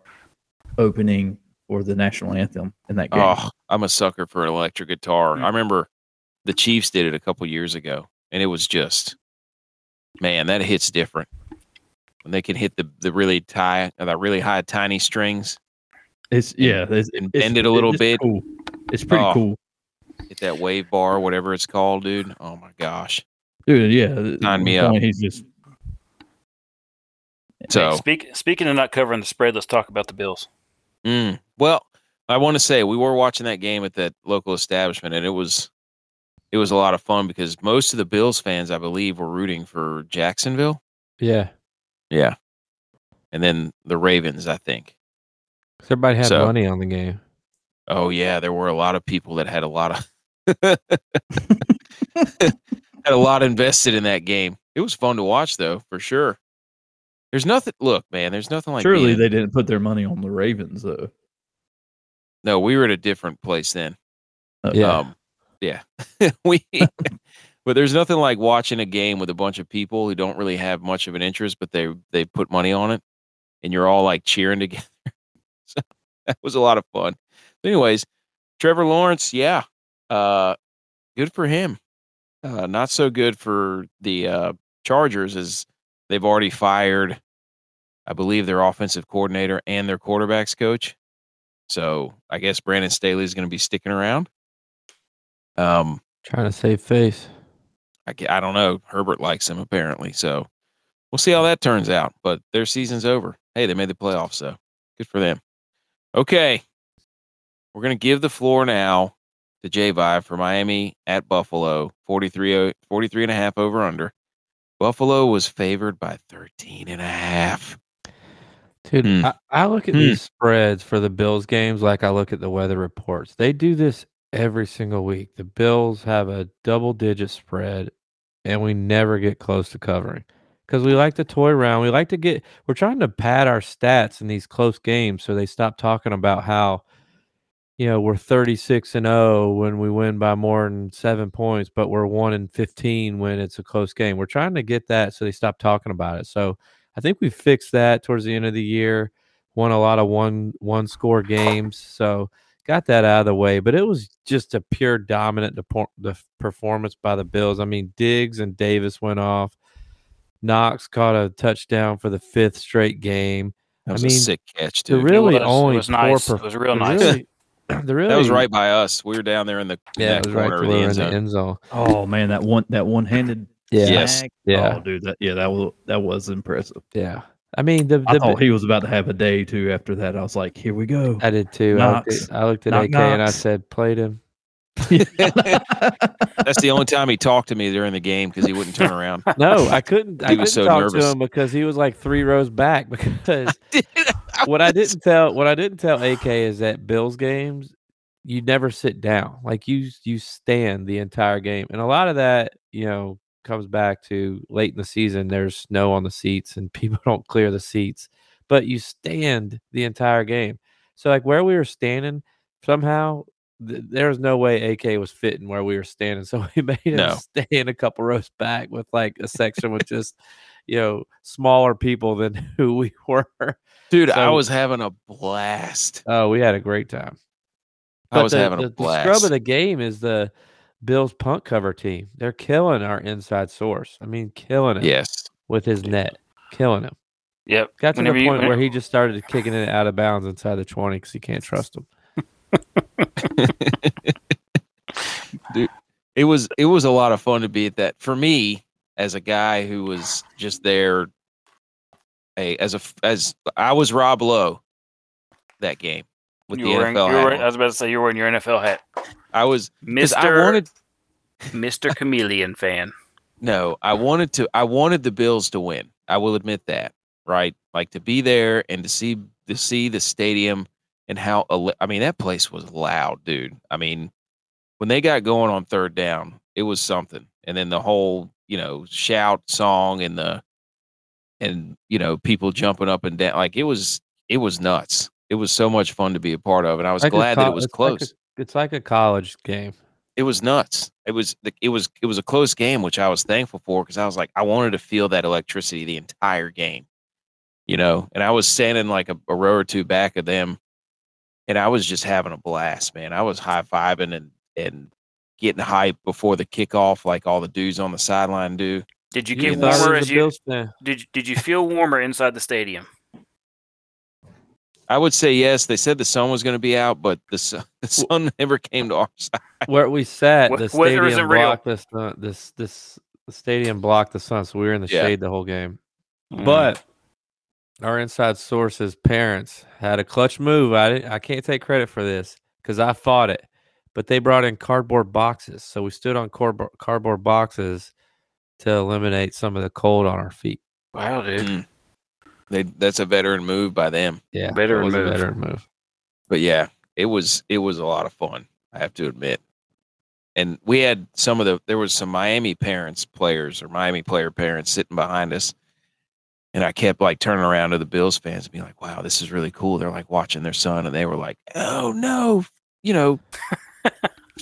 Speaker 2: opening or the national anthem in that game.
Speaker 1: oh, I'm a sucker for an electric guitar. I remember the Chiefs did it a couple years ago, and it was just, man, that hits different when they can hit the the really tie, that really high tiny strings.
Speaker 2: it's yeah, it's,
Speaker 1: and
Speaker 2: it's-
Speaker 1: bend it a little
Speaker 2: it's
Speaker 1: bit.
Speaker 2: cool. It's pretty
Speaker 1: Oh.
Speaker 2: cool,
Speaker 1: Hit that wave bar, whatever it's called, dude. Oh my gosh.
Speaker 2: dude. Yeah,
Speaker 1: Sign me
Speaker 2: the
Speaker 1: up.
Speaker 2: point He's
Speaker 1: <laughs>
Speaker 2: just
Speaker 1: So
Speaker 4: Speak, speaking of not covering the spread, let's talk about the Bills.
Speaker 1: Mm. Well, I want to say we were watching that game at that local establishment, and it was it was a lot of fun because most of the Bills fans, I believe, were rooting for Jacksonville.
Speaker 5: Yeah.
Speaker 1: Yeah, and then the Ravens, I think.
Speaker 5: 'Cause everybody had
Speaker 1: So-
Speaker 5: money on the game.
Speaker 1: Oh yeah, there were a lot of people that had a lot of <laughs> had a lot invested in that game. It was fun to watch, though, for sure. There's nothing. Look, man, there's nothing like
Speaker 2: surely
Speaker 1: being-
Speaker 2: they didn't put their money on the Ravens though.
Speaker 1: no, we were at a different place then.
Speaker 5: Yeah.
Speaker 1: Um, yeah. <laughs> we, but there's nothing like watching a game with a bunch of people who don't really have much of an interest, but they they put money on it, and you're all like cheering together. <laughs> so that was a lot of fun. But anyways, Trevor Lawrence, yeah, uh, good for him. Uh, not so good for the uh, Chargers, as they've already fired, I believe, their offensive coordinator and their quarterbacks coach. So I guess Brandon Staley is going to be sticking around. Um,
Speaker 5: Trying to save face.
Speaker 1: I, ca- I don't know. Herbert likes him apparently, so we'll see how that turns out. But their season's over. Hey, they made the playoffs, so good for them. Okay, we're gonna give the floor now to J Vive for Miami at Buffalo, 43, o- 43 and a half over under. Buffalo was favored by 13 and a half.
Speaker 5: Dude,
Speaker 1: Hmm.
Speaker 5: I, I look at
Speaker 1: Hmm.
Speaker 5: these spreads for the Bills games like I look at the weather reports. They do this every single week. The Bills have a double digit spread and we never get close to covering because we like to toy around. We like to get, we're trying to pad our stats in these close games so they stop talking about how, you know, we're 36 and 0 when we win by more than seven points, but we're 1 and 15 when it's a close game. We're trying to get that so they stop talking about it. So, I think we fixed that towards the end of the year. Won a lot of one one score games, so got that out of the way. But it was just a pure dominant depo- the performance by the Bills. I mean, Diggs and Davis went off. Knox caught a touchdown for the fifth straight game.
Speaker 1: That was
Speaker 5: mean,
Speaker 1: a sick catch,
Speaker 5: The
Speaker 1: dude.
Speaker 5: really
Speaker 4: it was,
Speaker 5: only
Speaker 4: it was nice.
Speaker 5: poor
Speaker 4: It was real
Speaker 5: the
Speaker 4: nice.
Speaker 5: really- <clears throat> the really
Speaker 1: that was right by us. We were down there in the in
Speaker 5: Yeah,
Speaker 1: that
Speaker 5: it was right
Speaker 1: corner
Speaker 5: to
Speaker 1: of the
Speaker 5: the
Speaker 1: end
Speaker 5: in the
Speaker 1: zone.
Speaker 5: end zone.
Speaker 2: Oh man, that one that one handed
Speaker 5: Yeah,
Speaker 1: Yes.
Speaker 5: Yeah.
Speaker 2: Oh dude, that yeah, that was that was impressive.
Speaker 5: yeah. I mean, the, the
Speaker 2: I thought he was about to have a day too after that. I was like, here we
Speaker 4: <laughs>
Speaker 2: go.
Speaker 5: I did too. I looked
Speaker 2: Knox.
Speaker 5: at, I looked at
Speaker 2: Knock,
Speaker 5: AK and I
Speaker 2: Knox.
Speaker 5: said, "Played him."
Speaker 1: <laughs> That's the only time he talked to me during the game because he
Speaker 5: <laughs>
Speaker 1: wouldn't turn around.
Speaker 5: No, I couldn't.
Speaker 1: He
Speaker 5: I couldn't
Speaker 1: was so
Speaker 5: talk
Speaker 1: nervous.
Speaker 5: to him because he was like three rows back. <laughs> Because
Speaker 1: I
Speaker 5: what I didn't tell, what I didn't tell AK is that Bills games, you never sit down. Like you, you stand the entire game, and a lot of that, you know, comes back to late in the season. There's snow on the seats, and <laughs> people don't clear the seats, but you stand the entire game. So like where we were standing, somehow. th- There was no way AK was fitting where we were standing, <laughs> so we made him
Speaker 1: No.
Speaker 5: stand a couple rows back with like a section with just, you know, smaller people than <laughs> who we were.
Speaker 1: Dude, I
Speaker 5: So-
Speaker 1: was having a blast.
Speaker 5: Oh, we had a great time.
Speaker 1: I was
Speaker 5: the,
Speaker 1: having
Speaker 5: the,
Speaker 1: a blast.
Speaker 5: The scrub of the game is the Bills punt cover team. They're killing our inside source. I mean, killing him
Speaker 1: yes.
Speaker 5: with his net, killing him.
Speaker 4: Yep.
Speaker 5: Got to
Speaker 4: Whenever
Speaker 5: the
Speaker 4: you-
Speaker 5: point where he just started kicking it out of bounds inside the twenty because he can't trust him.
Speaker 1: It was it was a lot of fun to be at that. For me, as a guy who was just there a as a f- as I was Rob Lowe that game with
Speaker 4: You
Speaker 1: the
Speaker 4: were wearing-
Speaker 1: NFL.
Speaker 4: you were
Speaker 1: hat
Speaker 4: wearing- I
Speaker 1: on.
Speaker 4: was about to say you're wearing your NFL hat.
Speaker 1: I was 'cause
Speaker 4: Mr.
Speaker 1: I wanted
Speaker 4: Mr. Chameleon fan.
Speaker 1: No, I wanted to. I wanted the Bills to win. I will admit that, right? Like to be there and to see to see the stadium and how. ele- I mean, that place was loud, dude. I mean, when they got going on third down, it was something. And then the whole, you know, shout song and the and you know people jumping up and down, like it was it was nuts. It was so much fun to be a part of, and I was
Speaker 5: Like a
Speaker 1: glad that
Speaker 5: co-
Speaker 1: it was
Speaker 5: it's like a-
Speaker 1: close
Speaker 5: it's like a college game.
Speaker 1: it was nuts. It was the- it was it was a close game, which I was thankful for because I was like I wanted to feel that electricity the entire game, you know. And I was standing like a, a row or two back of them, and I was just having a blast, man. I was high fiving and and getting hype before the kickoff, like all the dudes on the sideline do.
Speaker 4: Did you,
Speaker 5: You
Speaker 4: get
Speaker 5: thought it
Speaker 4: warmer
Speaker 5: was
Speaker 4: as
Speaker 5: a
Speaker 4: you
Speaker 5: Bills fan.
Speaker 4: did? you- Did you feel warmer inside the stadium?
Speaker 1: I would say yes. They said the sun was going to be out, but the sun, <laughs> the sun never came to our side.
Speaker 5: where we sat,
Speaker 4: Wh-
Speaker 5: the
Speaker 4: whether it's
Speaker 5: stadium
Speaker 4: a real-
Speaker 5: blocked the sun. This this the stadium blocked the sun, so we were in the
Speaker 1: Yeah.
Speaker 5: shade the whole game.
Speaker 4: Mm.
Speaker 5: But our inside sources' parents had a clutch move. I didn't, I can't take credit for this because I fought it, but they brought in cardboard boxes, so we stood on cardboard cardboard boxes to eliminate some of the cold on our feet.
Speaker 4: wow, dude.
Speaker 1: They, that's a veteran move by them.
Speaker 5: Yeah, that
Speaker 4: Veteran
Speaker 5: was a
Speaker 4: move.
Speaker 5: Veteran move.
Speaker 1: but yeah, it was it was a lot of fun. I have to admit. And we had some of the there was some Miami parents players or Miami player parents sitting behind us, and I kept like turning around to the Bills fans and being like, "Wow, this is really cool." They're like watching their son, and they were like, "Oh no, you know."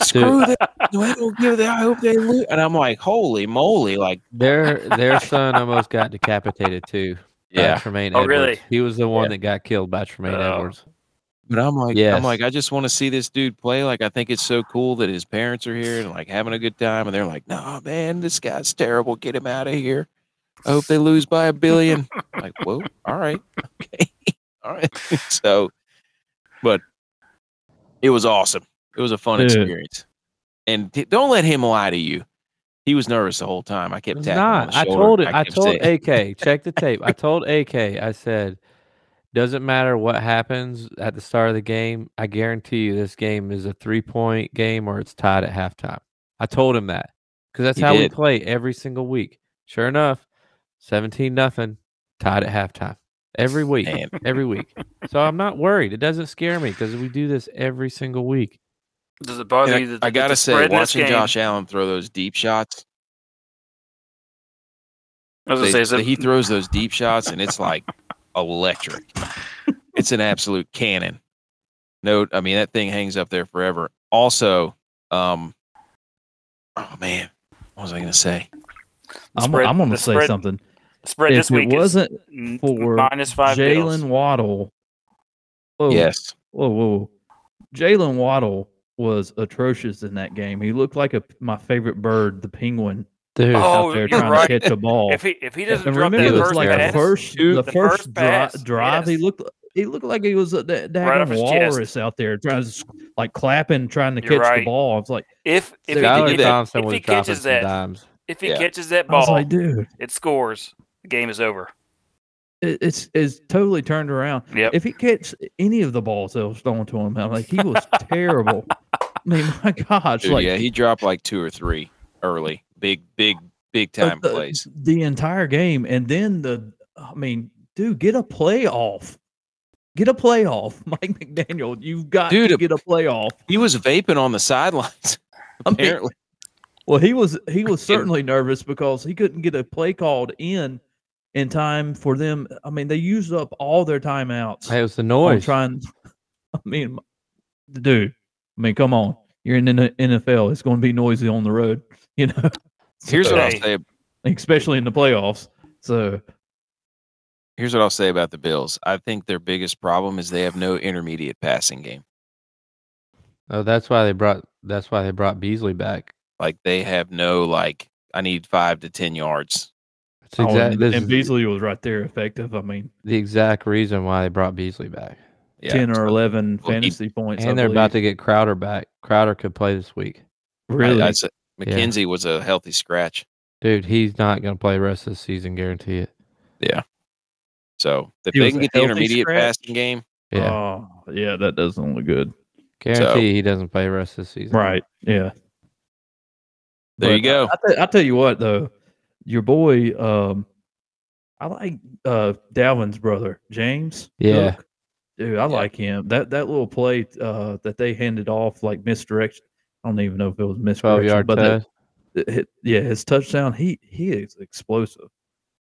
Speaker 1: Screw that! I don't give that. I hope they lose. And I'm like, holy moly! Like,
Speaker 5: Their their son almost got decapitated too. by
Speaker 1: yeah.
Speaker 5: Tremaine.
Speaker 4: Oh,
Speaker 5: Edwards.
Speaker 4: really?
Speaker 5: He was the one that got killed by Tremaine
Speaker 4: Oh.
Speaker 5: Edwards.
Speaker 1: But I'm like,
Speaker 5: Yes.
Speaker 1: I'm like, I just want to see this dude play. Like, I think it's so cool that his parents are here and like having a good time. And they're like, nah, man, this guy's terrible. Get him out of here. I hope they lose by a billion. I'm like, whoa, all right, <laughs> okay, all right. <laughs> so, but it was awesome. It was a fun
Speaker 2: Dude.
Speaker 1: experience. And t- don't let him lie to you. He was nervous the whole time. I kept
Speaker 5: It's
Speaker 1: tapping. him on
Speaker 5: not.
Speaker 1: the
Speaker 5: I
Speaker 1: shoulder.
Speaker 5: told it. I,
Speaker 1: kept
Speaker 5: told
Speaker 1: saying-
Speaker 5: AK. Check the tape. I told AK. I said, Doesn't matter what happens at the start of the game. I guarantee you this game is a three point game or it's tied at halftime. I told him that because that's
Speaker 1: You
Speaker 5: how we
Speaker 1: did.
Speaker 5: play every single week. Sure enough, 17 nothing, tied at halftime every week.
Speaker 1: Man.
Speaker 5: Every week. So I'm not worried. It doesn't scare me because we do this every single week.
Speaker 4: Does it bother you?
Speaker 1: And
Speaker 4: That,
Speaker 1: I, I
Speaker 4: that
Speaker 1: gotta
Speaker 4: the
Speaker 1: say,
Speaker 4: spread in this
Speaker 1: watching
Speaker 4: game-
Speaker 1: Josh Allen throw those deep shots,
Speaker 4: I was gonna
Speaker 1: they-
Speaker 4: say, is
Speaker 1: that
Speaker 4: it-
Speaker 1: he throws those deep shots, and it's like electric. It's an absolute cannon. No, I mean that thing hangs up there forever. Also, um, oh man, what was I gonna say?
Speaker 4: The
Speaker 2: <laughs> I'm,
Speaker 4: spread-
Speaker 2: I'm going
Speaker 4: the
Speaker 2: to say
Speaker 4: spread
Speaker 2: something.
Speaker 4: spread
Speaker 2: if
Speaker 4: this week
Speaker 2: it wasn't
Speaker 4: is
Speaker 2: for
Speaker 4: minus five.
Speaker 2: Jalen
Speaker 4: Jalen,
Speaker 2: Waddle, whoa,
Speaker 1: Yes,
Speaker 2: whoa, whoa, Jalen Waddle was atrocious in that game. He looked like a my favorite bird, the penguin,
Speaker 5: Dude,
Speaker 4: Oh,
Speaker 2: out there
Speaker 4: you're
Speaker 2: trying
Speaker 4: right.
Speaker 2: to catch a ball.
Speaker 4: if he if he doesn't
Speaker 2: and
Speaker 4: drop
Speaker 2: remember,
Speaker 4: that
Speaker 5: it was
Speaker 4: first
Speaker 2: like
Speaker 4: pass,
Speaker 2: the first,
Speaker 5: Shoot,
Speaker 2: the
Speaker 4: the
Speaker 2: first,
Speaker 4: first
Speaker 2: dri-
Speaker 4: pass,
Speaker 2: drive, he
Speaker 4: yes.
Speaker 2: looked. He looked like he was a da-
Speaker 4: Right off
Speaker 2: daggone
Speaker 4: his chest.
Speaker 2: walrus out there, trying to s- like clapping, trying to
Speaker 4: You're
Speaker 2: catch the
Speaker 4: right.
Speaker 2: ball. I was like,
Speaker 4: if if he,
Speaker 1: Tyler
Speaker 4: if, he-
Speaker 5: Thompson
Speaker 4: if
Speaker 5: was
Speaker 4: he
Speaker 5: dropping
Speaker 4: catches
Speaker 5: some
Speaker 4: that
Speaker 5: dimes.
Speaker 4: if he
Speaker 1: Yeah.
Speaker 4: catches that
Speaker 2: I was
Speaker 4: ball,
Speaker 2: like, dude,
Speaker 4: it scores. The game is over.
Speaker 2: it, it's it's totally turned around.
Speaker 4: Yep.
Speaker 2: If he catch any of the balls that was thrown to him, I'm like, he
Speaker 1: <laughs>
Speaker 2: was terrible. I mean, my gosh,
Speaker 1: Dude,
Speaker 2: like
Speaker 1: yeah, he dropped like two or three early, big, big, big time
Speaker 2: uh, the,
Speaker 1: plays.
Speaker 2: the entire game, and then the, I mean, dude, get a playoff, get a playoff, <laughs> Mike McDaniel, you've got
Speaker 1: Dude,
Speaker 2: to
Speaker 1: a-
Speaker 2: get a playoff.
Speaker 1: He was vaping on the sidelines. <laughs>
Speaker 2: I mean,
Speaker 1: Apparently,
Speaker 2: Well, he was he was certainly nervous because he couldn't get a play called in in time for them. I mean, they used up all their timeouts.
Speaker 5: Hey, It was the
Speaker 2: on
Speaker 5: noise.
Speaker 2: trying. <laughs> I mean, m- dude. I mean, come on. You're in the NFL. It's going to be noisy on the road, <laughs> you know,
Speaker 1: here's what I'll
Speaker 4: Hey.
Speaker 1: say
Speaker 2: especially in the playoffs. So
Speaker 1: here's what I'll say about the Bills. I think their biggest problem is they have no intermediate passing game.
Speaker 5: Oh, that's why they brought. That's why they brought Beasley back.
Speaker 1: Like they have no like I need five to ten yards.
Speaker 5: That's
Speaker 2: oh,
Speaker 5: exact,
Speaker 2: and,
Speaker 5: this
Speaker 2: and
Speaker 5: is
Speaker 2: Beasley was right there, effective. I mean,
Speaker 5: the exact reason why they brought Beasley back,
Speaker 1: Yeah.
Speaker 2: ten or eleven
Speaker 1: Well, he-
Speaker 2: fantasy points. I
Speaker 5: and they're about
Speaker 2: believe.
Speaker 5: to get Crowder back. Crowder could play this week,
Speaker 2: really.
Speaker 1: I, I said, McKenzie was a healthy scratch.
Speaker 5: dude. He's not going to play the rest of the season. Guarantee it.
Speaker 1: So if
Speaker 2: He
Speaker 1: they
Speaker 2: was
Speaker 1: can
Speaker 2: a
Speaker 1: get the
Speaker 2: healthy
Speaker 1: intermediate
Speaker 2: scratch?
Speaker 1: passing game,
Speaker 5: Yeah,
Speaker 2: Oh, yeah, that doesn't look good.
Speaker 5: guarantee he doesn't play the rest of the season.
Speaker 2: Right. Yeah.
Speaker 1: There you go.
Speaker 2: uh, <laughs> I, th- I tell you what, though, your boy, um, I like uh, Dalvin's brother, James.
Speaker 5: Yeah.
Speaker 2: Cook. Dude, I like him. That that little play uh, that they handed off, like misdirection. I don't even know if it was
Speaker 5: Twelve
Speaker 2: misdirection,
Speaker 5: yard
Speaker 2: but that- it-
Speaker 5: touch.
Speaker 2: it- yeah, his touchdown. He he is explosive.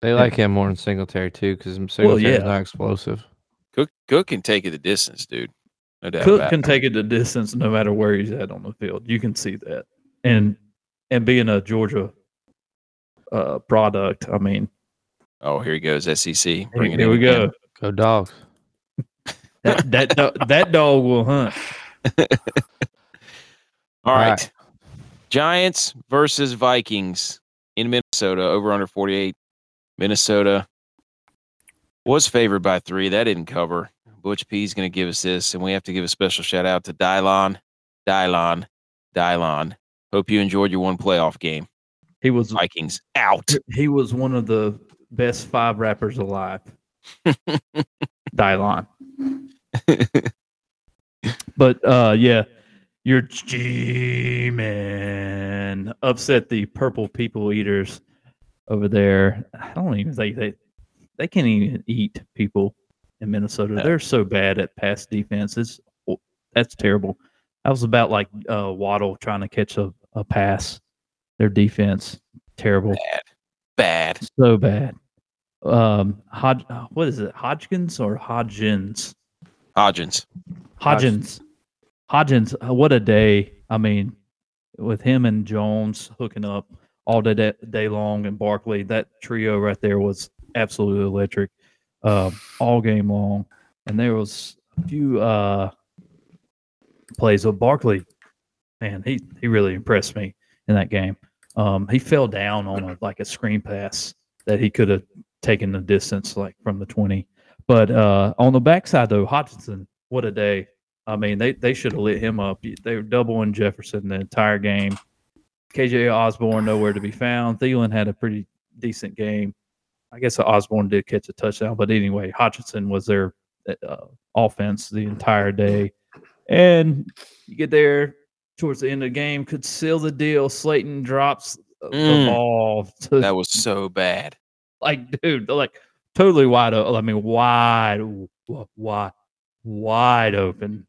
Speaker 5: They like him more than Singletary too, because Singletary's
Speaker 2: yeah.
Speaker 5: not explosive.
Speaker 1: Cook Cook can take it the distance, dude. No doubt.
Speaker 2: Cook
Speaker 1: about
Speaker 2: can
Speaker 1: it.
Speaker 2: take it to distance no matter where he's at on the field. You can see that. And and being a Georgia uh, product, I mean,
Speaker 1: Oh, here he goes, SEC.
Speaker 2: here,
Speaker 1: Bring it
Speaker 2: here
Speaker 1: in
Speaker 2: we
Speaker 1: again.
Speaker 2: go.
Speaker 5: Go dogs.
Speaker 2: that that do- that dog will hunt.
Speaker 1: All
Speaker 5: All
Speaker 1: right.
Speaker 5: right.
Speaker 1: Giants versus Vikings in Minnesota, over under 48. Minnesota was favored by three. That didn't cover. Butch P is going to give us this, and we have to give a special shout out to Dylon, Dylon, Dylon. Hope you enjoyed your one playoff game.
Speaker 2: He was
Speaker 1: Vikings out.
Speaker 2: he was one of the best five rappers alive. Dylon. but uh yeah, your G man upset the purple people eaters over there. I don't even think they they can't even eat people in Minnesota.
Speaker 1: No.
Speaker 2: They're so bad at pass defense. It's oh, that's terrible. That was about like uh, Waddle trying to catch a, a pass. Their defense terrible
Speaker 1: Bad.
Speaker 2: so bad. Um, Hod- uh, what is it, Hodgkins or Hodgins?
Speaker 1: Hodgins.
Speaker 2: Hodgins, Hodgins. uh, What a day! I mean, with him and Jones hooking up all day day, day long, and Barkley, that trio right there was absolutely electric, um, all game long. And there was a few uh, plays of Barkley. Man, he he really impressed me in that game. Um, he fell down on a, like a screen pass that he could have taken the distance like from the twenty. But uh, on the backside though, Hodgson, what a day! I mean, they they should have lit him up. They were doubling Jefferson the entire game. KJ Osborne nowhere to be found. Thielen had a pretty decent game. I guess Osborne did catch a touchdown, but anyway, Hodgson was their uh, offense the entire day. And you get there towards the end of the game, could seal the deal. Slayton drops
Speaker 1: Mm.
Speaker 2: the ball to
Speaker 1: That was so bad.
Speaker 2: like dude they're, like totally wide open i mean wide wide wide open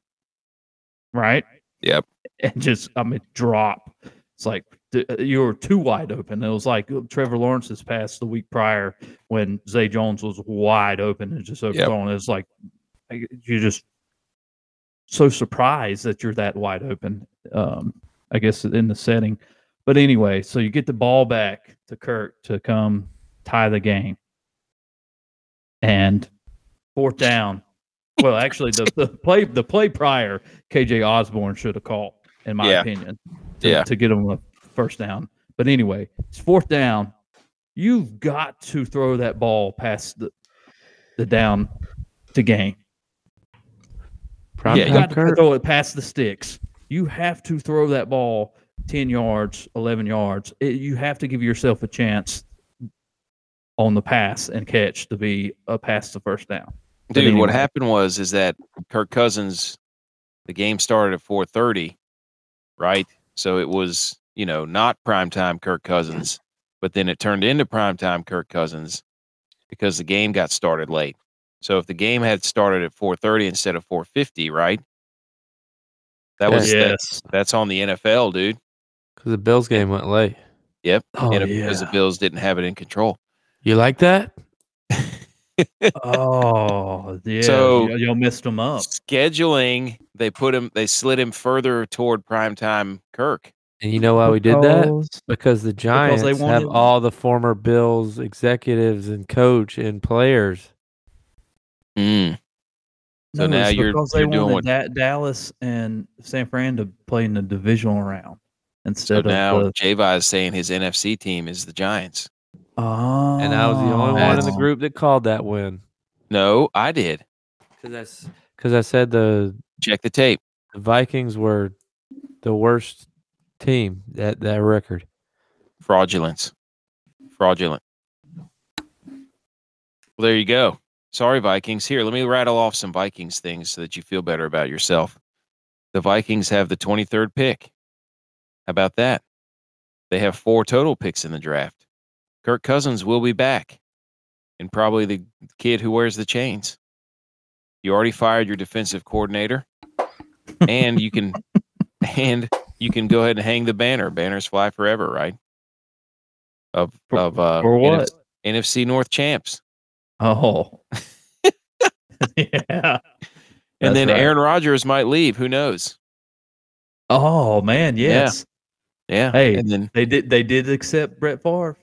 Speaker 2: right
Speaker 1: Yep.
Speaker 2: and just i mean drop it's like d- you were too wide open it was like uh, trevor lawrence's pass the week prior when zay jones was wide open and just overthrown it's like like, you're just so surprised that you're that wide open um i guess in the setting but anyway so you get the ball back to kirk to come tie the game. And fourth down. Well, actually, the, the play the play prior KJ Osborne should have called, in my
Speaker 1: Yeah.
Speaker 2: opinion, to,
Speaker 1: Yeah.
Speaker 2: to get him a first down. But anyway, it's fourth down. You've got to throw that ball past the the down to game.
Speaker 5: Prime
Speaker 1: Yeah,
Speaker 2: You
Speaker 5: time
Speaker 2: got to
Speaker 5: Kurt.
Speaker 2: throw it past the sticks. You have to throw that ball 10 yards, 11 yards. It- you have to give yourself a chance on the pass and catch to be a pass to first down.
Speaker 1: Dude, what
Speaker 2: anyway.
Speaker 1: happened was is that Kirk Cousins, the game started at 4:30, right? So it was you know not primetime Kirk Cousins, but then it turned into primetime Kirk Cousins because the game got started late. So if the game had started at 4:30 instead of 4:50, right? That was that- that's on the NFL, dude.
Speaker 5: Because the Bills game went late.
Speaker 2: Oh,
Speaker 1: And it- Because the Bills didn't have it in control.
Speaker 5: You like that?
Speaker 2: <laughs> oh, yeah.
Speaker 1: So-
Speaker 2: y- y'all messed them up.
Speaker 1: Scheduling, they put him, they slid him further toward primetime Kirk.
Speaker 5: And you know why we did that?
Speaker 2: Because-
Speaker 5: Because the Giants
Speaker 2: they
Speaker 5: have
Speaker 2: wanted-
Speaker 5: all the former Bills executives and coach and players.
Speaker 1: Mm. So now
Speaker 2: it's
Speaker 1: you're-
Speaker 2: because they
Speaker 1: you're doing
Speaker 2: wanted
Speaker 1: what-
Speaker 2: that Dallas and San Fran to play in the divisional round
Speaker 1: So
Speaker 2: instead
Speaker 1: now
Speaker 2: of the,
Speaker 1: Javi is saying his NFC team is the Giants.
Speaker 2: oh,
Speaker 5: And I was the only one in the
Speaker 1: Oh.
Speaker 5: group that called that win.
Speaker 1: No, I did.
Speaker 5: Because I said the
Speaker 1: Check the tape.
Speaker 5: the Vikings were the worst team at that record.
Speaker 1: Fraudulence. Fraudulent. Well, there you go. Sorry, Vikings. Here, let me rattle off some Vikings things so that you feel better about yourself. The Vikings have the 23rd pick. How about that? They have four total picks in the draft. Kirk Cousins will be back, and probably the kid who wears the chains. You already fired your defensive coordinator, and you can <laughs> and you can go ahead and hang the banner. Banners fly forever, right? Of
Speaker 2: For-
Speaker 1: of uh,
Speaker 2: for what?
Speaker 1: NFC North champs.
Speaker 5: <laughs>
Speaker 2: Oh. <laughs> yeah.
Speaker 1: And
Speaker 2: That's
Speaker 1: then
Speaker 2: right.
Speaker 1: Aaron Rodgers might leave. Who knows?
Speaker 2: Oh man, yes.
Speaker 1: Yeah.
Speaker 2: Hey.
Speaker 1: And then
Speaker 2: They did they did accept Brett Favre.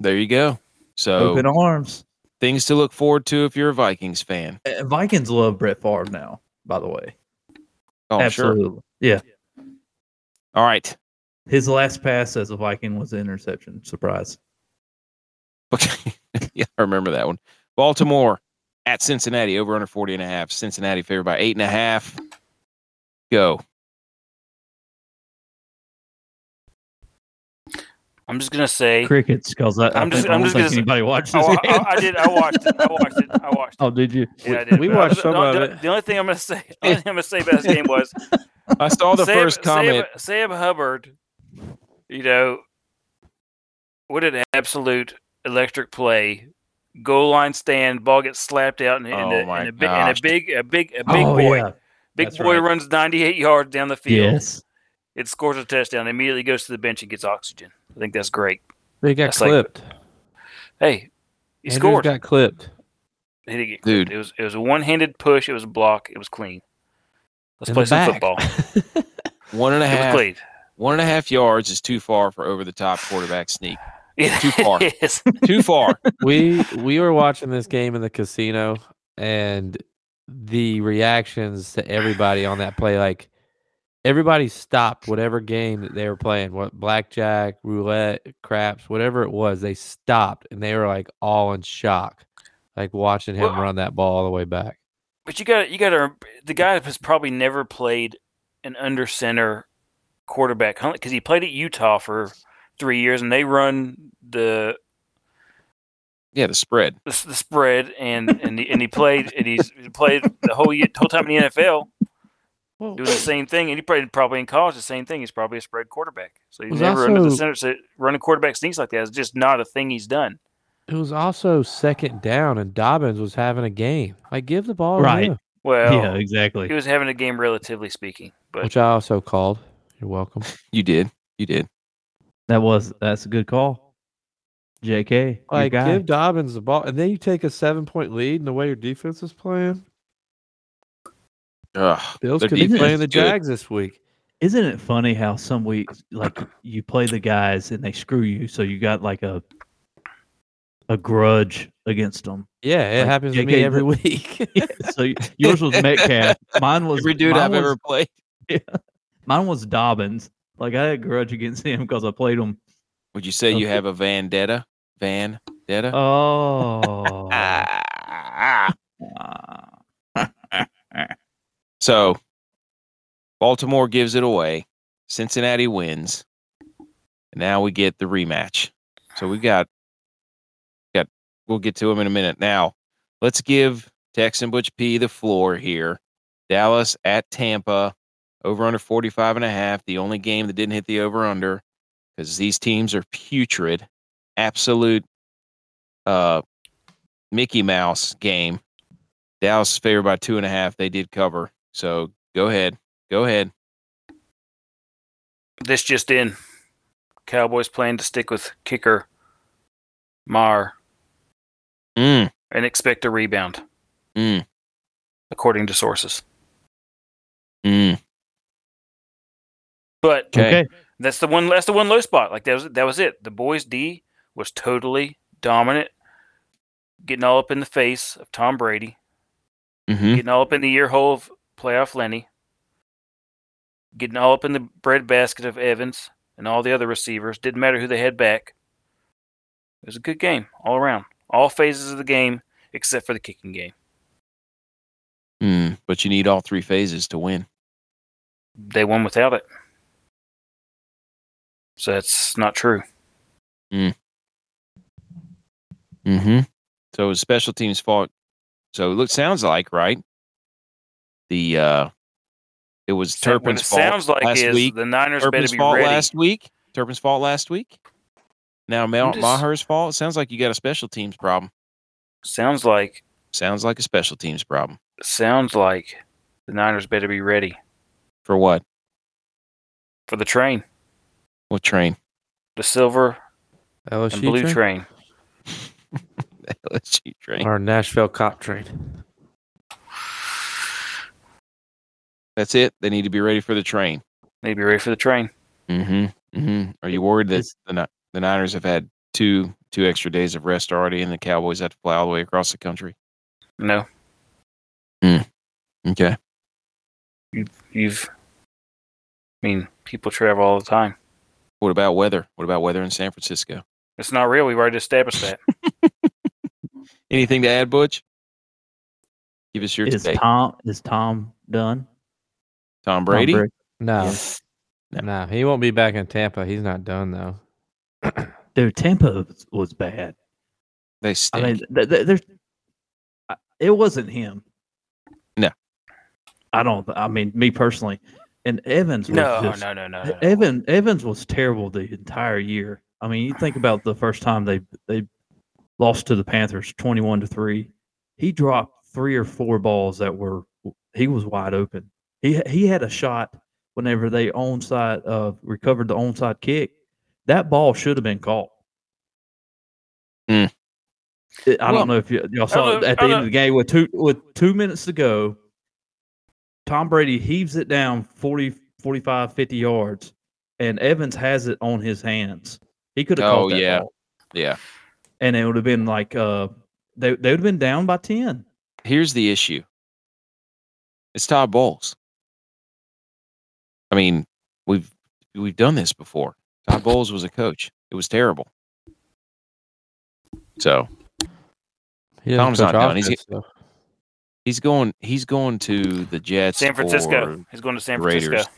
Speaker 1: there you go. So
Speaker 2: Open
Speaker 4: Oh.
Speaker 2: arms.
Speaker 1: things to look forward to if you're a Vikings fan.
Speaker 2: Uh, Vikings love Brett Favre now, by the way.
Speaker 1: Oh, sure.
Speaker 2: Absolutely. Yeah.
Speaker 1: All right. <laughs>
Speaker 2: His last pass as a Viking was an interception. Surprise.
Speaker 1: Okay. yeah, I remember that one. Baltimore at Cincinnati, over under 40 and a half. Cincinnati favored by eight and a half. Go.
Speaker 4: I'm just gonna say.
Speaker 2: Crickets, because I, I
Speaker 4: I'm just-
Speaker 2: think- I
Speaker 4: I'm
Speaker 2: don't
Speaker 4: just
Speaker 2: think
Speaker 4: gonna say-
Speaker 2: anybody
Speaker 4: <laughs>
Speaker 2: watched
Speaker 4: Oh, I,
Speaker 2: this.
Speaker 4: wa-
Speaker 2: game.
Speaker 4: I, I did. I watched it. I watched it. I watched it.
Speaker 2: oh, did you?
Speaker 4: Yeah, I did.
Speaker 5: we
Speaker 4: But
Speaker 5: watched
Speaker 4: the-
Speaker 5: some
Speaker 4: the,
Speaker 5: of
Speaker 4: the-
Speaker 5: it.
Speaker 4: The only thing I'm gonna say. The only thing I'm gonna say about this game was
Speaker 1: I saw
Speaker 4: <laughs>
Speaker 1: the
Speaker 4: Sam-
Speaker 1: first comment.
Speaker 4: Sam, Sam Hubbard, you know, what an absolute electric play. Goal line stand, ball gets slapped out, and, and,
Speaker 1: Oh
Speaker 4: a-
Speaker 1: my
Speaker 4: and, a, big, and
Speaker 1: gosh.
Speaker 4: a big, a big, a big
Speaker 2: oh,
Speaker 4: boy,
Speaker 2: yeah.
Speaker 4: big
Speaker 2: That's
Speaker 4: boy
Speaker 2: right.
Speaker 4: runs 98 yards down the field.
Speaker 2: Yes.
Speaker 4: It scores a touchdown. Immediately goes to the bench and gets oxygen. I think that's great.
Speaker 5: They got
Speaker 4: That's like-
Speaker 5: clipped.
Speaker 4: Hey, he
Speaker 5: Andrews
Speaker 4: scored.
Speaker 5: got clipped.
Speaker 4: He didn't
Speaker 1: Dude.
Speaker 4: get clipped. It was it was a one handed push. It was a block. It was clean. Let's
Speaker 5: In
Speaker 4: play
Speaker 5: the
Speaker 4: some
Speaker 5: back. <laughs>
Speaker 4: football.
Speaker 1: One and a
Speaker 4: It was
Speaker 1: half.
Speaker 4: clean.
Speaker 1: One and a half yards is too far for over the top quarterback sneak.
Speaker 4: Yeah,
Speaker 1: Too far.
Speaker 4: <laughs> yes.
Speaker 1: Too far.
Speaker 2: <laughs>
Speaker 5: we we were watching this game in the casino and the reactions to everybody on that play like everybody stopped whatever game that they were playing what blackjack roulette craps whatever it was they stopped and they were like all in shock like watching him
Speaker 4: Well-
Speaker 5: run that ball all the way back
Speaker 4: But you got to you got to the guy has probably never played an under center quarterback because he played at Utah for three years and they run the
Speaker 1: Yeah, the spread.
Speaker 4: the, s- the spread, and and he, and he played and he's he played the whole year, whole time in the NFL
Speaker 2: Well,
Speaker 4: doing the same thing, and he played probably in college the same thing. He's probably a spread quarterback, so he's
Speaker 5: Was
Speaker 4: never under the
Speaker 5: also-
Speaker 4: center. So running quarterback sneaks like that is just not a thing he's done.
Speaker 5: It was also second down, and Dobbins was having a game. Like, give the ball to
Speaker 2: Right.
Speaker 5: him,
Speaker 4: Well,
Speaker 2: yeah,
Speaker 4: he
Speaker 2: exactly.
Speaker 4: was having a game, relatively speaking, but
Speaker 5: which I also called. You're welcome.
Speaker 1: You did. You did.
Speaker 2: That was that's a good call. JK, your
Speaker 5: Like,
Speaker 2: guy.
Speaker 5: give Dobbins the ball, and then you take a seven point lead, and the way your defense is playing,
Speaker 1: Ugh,
Speaker 5: Bills
Speaker 1: Their
Speaker 5: could be
Speaker 2: defense
Speaker 5: playing
Speaker 1: is
Speaker 5: the
Speaker 1: good.
Speaker 5: Jags this week.
Speaker 2: Isn't it funny how some weeks like you play the guys and they screw you, so you got like a a grudge against <laughs> them.
Speaker 5: Yeah, it
Speaker 2: Like,
Speaker 5: happens to
Speaker 2: JK
Speaker 5: me every
Speaker 2: look-
Speaker 5: week. <laughs>
Speaker 2: so y- yours was Metcalf, mine was
Speaker 1: every dude
Speaker 2: mine
Speaker 1: I've
Speaker 2: was,
Speaker 1: ever played.
Speaker 2: Mine was Dobbins. Like I had a grudge against him because I played him.
Speaker 1: Would you say you
Speaker 2: Okay.
Speaker 1: have a vendetta? Vendetta?
Speaker 2: <laughs> Oh,
Speaker 1: Ah.
Speaker 2: Ah.
Speaker 1: So Baltimore gives it away. Cincinnati wins. And now we get the rematch. So we got got we'll get to them in a minute. Now, let's give Texan Butch P the floor here. Dallas at Tampa, over under 45 and a half, the only game that didn't hit the over under cuz these teams are putrid, absolute uh Mickey Mouse game. Dallas is favored by two and a half. They did cover. So go ahead. Go ahead.
Speaker 4: this just in: Cowboys plan to stick with kicker Mar
Speaker 1: Mm,
Speaker 4: and expect a rebound,
Speaker 1: mm,
Speaker 4: according to sources.
Speaker 1: mm.
Speaker 4: But
Speaker 1: Okay.
Speaker 2: okay.
Speaker 4: That's the one. That's the one low spot. Like that was that was it. The boys D was totally dominant, getting all up in the face of Tom Brady,
Speaker 1: hmm
Speaker 4: getting all up in the ear hole of playoff Lenny, getting all up in the breadbasket of Evans and all the other receivers. Didn't matter who they had back. It was a good game all around, all phases of the game except for the kicking game.
Speaker 1: Mm. But you need all three phases to win.
Speaker 4: They won without it, so that's not true.
Speaker 1: Mm-hmm. So it was special teams' fault. So it looks, sounds like, right? The uh it was
Speaker 4: what
Speaker 1: Turpin's
Speaker 4: it
Speaker 1: fault
Speaker 4: sounds like
Speaker 1: last
Speaker 4: is
Speaker 1: week.
Speaker 4: the Niners
Speaker 1: Turpin's
Speaker 4: better be
Speaker 1: fault
Speaker 4: ready.
Speaker 1: last week. Turpin's fault last week. Now Mel-
Speaker 4: I'm just-
Speaker 1: Maher's fault. It sounds like you got a special teams problem.
Speaker 4: Sounds like
Speaker 1: Sounds like a special teams problem.
Speaker 4: sounds like the Niners better be ready
Speaker 1: For what?
Speaker 4: for the train,
Speaker 1: What train? <laughs>
Speaker 4: the silver
Speaker 5: LSU
Speaker 4: and blue
Speaker 5: train?
Speaker 4: train.
Speaker 1: LSU train.
Speaker 5: or Nashville cop train.
Speaker 1: That's it. They need to be ready for the train.
Speaker 4: Need to be ready for the train.
Speaker 1: Mm-hmm. mm-hmm. Are you worried that
Speaker 2: Is-
Speaker 1: the Ni- the Niners have had two two extra days of rest already, and the Cowboys have to fly all the way across the country?
Speaker 4: No,
Speaker 1: Okay.
Speaker 4: you've. I mean, people travel all the time.
Speaker 1: What about weather? What about weather in San Francisco?
Speaker 4: It's not real. We've already
Speaker 1: <laughs>
Speaker 4: established that.
Speaker 1: Anything to add, Butch? Give us your
Speaker 2: Is
Speaker 1: take. Tom,
Speaker 2: Tom is Tom done? Tom
Speaker 1: Brady.
Speaker 2: Brady?
Speaker 5: No,
Speaker 1: Yeah.
Speaker 5: no, he won't be back in Tampa. He's not done though.
Speaker 2: Dude, Tampa was- was bad.
Speaker 1: They
Speaker 2: I
Speaker 1: stink.
Speaker 2: mean, th- th- there's I- it wasn't him.
Speaker 1: No.
Speaker 2: I don't. I mean, me personally, and Evans. Was
Speaker 4: no,
Speaker 2: just,
Speaker 4: Oh, no, no, no, no.
Speaker 2: Evan Evans was terrible the entire year. I mean, you think about the first time they they lost to the Panthers, twenty-one to three. He dropped three or four balls that were he was wide open. He he had a shot whenever they onside uh, recovered the onside kick. That ball should have been caught.
Speaker 1: Hmm.
Speaker 2: It- I
Speaker 4: Well,
Speaker 2: don't know if y- y'all saw it
Speaker 4: know-
Speaker 2: at the
Speaker 4: I
Speaker 2: end
Speaker 4: know-
Speaker 2: of the game with two with two minutes to go. Tom Brady heaves it down 40, 45, 50 yards, and Evans has it on his hands. He could have
Speaker 1: Oh,
Speaker 2: caught that
Speaker 1: yeah.
Speaker 2: ball,
Speaker 1: yeah.
Speaker 2: and it would have been like uh, they they would have been down by ten.
Speaker 1: Here's the issue. It's Todd Bowles. I mean, we've we've done this before. Todd Bowles was a coach. It was terrible. So
Speaker 5: He doesn't
Speaker 1: Tom's not
Speaker 5: coach
Speaker 1: done. He's
Speaker 5: offense, though.
Speaker 1: He's going. He's going to the Jets.
Speaker 4: San Francisco.
Speaker 1: or
Speaker 4: He's going to San
Speaker 1: Raiders.
Speaker 4: Francisco.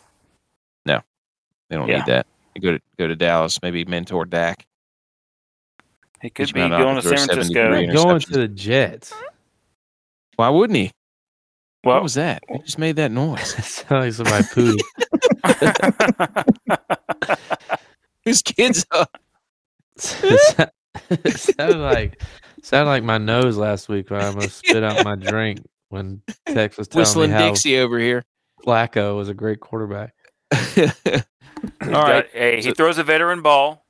Speaker 1: They don't
Speaker 4: Yeah.
Speaker 1: need that. They go to go to Dallas. Maybe mentor Dak.
Speaker 4: He could
Speaker 1: He's
Speaker 4: be
Speaker 1: not out
Speaker 4: going
Speaker 1: to
Speaker 4: to
Speaker 1: throw
Speaker 4: San
Speaker 1: 73
Speaker 4: Francisco.
Speaker 1: years.
Speaker 5: Going
Speaker 1: interceptions.
Speaker 5: to
Speaker 1: <laughs>
Speaker 5: the Jets. <laughs>
Speaker 1: Why wouldn't he? what <laughs>
Speaker 4: Well,
Speaker 1: was that? He just made that noise.
Speaker 4: <laughs>
Speaker 5: Sounds like somebody poo.
Speaker 1: His
Speaker 4: <laughs>
Speaker 1: kids up. <laughs>
Speaker 5: <laughs> it sounded like sounded like my nose last week when I almost spit out
Speaker 1: <laughs>
Speaker 5: my drink when Texas was telling
Speaker 1: Whistling
Speaker 5: me how
Speaker 1: Dixie over
Speaker 4: <laughs>
Speaker 1: here.
Speaker 5: Flacco was a great quarterback.
Speaker 4: all
Speaker 1: All right.
Speaker 4: right. Hey, <laughs> he
Speaker 1: So-
Speaker 4: throws a veteran ball,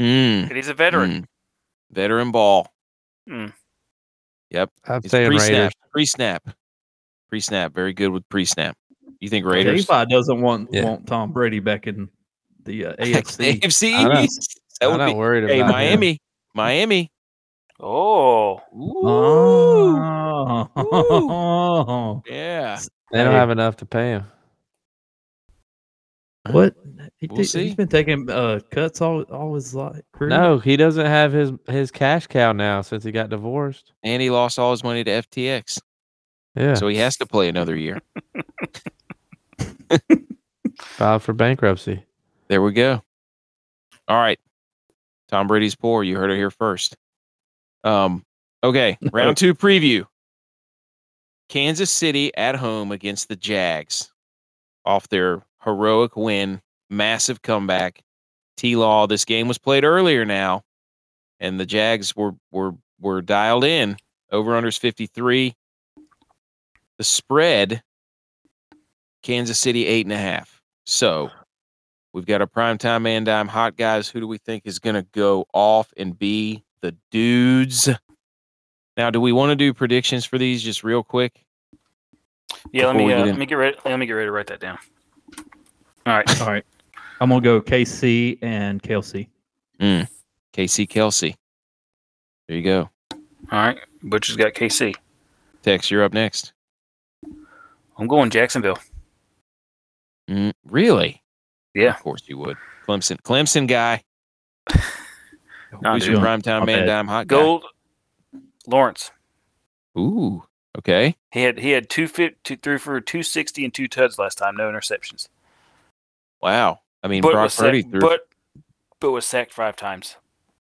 Speaker 1: Mm,
Speaker 4: and he's a veteran.
Speaker 1: mm. Veteran ball.
Speaker 5: I'm
Speaker 1: He's
Speaker 5: saying
Speaker 1: pre
Speaker 5: Raiders.
Speaker 1: snap. Pre snap. Pre snap. Very good with pre snap. You think
Speaker 2: J
Speaker 1: <laughs> Raiders?
Speaker 2: Five doesn't want
Speaker 5: Yeah.
Speaker 2: want Tom Brady back in the uh, AFC.
Speaker 5: I know.
Speaker 1: AFC East. That
Speaker 5: I'm
Speaker 1: would
Speaker 5: not
Speaker 1: be.
Speaker 5: worried about
Speaker 1: Hey,
Speaker 5: him.
Speaker 1: Miami. Miami. Hmm.
Speaker 4: Oh,
Speaker 1: Ooh.
Speaker 2: Ah. Oh.
Speaker 1: Yeah.
Speaker 5: They don't
Speaker 2: Hey.
Speaker 5: have enough to pay him.
Speaker 2: What? He
Speaker 1: We'll
Speaker 2: ta-
Speaker 1: see.
Speaker 2: He's been taking uh, cuts all all his life. career?
Speaker 5: No, he doesn't have his his cash cow now since he got divorced.
Speaker 1: And he lost all his money to FTX.
Speaker 5: Yeah,
Speaker 1: So he has to play another year.
Speaker 5: filed for bankruptcy.
Speaker 1: There we go. All right. Tom Brady's poor. You heard it here first. Um, okay, round two preview. Kansas City at home against the Jags off their heroic win, massive comeback. T Law, this game was played earlier now, and the Jags were were were dialed in. Over unders 53. The spread, Kansas City eight and a half. So We've got a primetime man dime hot guys. Who do we think is going to go off and be the dudes? Now, do we want to do predictions for these just real quick?
Speaker 4: yeah.
Speaker 1: Before
Speaker 4: Let
Speaker 1: we
Speaker 4: me
Speaker 1: get
Speaker 4: uh,
Speaker 1: in-
Speaker 4: let me get ready. Let me get ready to write that down. All right.
Speaker 2: All right. I'm gonna go KC and Kelsey.
Speaker 1: KC Kelsey. There you go.
Speaker 4: All right. Butcher's got KC.
Speaker 1: Tex, you're up next.
Speaker 4: I'm going Jacksonville.
Speaker 1: Mm, really?
Speaker 4: Yeah.
Speaker 1: Of course you would. Clemson. Clemson guy.
Speaker 4: Nah,
Speaker 1: Who's
Speaker 4: dude.
Speaker 1: your primetime
Speaker 2: My
Speaker 1: man
Speaker 2: bad.
Speaker 1: dime hot
Speaker 4: Gold. Lawrence.
Speaker 1: guy? Ooh. Okay.
Speaker 4: He had he had two fifty two threw for two sixty and two tuds last time. No interceptions.
Speaker 1: Wow. I mean,
Speaker 4: But
Speaker 1: Brock
Speaker 4: was sacked-
Speaker 1: Purdy threw
Speaker 4: but but was sacked five times.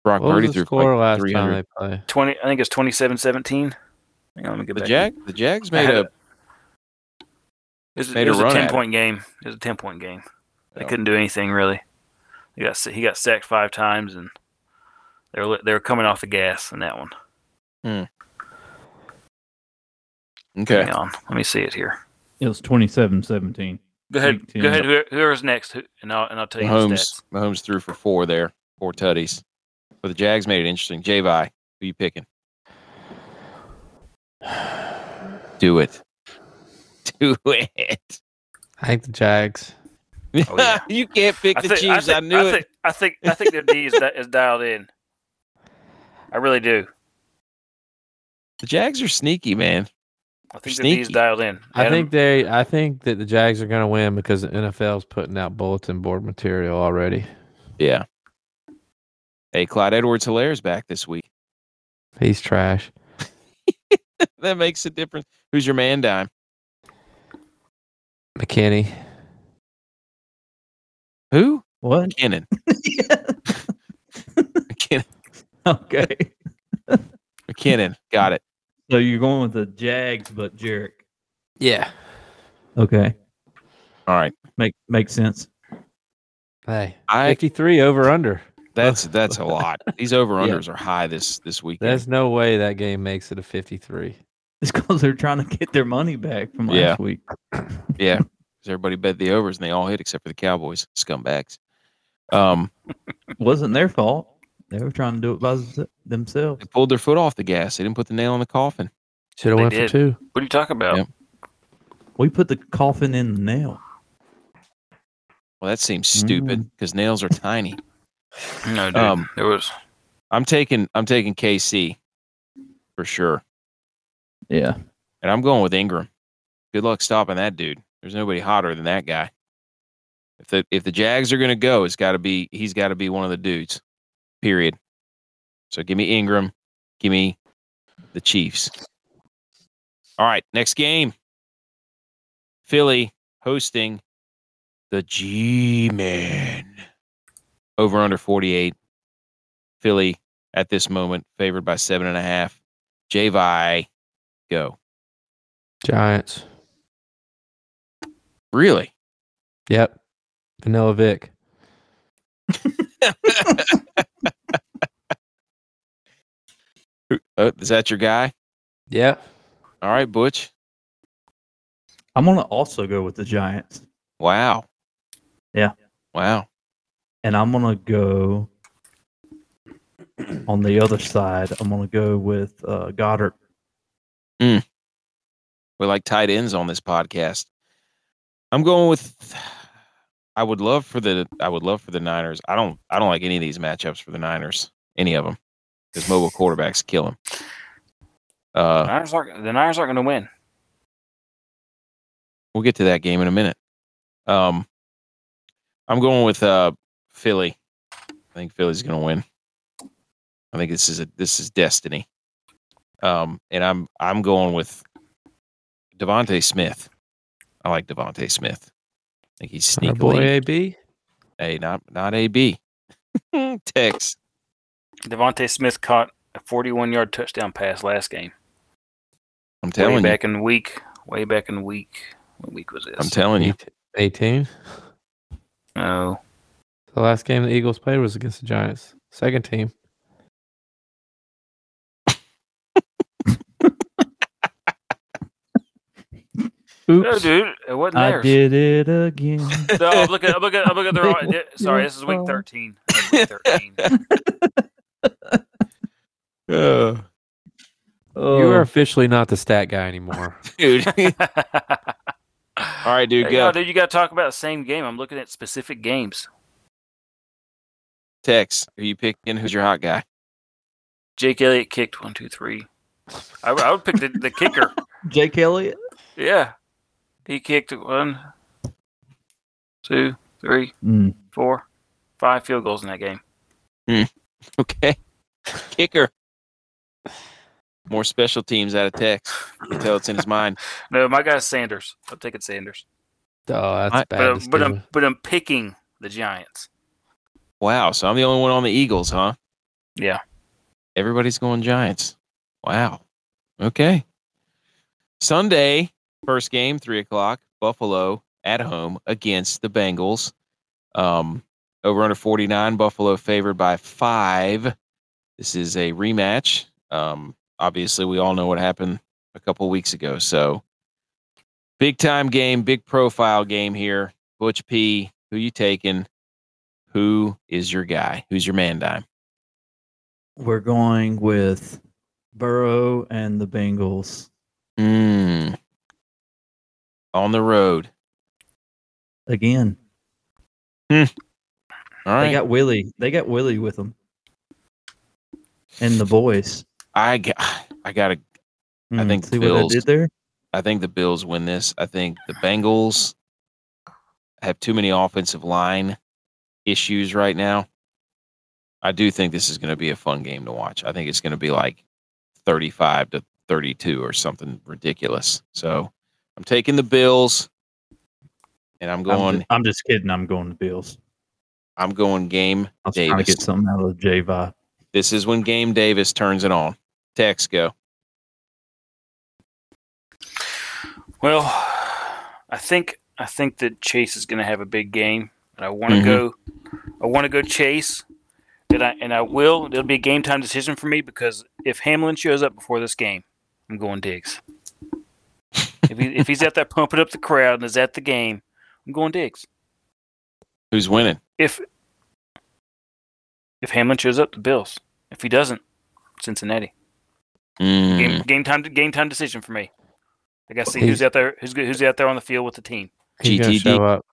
Speaker 1: Brock
Speaker 5: What
Speaker 1: Purdy
Speaker 5: was the
Speaker 1: through
Speaker 5: score last
Speaker 1: like
Speaker 5: time
Speaker 1: 300.
Speaker 5: they play?
Speaker 4: 20 I think it's 27-17. Hang on, let me get
Speaker 1: The
Speaker 4: back.
Speaker 1: Jag, the Jags
Speaker 4: I
Speaker 1: made
Speaker 4: had
Speaker 1: a
Speaker 4: it. It was,
Speaker 1: made
Speaker 4: it
Speaker 1: a
Speaker 4: was a,
Speaker 1: run at it.
Speaker 4: 10 point game. It was a 10 point game. They
Speaker 1: Yeah.
Speaker 4: couldn't do anything really. He got s- he got sacked five times and they were li- they were coming off the gas in that one.
Speaker 1: okay.
Speaker 4: Hang on. Let me see it here.
Speaker 2: It was 27-17.
Speaker 4: Go ahead.
Speaker 2: Eighteen.
Speaker 4: Go ahead. whoever- Whoever's next, who- and I'll and I'll tell you the
Speaker 1: Mahomes,
Speaker 4: stats.
Speaker 1: Mahomes threw for four there, four tutties. But the Jags made it interesting. Javi, who you picking? <sighs> Do it. <laughs> Do it. <laughs>
Speaker 5: I think the Jags.
Speaker 4: Oh, yeah.
Speaker 1: you can't <laughs> pick the Chiefs. I, knew it.
Speaker 4: Think, I think I think their D is, di- is dialed in. I really do.
Speaker 1: The Jags are sneaky, man.
Speaker 4: I think their D is
Speaker 1: Sneaky.
Speaker 4: dialed in.
Speaker 5: I
Speaker 4: Adam-
Speaker 5: think they. I think that the Jags are going to win because the NFL's putting out bulletin board material already.
Speaker 1: Yeah. Hey, Clyde Edwards Hilaire's back this week. <laughs>
Speaker 5: He's trash.
Speaker 1: That makes a difference. Who's your man dime?
Speaker 5: McKinney.
Speaker 1: Who? <laughs>
Speaker 2: What?
Speaker 1: McKinnon. McKinnon.
Speaker 2: <laughs> Okay.
Speaker 1: McKinnon. Got it.
Speaker 2: So you're going with the Jags, but Jarek.
Speaker 5: Yeah.
Speaker 2: Okay.
Speaker 1: All right.
Speaker 2: Make makes sense.
Speaker 5: Hey,
Speaker 1: I
Speaker 5: fifty-three over under.
Speaker 1: that's that's a lot. These over unders are high this this weekend.
Speaker 5: There's no way that game makes it a fifty-three.
Speaker 2: It's because they're trying to get their money back from last
Speaker 1: Yeah.
Speaker 2: week.
Speaker 1: Yeah, because everybody bet the overs and they all hit except for the Cowboys, scumbags. Um,
Speaker 2: wasn't their fault. They were trying to do it by themse- themselves.
Speaker 1: they pulled their foot off the gas. They didn't put the nail in the coffin.
Speaker 5: Should have
Speaker 4: They
Speaker 5: went for
Speaker 4: did.
Speaker 5: two.
Speaker 4: What are you talking about?
Speaker 1: Yep.
Speaker 2: We put the coffin in the nail.
Speaker 1: Well, that seems stupid because nails are tiny.
Speaker 4: No, dude.
Speaker 1: Um,
Speaker 4: there was
Speaker 1: I'm taking I'm taking KC for sure,
Speaker 2: Yeah.
Speaker 1: and I'm going with Ingram. Good luck stopping that dude. There's nobody hotter than that guy. If the if the Jags are going to go, it's got to be he's got to be one of the dudes. Period. So give me Ingram, give me the Chiefs. All right, next game. Philly hosting the G-Men. Over under 48. Philly at this moment, favored by seven and a half. Javi, go.
Speaker 5: Giants.
Speaker 1: Really?
Speaker 5: Yep. Vanilla Vic.
Speaker 1: Oh, is that your guy?
Speaker 5: Yep.
Speaker 1: All right, Butch.
Speaker 2: I'm gonna also go with the Giants,
Speaker 1: Wow.
Speaker 2: Yeah.
Speaker 1: Wow.
Speaker 2: and I'm gonna go <clears throat> on the other side. I'm gonna go with uh, Goddard.
Speaker 1: We're like tight ends on this podcast. I'm going with I would love for the I would love for the Niners. I don't I don't like any of these matchups for the Niners, any of them. Because mobile quarterbacks kill them. Uh,
Speaker 4: Niners aren't, the Niners aren't going to win.
Speaker 1: We'll get to that game in a minute. Um, I'm going with uh, Philly. I think Philly's going to win. I think this is a this is destiny. Um, and I'm I'm going with Devonte Smith. I like Devonte Smith. I think he's
Speaker 5: Our
Speaker 1: sneakily
Speaker 5: boy AB.
Speaker 1: Hey, not not AB. <laughs> Tex.
Speaker 4: Devontae Smith caught a 41 yard touchdown pass last game.
Speaker 1: I'm
Speaker 4: Way
Speaker 1: telling you.
Speaker 4: back in week. Way back in week. What week was this?
Speaker 1: I'm telling
Speaker 4: <laughs>
Speaker 1: you.
Speaker 5: 18.
Speaker 4: oh,
Speaker 5: The last game the Eagles played was against the Giants. Second team.
Speaker 4: no,
Speaker 2: Oops,
Speaker 4: dude, it wasn't
Speaker 2: I
Speaker 4: theirs.
Speaker 2: did it again. <laughs>
Speaker 4: No, I'm looking. I'm looking. I'm looking at the wrong. yeah, Sorry, this is week 13. This is Week <laughs> 13.
Speaker 1: Uh,
Speaker 2: Oh,
Speaker 5: You are officially not the stat
Speaker 4: <laughs>
Speaker 5: guy anymore.
Speaker 1: dude. <laughs> All right, dude,
Speaker 4: Hey, no,
Speaker 1: go.
Speaker 4: dude, you got to talk about the same game. I'm looking at specific games.
Speaker 1: Tex, who you picking? Who's your hot guy?
Speaker 4: Jake Elliott kicked one, two, three. I, I would pick the, the kicker.
Speaker 2: Jake Elliott.
Speaker 4: Yeah, he kicked one, two, three,
Speaker 2: Mm.
Speaker 4: four, five field goals in that game.
Speaker 1: <laughs> Okay. Kicker. More special teams out of Tex. You can tell it's in his mind.
Speaker 4: No, my guy's Sanders. I'm taking Sanders,
Speaker 5: Oh, that's
Speaker 1: I-
Speaker 5: bad.
Speaker 4: but I'm,
Speaker 5: to
Speaker 4: but
Speaker 5: steal.
Speaker 4: I'm but I'm picking the Giants.
Speaker 1: Wow. So I'm the only one on the Eagles, huh?
Speaker 4: Yeah.
Speaker 1: Everybody's going Giants. Wow. Okay. Sunday, first game, three o'clock, Buffalo at home against the Bengals. Um, over under 49, Buffalo favored by five. This is a rematch. Um, obviously, we all know what happened a couple weeks ago. So, big time game, big profile game here. Butch P, who you taking? Who is your guy? Who's your man dime?
Speaker 2: We're going with Burrow and the Bengals
Speaker 1: Mm. On the road.
Speaker 2: again.
Speaker 1: All right.
Speaker 2: They got Willie. They got Willie with them, and the boys.
Speaker 1: I got, I got to I
Speaker 2: Mm,
Speaker 1: think
Speaker 2: see what I
Speaker 1: Bills.
Speaker 2: did there.
Speaker 1: I think the Bills win this. I think the Bengals have too many offensive line issues right now. I do think this is going to be a fun game to watch. I think it's going to be like 35 to 32 or something ridiculous. So I'm taking the Bills and I'm
Speaker 2: I'm
Speaker 1: going,
Speaker 2: just, I'm just kidding. I'm going to Bills.
Speaker 1: I'm going game.
Speaker 2: I was trying to
Speaker 1: Davis.
Speaker 2: get something out of the J vibe.
Speaker 1: This is when game Davis turns it on. Tex go.
Speaker 4: Well, I think I think that Chase is going to have a big game, and I want to
Speaker 1: Mhm.
Speaker 4: go. I want to go Chase, and I and I will. It'll be a game time decision for me because if Hamlin shows up before this game, I'm going Diggs. if he, if he's out there pumping up the crowd and is at the game, I'm going Diggs.
Speaker 1: Who's winning?
Speaker 4: If if Hamlin shows up, the Bills. If he doesn't, Cincinnati.
Speaker 1: Mm.
Speaker 4: Game, game time game time decision for me. I got to see
Speaker 5: He's-
Speaker 4: who's out there who's go- who's out there on the field with the team.
Speaker 5: He's gonna
Speaker 1: GTD.
Speaker 5: show up.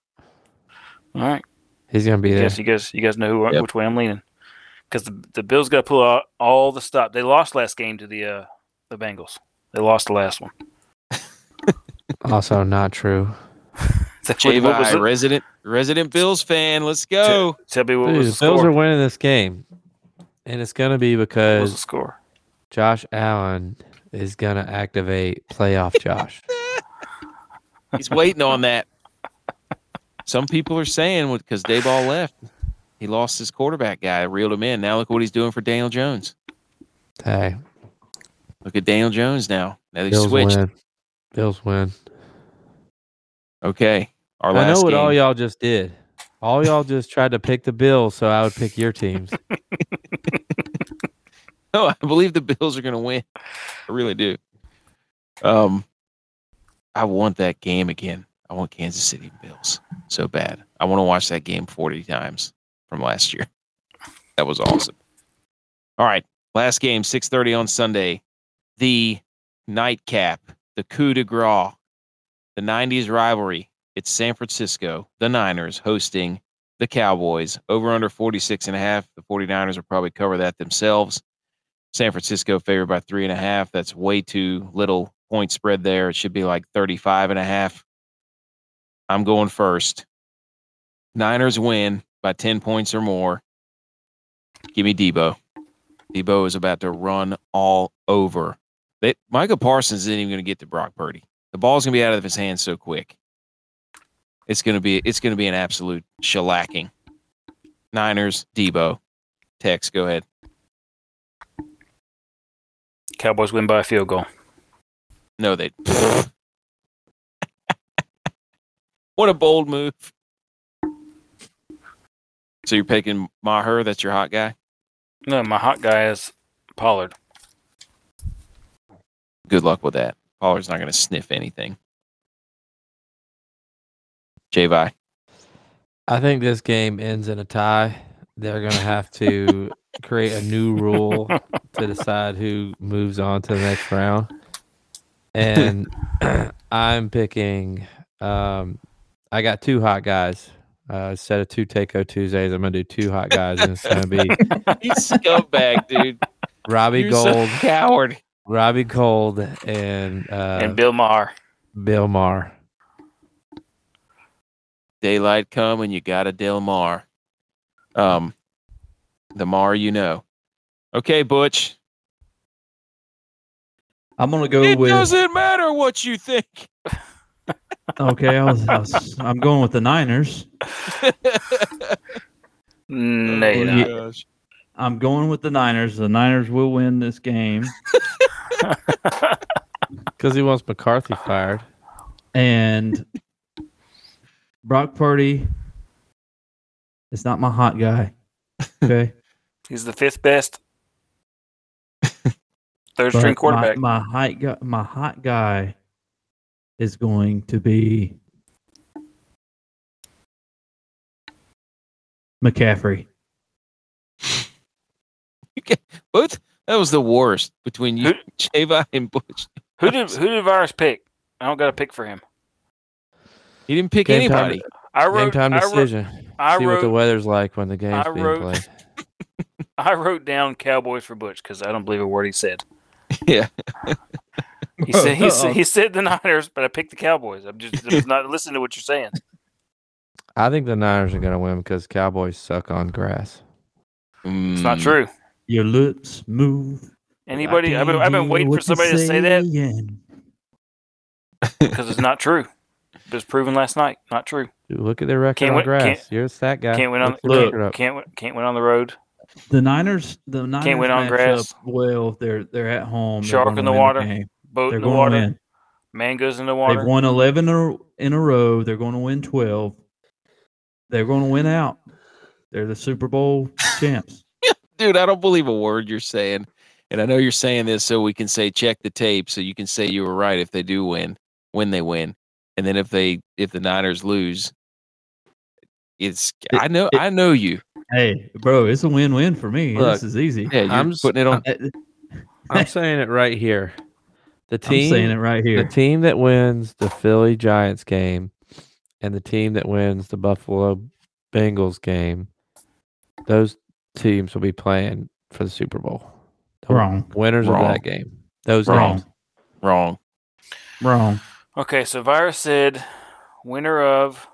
Speaker 4: All right.
Speaker 5: He's gonna be
Speaker 4: You
Speaker 5: there.
Speaker 4: guys, you guys, you guys know who,
Speaker 1: Yep.
Speaker 4: which way I'm leaning, because the, the Bills got to pull out all the stop. They lost last game to the uh, the Bengals. They lost the
Speaker 2: <laughs>
Speaker 4: last one.
Speaker 5: <laughs> Also not true.
Speaker 4: So what-
Speaker 1: Javi,
Speaker 4: what was it?
Speaker 1: resident resident Bills fan. Let's go.
Speaker 4: Tell me what
Speaker 5: Dude,
Speaker 4: was the
Speaker 5: the Bills
Speaker 4: score?
Speaker 5: are winning this game, and it's gonna be
Speaker 4: What was the
Speaker 5: because
Speaker 4: score?
Speaker 5: Josh Allen is gonna activate
Speaker 4: <laughs>
Speaker 5: playoff Josh.
Speaker 1: <laughs> He's waiting on that. Some people are saying because Dayball left. He lost his quarterback guy, reeled him in. Now look what he's doing for Daniel Jones.
Speaker 5: Hey,
Speaker 1: Look at Daniel Jones now. Now they
Speaker 5: Bills
Speaker 1: switched.
Speaker 5: win. Bills win.
Speaker 1: Okay. Our
Speaker 5: I
Speaker 1: last
Speaker 5: know what all
Speaker 1: game.
Speaker 5: y'all just did. All y'all just tried to pick the Bills, so I would pick your teams.
Speaker 1: <laughs> No, I believe the Bills are going to win. I really do. Um, I want that game again. I want Kansas City Bills so bad. I want to watch that game 40 times from last year. That was awesome. All right, last game 6:30 on Sunday. The nightcap, the coup de grace, the 90s rivalry. It's San Francisco, the Niners hosting the Cowboys over under 46 and a half. The 49ers will probably cover that themselves. San Francisco favored by three and a half. That's way too little point spread there. It should be like 35 and a half. I'm going first. Niners win by 10 points or more. Give me Debo. Debo is about to run all over. They, Michael Parsons isn't even going to get to Brock Purdy. The ball's going to be out of his hands so quick. It's going to be it's going to be an absolute shellacking. Niners, Debo. Tex, go ahead.
Speaker 4: Cowboys win by a field goal.
Speaker 1: No, they. <laughs> what a bold move! So you're picking Maher? That's your hot guy.
Speaker 4: No, my hot guy is Pollard.
Speaker 1: Good luck with that. Pollard's not going to sniff anything. Javi,
Speaker 5: <laughs> I think this game ends in a tie. They're gonna have to create a new rule to decide who moves on to the next round. And <clears throat> I'm picking. Um, I got two hot guys. Uh, instead of two Takeo Tuesdays, I'm gonna do two hot guys, and it's gonna
Speaker 1: <laughs>
Speaker 5: be
Speaker 1: you scumbag, dude.
Speaker 5: Robbie
Speaker 1: You're
Speaker 5: Gold,
Speaker 1: so coward.
Speaker 5: Robbie Gold, and, uh,
Speaker 4: and Bill Maher.
Speaker 5: Bill Maher.
Speaker 1: Daylight come and you got a Del Mar. Um, the Mar you know. Okay, Butch.
Speaker 2: I'm gonna go
Speaker 1: It
Speaker 2: with
Speaker 1: doesn't matter what you think.
Speaker 2: <laughs> okay. I was, I was, I'm going with the Niners.
Speaker 4: No, you're
Speaker 2: oh, Yeah.
Speaker 4: not.
Speaker 2: not. I'm going with the Niners. The Niners will win this game,
Speaker 5: Because he wants McCarthy fired.
Speaker 2: and Brock Purdy is not my hot guy.
Speaker 1: <laughs>
Speaker 2: Okay,
Speaker 4: He's the fifth
Speaker 2: <laughs>
Speaker 4: best third
Speaker 2: But
Speaker 4: string quarterback.
Speaker 2: My, my hot guy, my hot guy, is going to be McCaffrey.
Speaker 1: <laughs> Both that was the worst between you, Java and Butch.
Speaker 4: who did who did Virus pick? I don't got a pick for him.
Speaker 1: He didn't pick
Speaker 5: Game time.
Speaker 1: anybody.
Speaker 4: I
Speaker 5: Game
Speaker 4: wrote.
Speaker 5: time
Speaker 4: I wrote,
Speaker 5: decision.
Speaker 4: I
Speaker 5: See what the
Speaker 4: wrote,
Speaker 5: weather's like when the game's
Speaker 4: I
Speaker 5: being
Speaker 4: wrote-
Speaker 5: played.
Speaker 4: I wrote down Cowboys for Butch because I don't believe a word he said.
Speaker 1: Yeah.
Speaker 4: He said he, said he said the Niners, but I picked the Cowboys. I'm just, I'm just not listening to what you're saying.
Speaker 5: I think the Niners are going to win because Cowboys suck on grass.
Speaker 4: It's
Speaker 1: Mm.
Speaker 4: not true.
Speaker 2: Your lips move.
Speaker 4: Anybody,
Speaker 2: I
Speaker 4: I've been,
Speaker 2: can't
Speaker 4: I've been
Speaker 2: hear
Speaker 4: waiting
Speaker 2: what
Speaker 4: for
Speaker 2: you're
Speaker 4: somebody to say that
Speaker 2: saying.
Speaker 4: because it's not true. It was proven last night. Not true.
Speaker 5: Dude, look at their record
Speaker 4: Can't
Speaker 5: on
Speaker 4: win-
Speaker 5: grass.
Speaker 4: can't-
Speaker 5: You're a stat guy.
Speaker 4: Can't win on
Speaker 5: Look their
Speaker 4: look,
Speaker 5: record up.
Speaker 4: can't win- can't win on the road.
Speaker 2: The Niners, the Niners
Speaker 4: win on
Speaker 2: match
Speaker 4: grass.
Speaker 2: up Well, they're they're at home. They're
Speaker 4: Shark
Speaker 2: gonna
Speaker 4: in the
Speaker 2: win
Speaker 4: water.
Speaker 2: game.
Speaker 4: Boat
Speaker 2: They're
Speaker 4: in the
Speaker 2: going
Speaker 4: water.
Speaker 2: to win.
Speaker 4: Mangoes in the
Speaker 2: They've
Speaker 4: water.
Speaker 2: won eleven in a, in a row. They're going to win twelve. They're going to win out. They're the Super Bowl champs.
Speaker 1: Dude, I don't believe a word you're saying. And I know you're saying this so we can say check the tape so you can say you were right if they do win, when they win. And then if they if the Niners lose, it's I know
Speaker 2: it-
Speaker 1: I know you.
Speaker 2: Hey, bro, it's a win-win for me.
Speaker 5: Look,
Speaker 2: this is easy.
Speaker 1: Yeah, you're
Speaker 5: I'm
Speaker 1: I'm
Speaker 5: s-
Speaker 1: putting it on
Speaker 2: I- I'm
Speaker 5: I'm saying it right here. The team,
Speaker 2: saying it right
Speaker 5: the
Speaker 2: here.
Speaker 5: team that wins the Philly Giants game and the team that wins the Buffalo Bengals game, those teams will be playing for the Super Bowl. The
Speaker 2: Wrong.
Speaker 5: Winners
Speaker 1: Wrong.
Speaker 5: of that game. Those
Speaker 1: Wrong.
Speaker 5: games.
Speaker 1: wrong.
Speaker 5: <laughs>
Speaker 2: Wrong.
Speaker 4: Okay, so Virus said winner of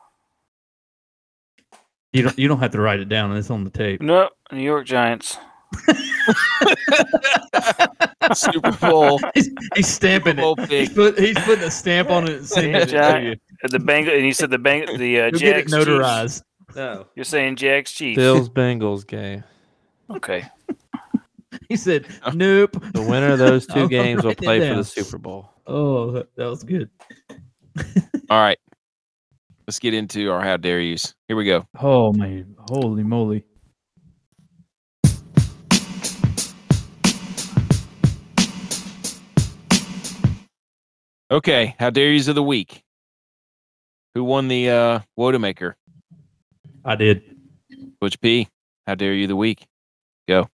Speaker 2: You don't. You don't have to write it down. It's on the tape.
Speaker 4: no New York Giants.
Speaker 1: Super Bowl
Speaker 2: <laughs> He's, he's stamping
Speaker 1: Bowl
Speaker 2: it.
Speaker 1: pick.
Speaker 2: He's, put, he's putting a stamp on it and sending it to
Speaker 4: Giant-
Speaker 2: you.
Speaker 4: The Bang and you said the Bang the uh,
Speaker 2: You'll get it
Speaker 4: Jags Chiefs.
Speaker 2: notarized.
Speaker 3: No.
Speaker 4: You're saying Jags Chiefs?
Speaker 5: Bills Bengals game.
Speaker 4: Okay.
Speaker 2: <laughs> He said, "Nope."
Speaker 5: The winner
Speaker 2: <laughs>
Speaker 5: of those
Speaker 1: <laughs>
Speaker 2: I'll
Speaker 5: two games will
Speaker 2: write it
Speaker 5: play for
Speaker 2: down.
Speaker 5: the Super Bowl.
Speaker 2: Oh, that that was good.
Speaker 1: All right. Let's get into our how dare yous. Here we go.
Speaker 2: Oh man, holy moly!
Speaker 1: Okay, how dare yous of the week. Who won the uh Wodemaker?
Speaker 2: I did.
Speaker 1: Butch P. How dare you of the week? <laughs>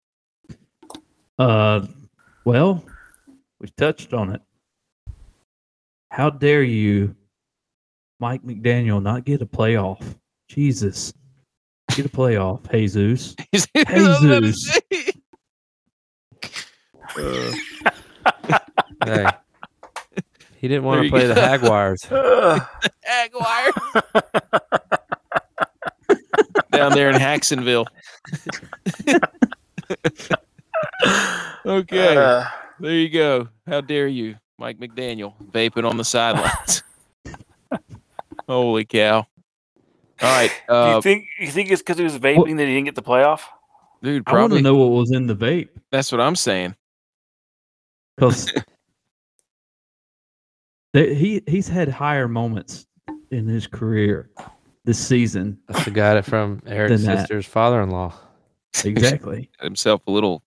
Speaker 2: Uh, well, we touched on it. How dare you, Mike McDaniel, not get a playoff? Jesus, get a playoff, Jesus. Jesus.
Speaker 5: Hey. <laughs> He didn't want
Speaker 1: There
Speaker 5: to
Speaker 1: you
Speaker 5: play the
Speaker 1: go. <laughs>
Speaker 5: Jaguars.
Speaker 4: Ugh.
Speaker 1: Jaguar. <laughs> Down there in Hacksonville. <laughs> okay.
Speaker 4: Uh,
Speaker 1: there you go. How dare you, Mike McDaniel, vaping on the sidelines. Holy cow. All right.
Speaker 4: do you
Speaker 1: Uh,
Speaker 4: think you think it's because he was vaping that he didn't get the playoff?
Speaker 1: dude,
Speaker 2: I want to
Speaker 1: probably
Speaker 2: know what was in the vape
Speaker 1: that's what I'm saying. <laughs>
Speaker 2: because he he's had higher moments in his career this
Speaker 1: <laughs>
Speaker 2: season.
Speaker 5: That's the guy that from Eric's
Speaker 2: Than that.
Speaker 5: sister's father in law.
Speaker 2: Exactly.
Speaker 1: Himself a little,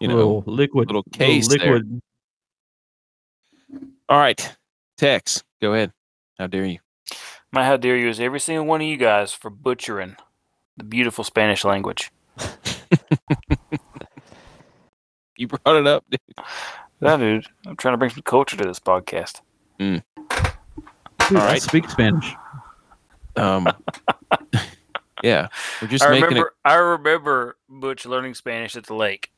Speaker 1: you know.
Speaker 2: little liquid,
Speaker 1: little case there.
Speaker 2: liquid.
Speaker 1: All right. Tex, go ahead. How dare you? <laughs>
Speaker 4: My how dare you is every single one of you guys for butchering the beautiful Spanish language.
Speaker 1: You brought it up, dude.
Speaker 4: Yeah, dude. I'm trying to bring some culture to this podcast.
Speaker 2: Dude,
Speaker 1: All
Speaker 2: I
Speaker 1: right.
Speaker 2: speak Spanish.
Speaker 1: Um, <laughs> yeah, we're just
Speaker 4: I
Speaker 1: making
Speaker 4: remember I remember Butch learning Spanish at the lake.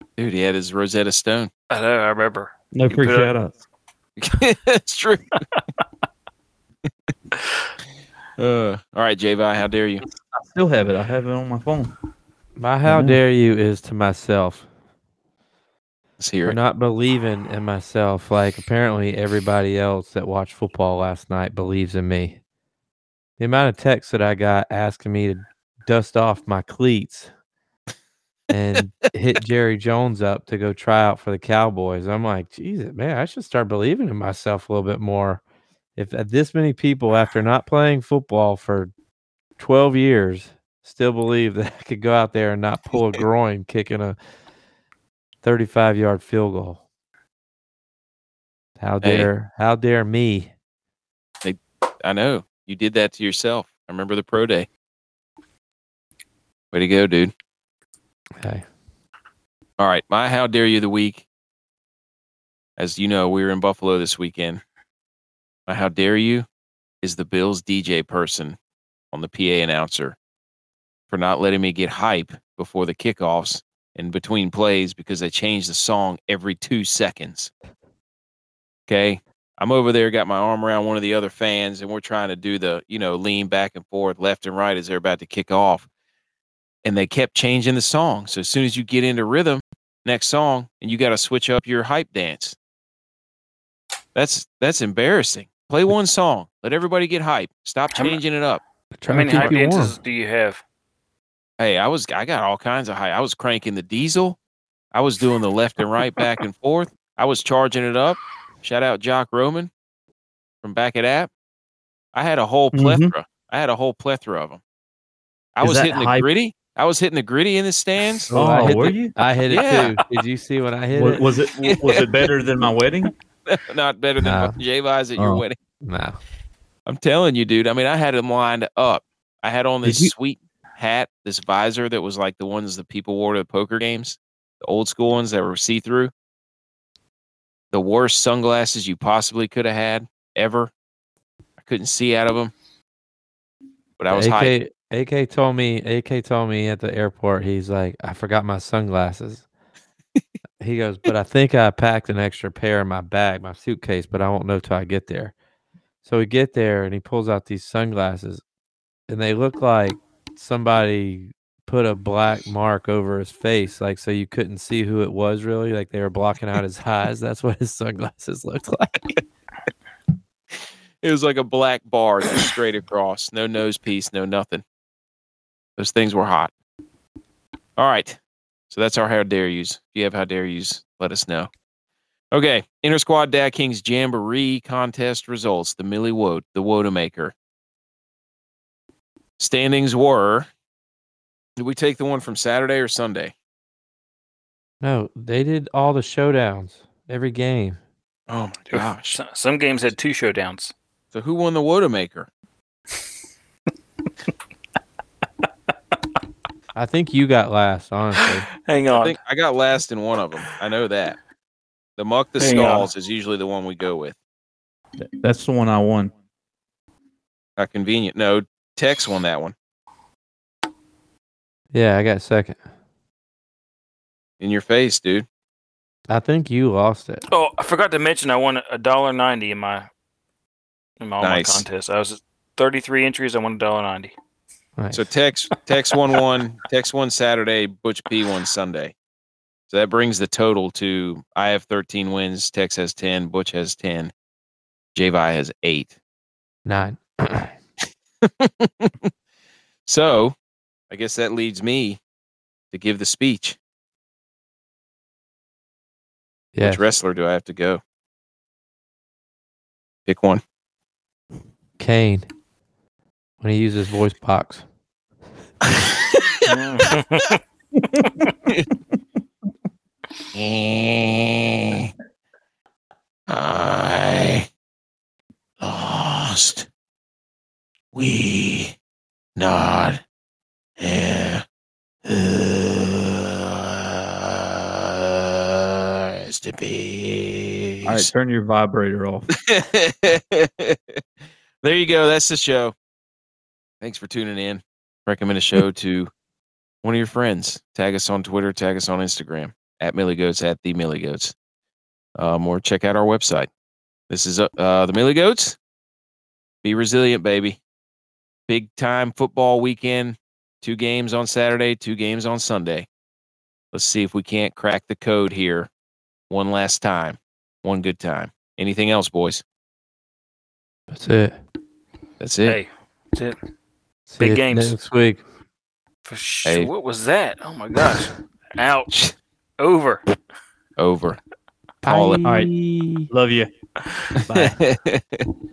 Speaker 1: it. Dude, he had his Rosetta Stone. <laughs>
Speaker 4: I know, I remember.
Speaker 2: No
Speaker 4: You
Speaker 2: free
Speaker 4: put
Speaker 2: shout outs.
Speaker 1: That's
Speaker 4: <laughs>
Speaker 1: true. <laughs> uh, all right, Javi, how dare you?
Speaker 2: I still have it. I have it on my phone.
Speaker 5: My how
Speaker 2: know.
Speaker 5: dare you is to myself
Speaker 1: Let's hear
Speaker 5: for
Speaker 1: it.
Speaker 5: not believing in myself. Like apparently everybody else that watched football last night believes in me. The amount of texts that I got asking me to dust off my cleats and hit Jerry Jones up to go try out for the Cowboys. I'm like, Jesus, man, I should start believing in myself a little bit more. If uh, this many people, after not playing football for 12 years, still believe that I could go out there
Speaker 1: <laughs>
Speaker 5: and not pull a groin kicking a 35 yard field goal. How
Speaker 1: Hey.
Speaker 5: dare how dare me?
Speaker 1: I know you did that to yourself. I remember the pro day. Way to go, dude.
Speaker 5: Okay.
Speaker 1: All right, my how dare you of the week. As you know, we were in Buffalo this weekend. My how dare you is the Bills DJ person on the PA announcer for not letting me get hype before the kickoffs and between plays because they change the song every two seconds. Okay. I'm over there, got my arm around one of the other fans, and we're trying to do the, you know, lean back and forth, left and right as they're about to kick off. And they kept changing the song. So as soon as you get into rhythm, next song and you got to switch up your hype dance. That's that's embarrassing. Play one song, let everybody get hype. Stop
Speaker 4: How mu-
Speaker 1: changing it up.
Speaker 4: How
Speaker 5: Trying
Speaker 4: many
Speaker 5: to
Speaker 4: high
Speaker 5: keep you warm.
Speaker 4: dances do you have?
Speaker 1: Hey, I was I got all kinds of hype. I was cranking the diesel. I was doing the left and right back and forth. I was charging it up. Shout out Jock Roman from back at app. I had a whole
Speaker 2: Mhm.
Speaker 1: plethora. I had a whole plethora of them. I
Speaker 2: Is
Speaker 1: was
Speaker 2: that
Speaker 1: hitting the
Speaker 2: hype?
Speaker 1: gritty. I was hitting the gritty in the stands.
Speaker 2: <laughs>
Speaker 5: Oh, I
Speaker 2: Oh,
Speaker 5: hit
Speaker 2: were
Speaker 5: the-
Speaker 2: you?
Speaker 5: I hit it
Speaker 1: Yeah.
Speaker 5: too. Did you see when I hit
Speaker 2: Was,
Speaker 5: it?
Speaker 2: was it w- was it better than my
Speaker 5: <laughs>
Speaker 2: wedding?
Speaker 1: Not better than
Speaker 5: Nah.
Speaker 1: fucking J Vise at your
Speaker 2: Oh.
Speaker 1: wedding.
Speaker 5: No.
Speaker 1: I'm telling you, dude. I mean, I had them lined up. I had on
Speaker 2: Did
Speaker 1: this
Speaker 2: you-
Speaker 1: sweet hat, this visor that was like the ones that people wore to the poker games, the old school ones that were see through. The worst sunglasses you possibly could have had ever. I couldn't see out of them, but I was hyped.
Speaker 5: AK, AK told me AK told me at the airport, he's like, I forgot my sunglasses. he goes, but I think I packed an extra pair in my bag, my suitcase, but I won't know till I get there. So we get there and he pulls out these sunglasses and they look like somebody put a black mark over his face, like so you couldn't see who it was really. Like they were blocking out his eyes. That's what his sunglasses looked like.
Speaker 1: It was like a black bar just straight across, no nose piece, no nothing. Those things were hot. All right. So that's our how dare yous. If you have how dare yous, let us know. Okay. Inter squad Dad Kings Jamboree contest results. The Millie Woad, the Wodamaker. Standings were. Did we take the one from Saturday or Sunday?
Speaker 5: No, they did all the showdowns, every game.
Speaker 1: Oh my
Speaker 4: S- Some games had two showdowns.
Speaker 1: So who won the Wodamaker?
Speaker 5: I think you got
Speaker 4: <gasps>
Speaker 5: last, honestly.
Speaker 4: <laughs> Hang
Speaker 1: I
Speaker 4: on.
Speaker 1: think I got last in one of them. I know that. The Muck the
Speaker 4: Hang on.
Speaker 1: Stalls is usually the one we go with.
Speaker 2: Th- That's the one I won.
Speaker 1: How convenient. No, Tex won that one.
Speaker 5: yeah, I got second.
Speaker 1: In your face, dude.
Speaker 5: I think you lost it.
Speaker 4: Oh, I forgot to mention I won a dollar ninety in my in my, all my
Speaker 1: Nice.
Speaker 4: contest. I was thirty three entries. I won a dollar <laughs> ninety.
Speaker 5: Nice.
Speaker 1: So
Speaker 4: <laughs>
Speaker 1: Tex Tex won one. Tex won Saturday. Butch P won Sunday. So that brings the total to I have 13 wins. Tex has 10. Butch has 10. Javi has eight.
Speaker 5: Nine.
Speaker 1: So I guess that leads me to give the speech.
Speaker 5: Yeah.
Speaker 1: Which wrestler do I have to go? Pick one.
Speaker 5: Kane. When he used his voice box.
Speaker 1: I lost. We not as to be.
Speaker 2: All right, turn your vibrator
Speaker 5: <laughs>
Speaker 2: off.
Speaker 1: <laughs> there you go. That's the show. Thanks for tuning in. Recommend a show to one of your friends. Tag us on Twitter. Tag us on Instagram at Milligoats at the Milligoats. Um, or check out our website. This is uh, uh, the Milligoats. Be resilient, baby. Big time football weekend. Two games on Saturday. Two games on Sunday. Let's see if we can't crack the code here. One last time. One good time. Anything else, boys?
Speaker 5: That's it.
Speaker 1: That's it.
Speaker 4: hey, that's it.
Speaker 5: See
Speaker 4: Big
Speaker 5: you
Speaker 4: games.
Speaker 5: next week.
Speaker 4: For sh-
Speaker 1: Hey.
Speaker 4: What was that? Oh my gosh! Ouch! Over.
Speaker 1: <laughs> Over. Call it.
Speaker 2: All
Speaker 1: <laughs>
Speaker 2: right.
Speaker 5: Bye.
Speaker 2: Love you. Bye.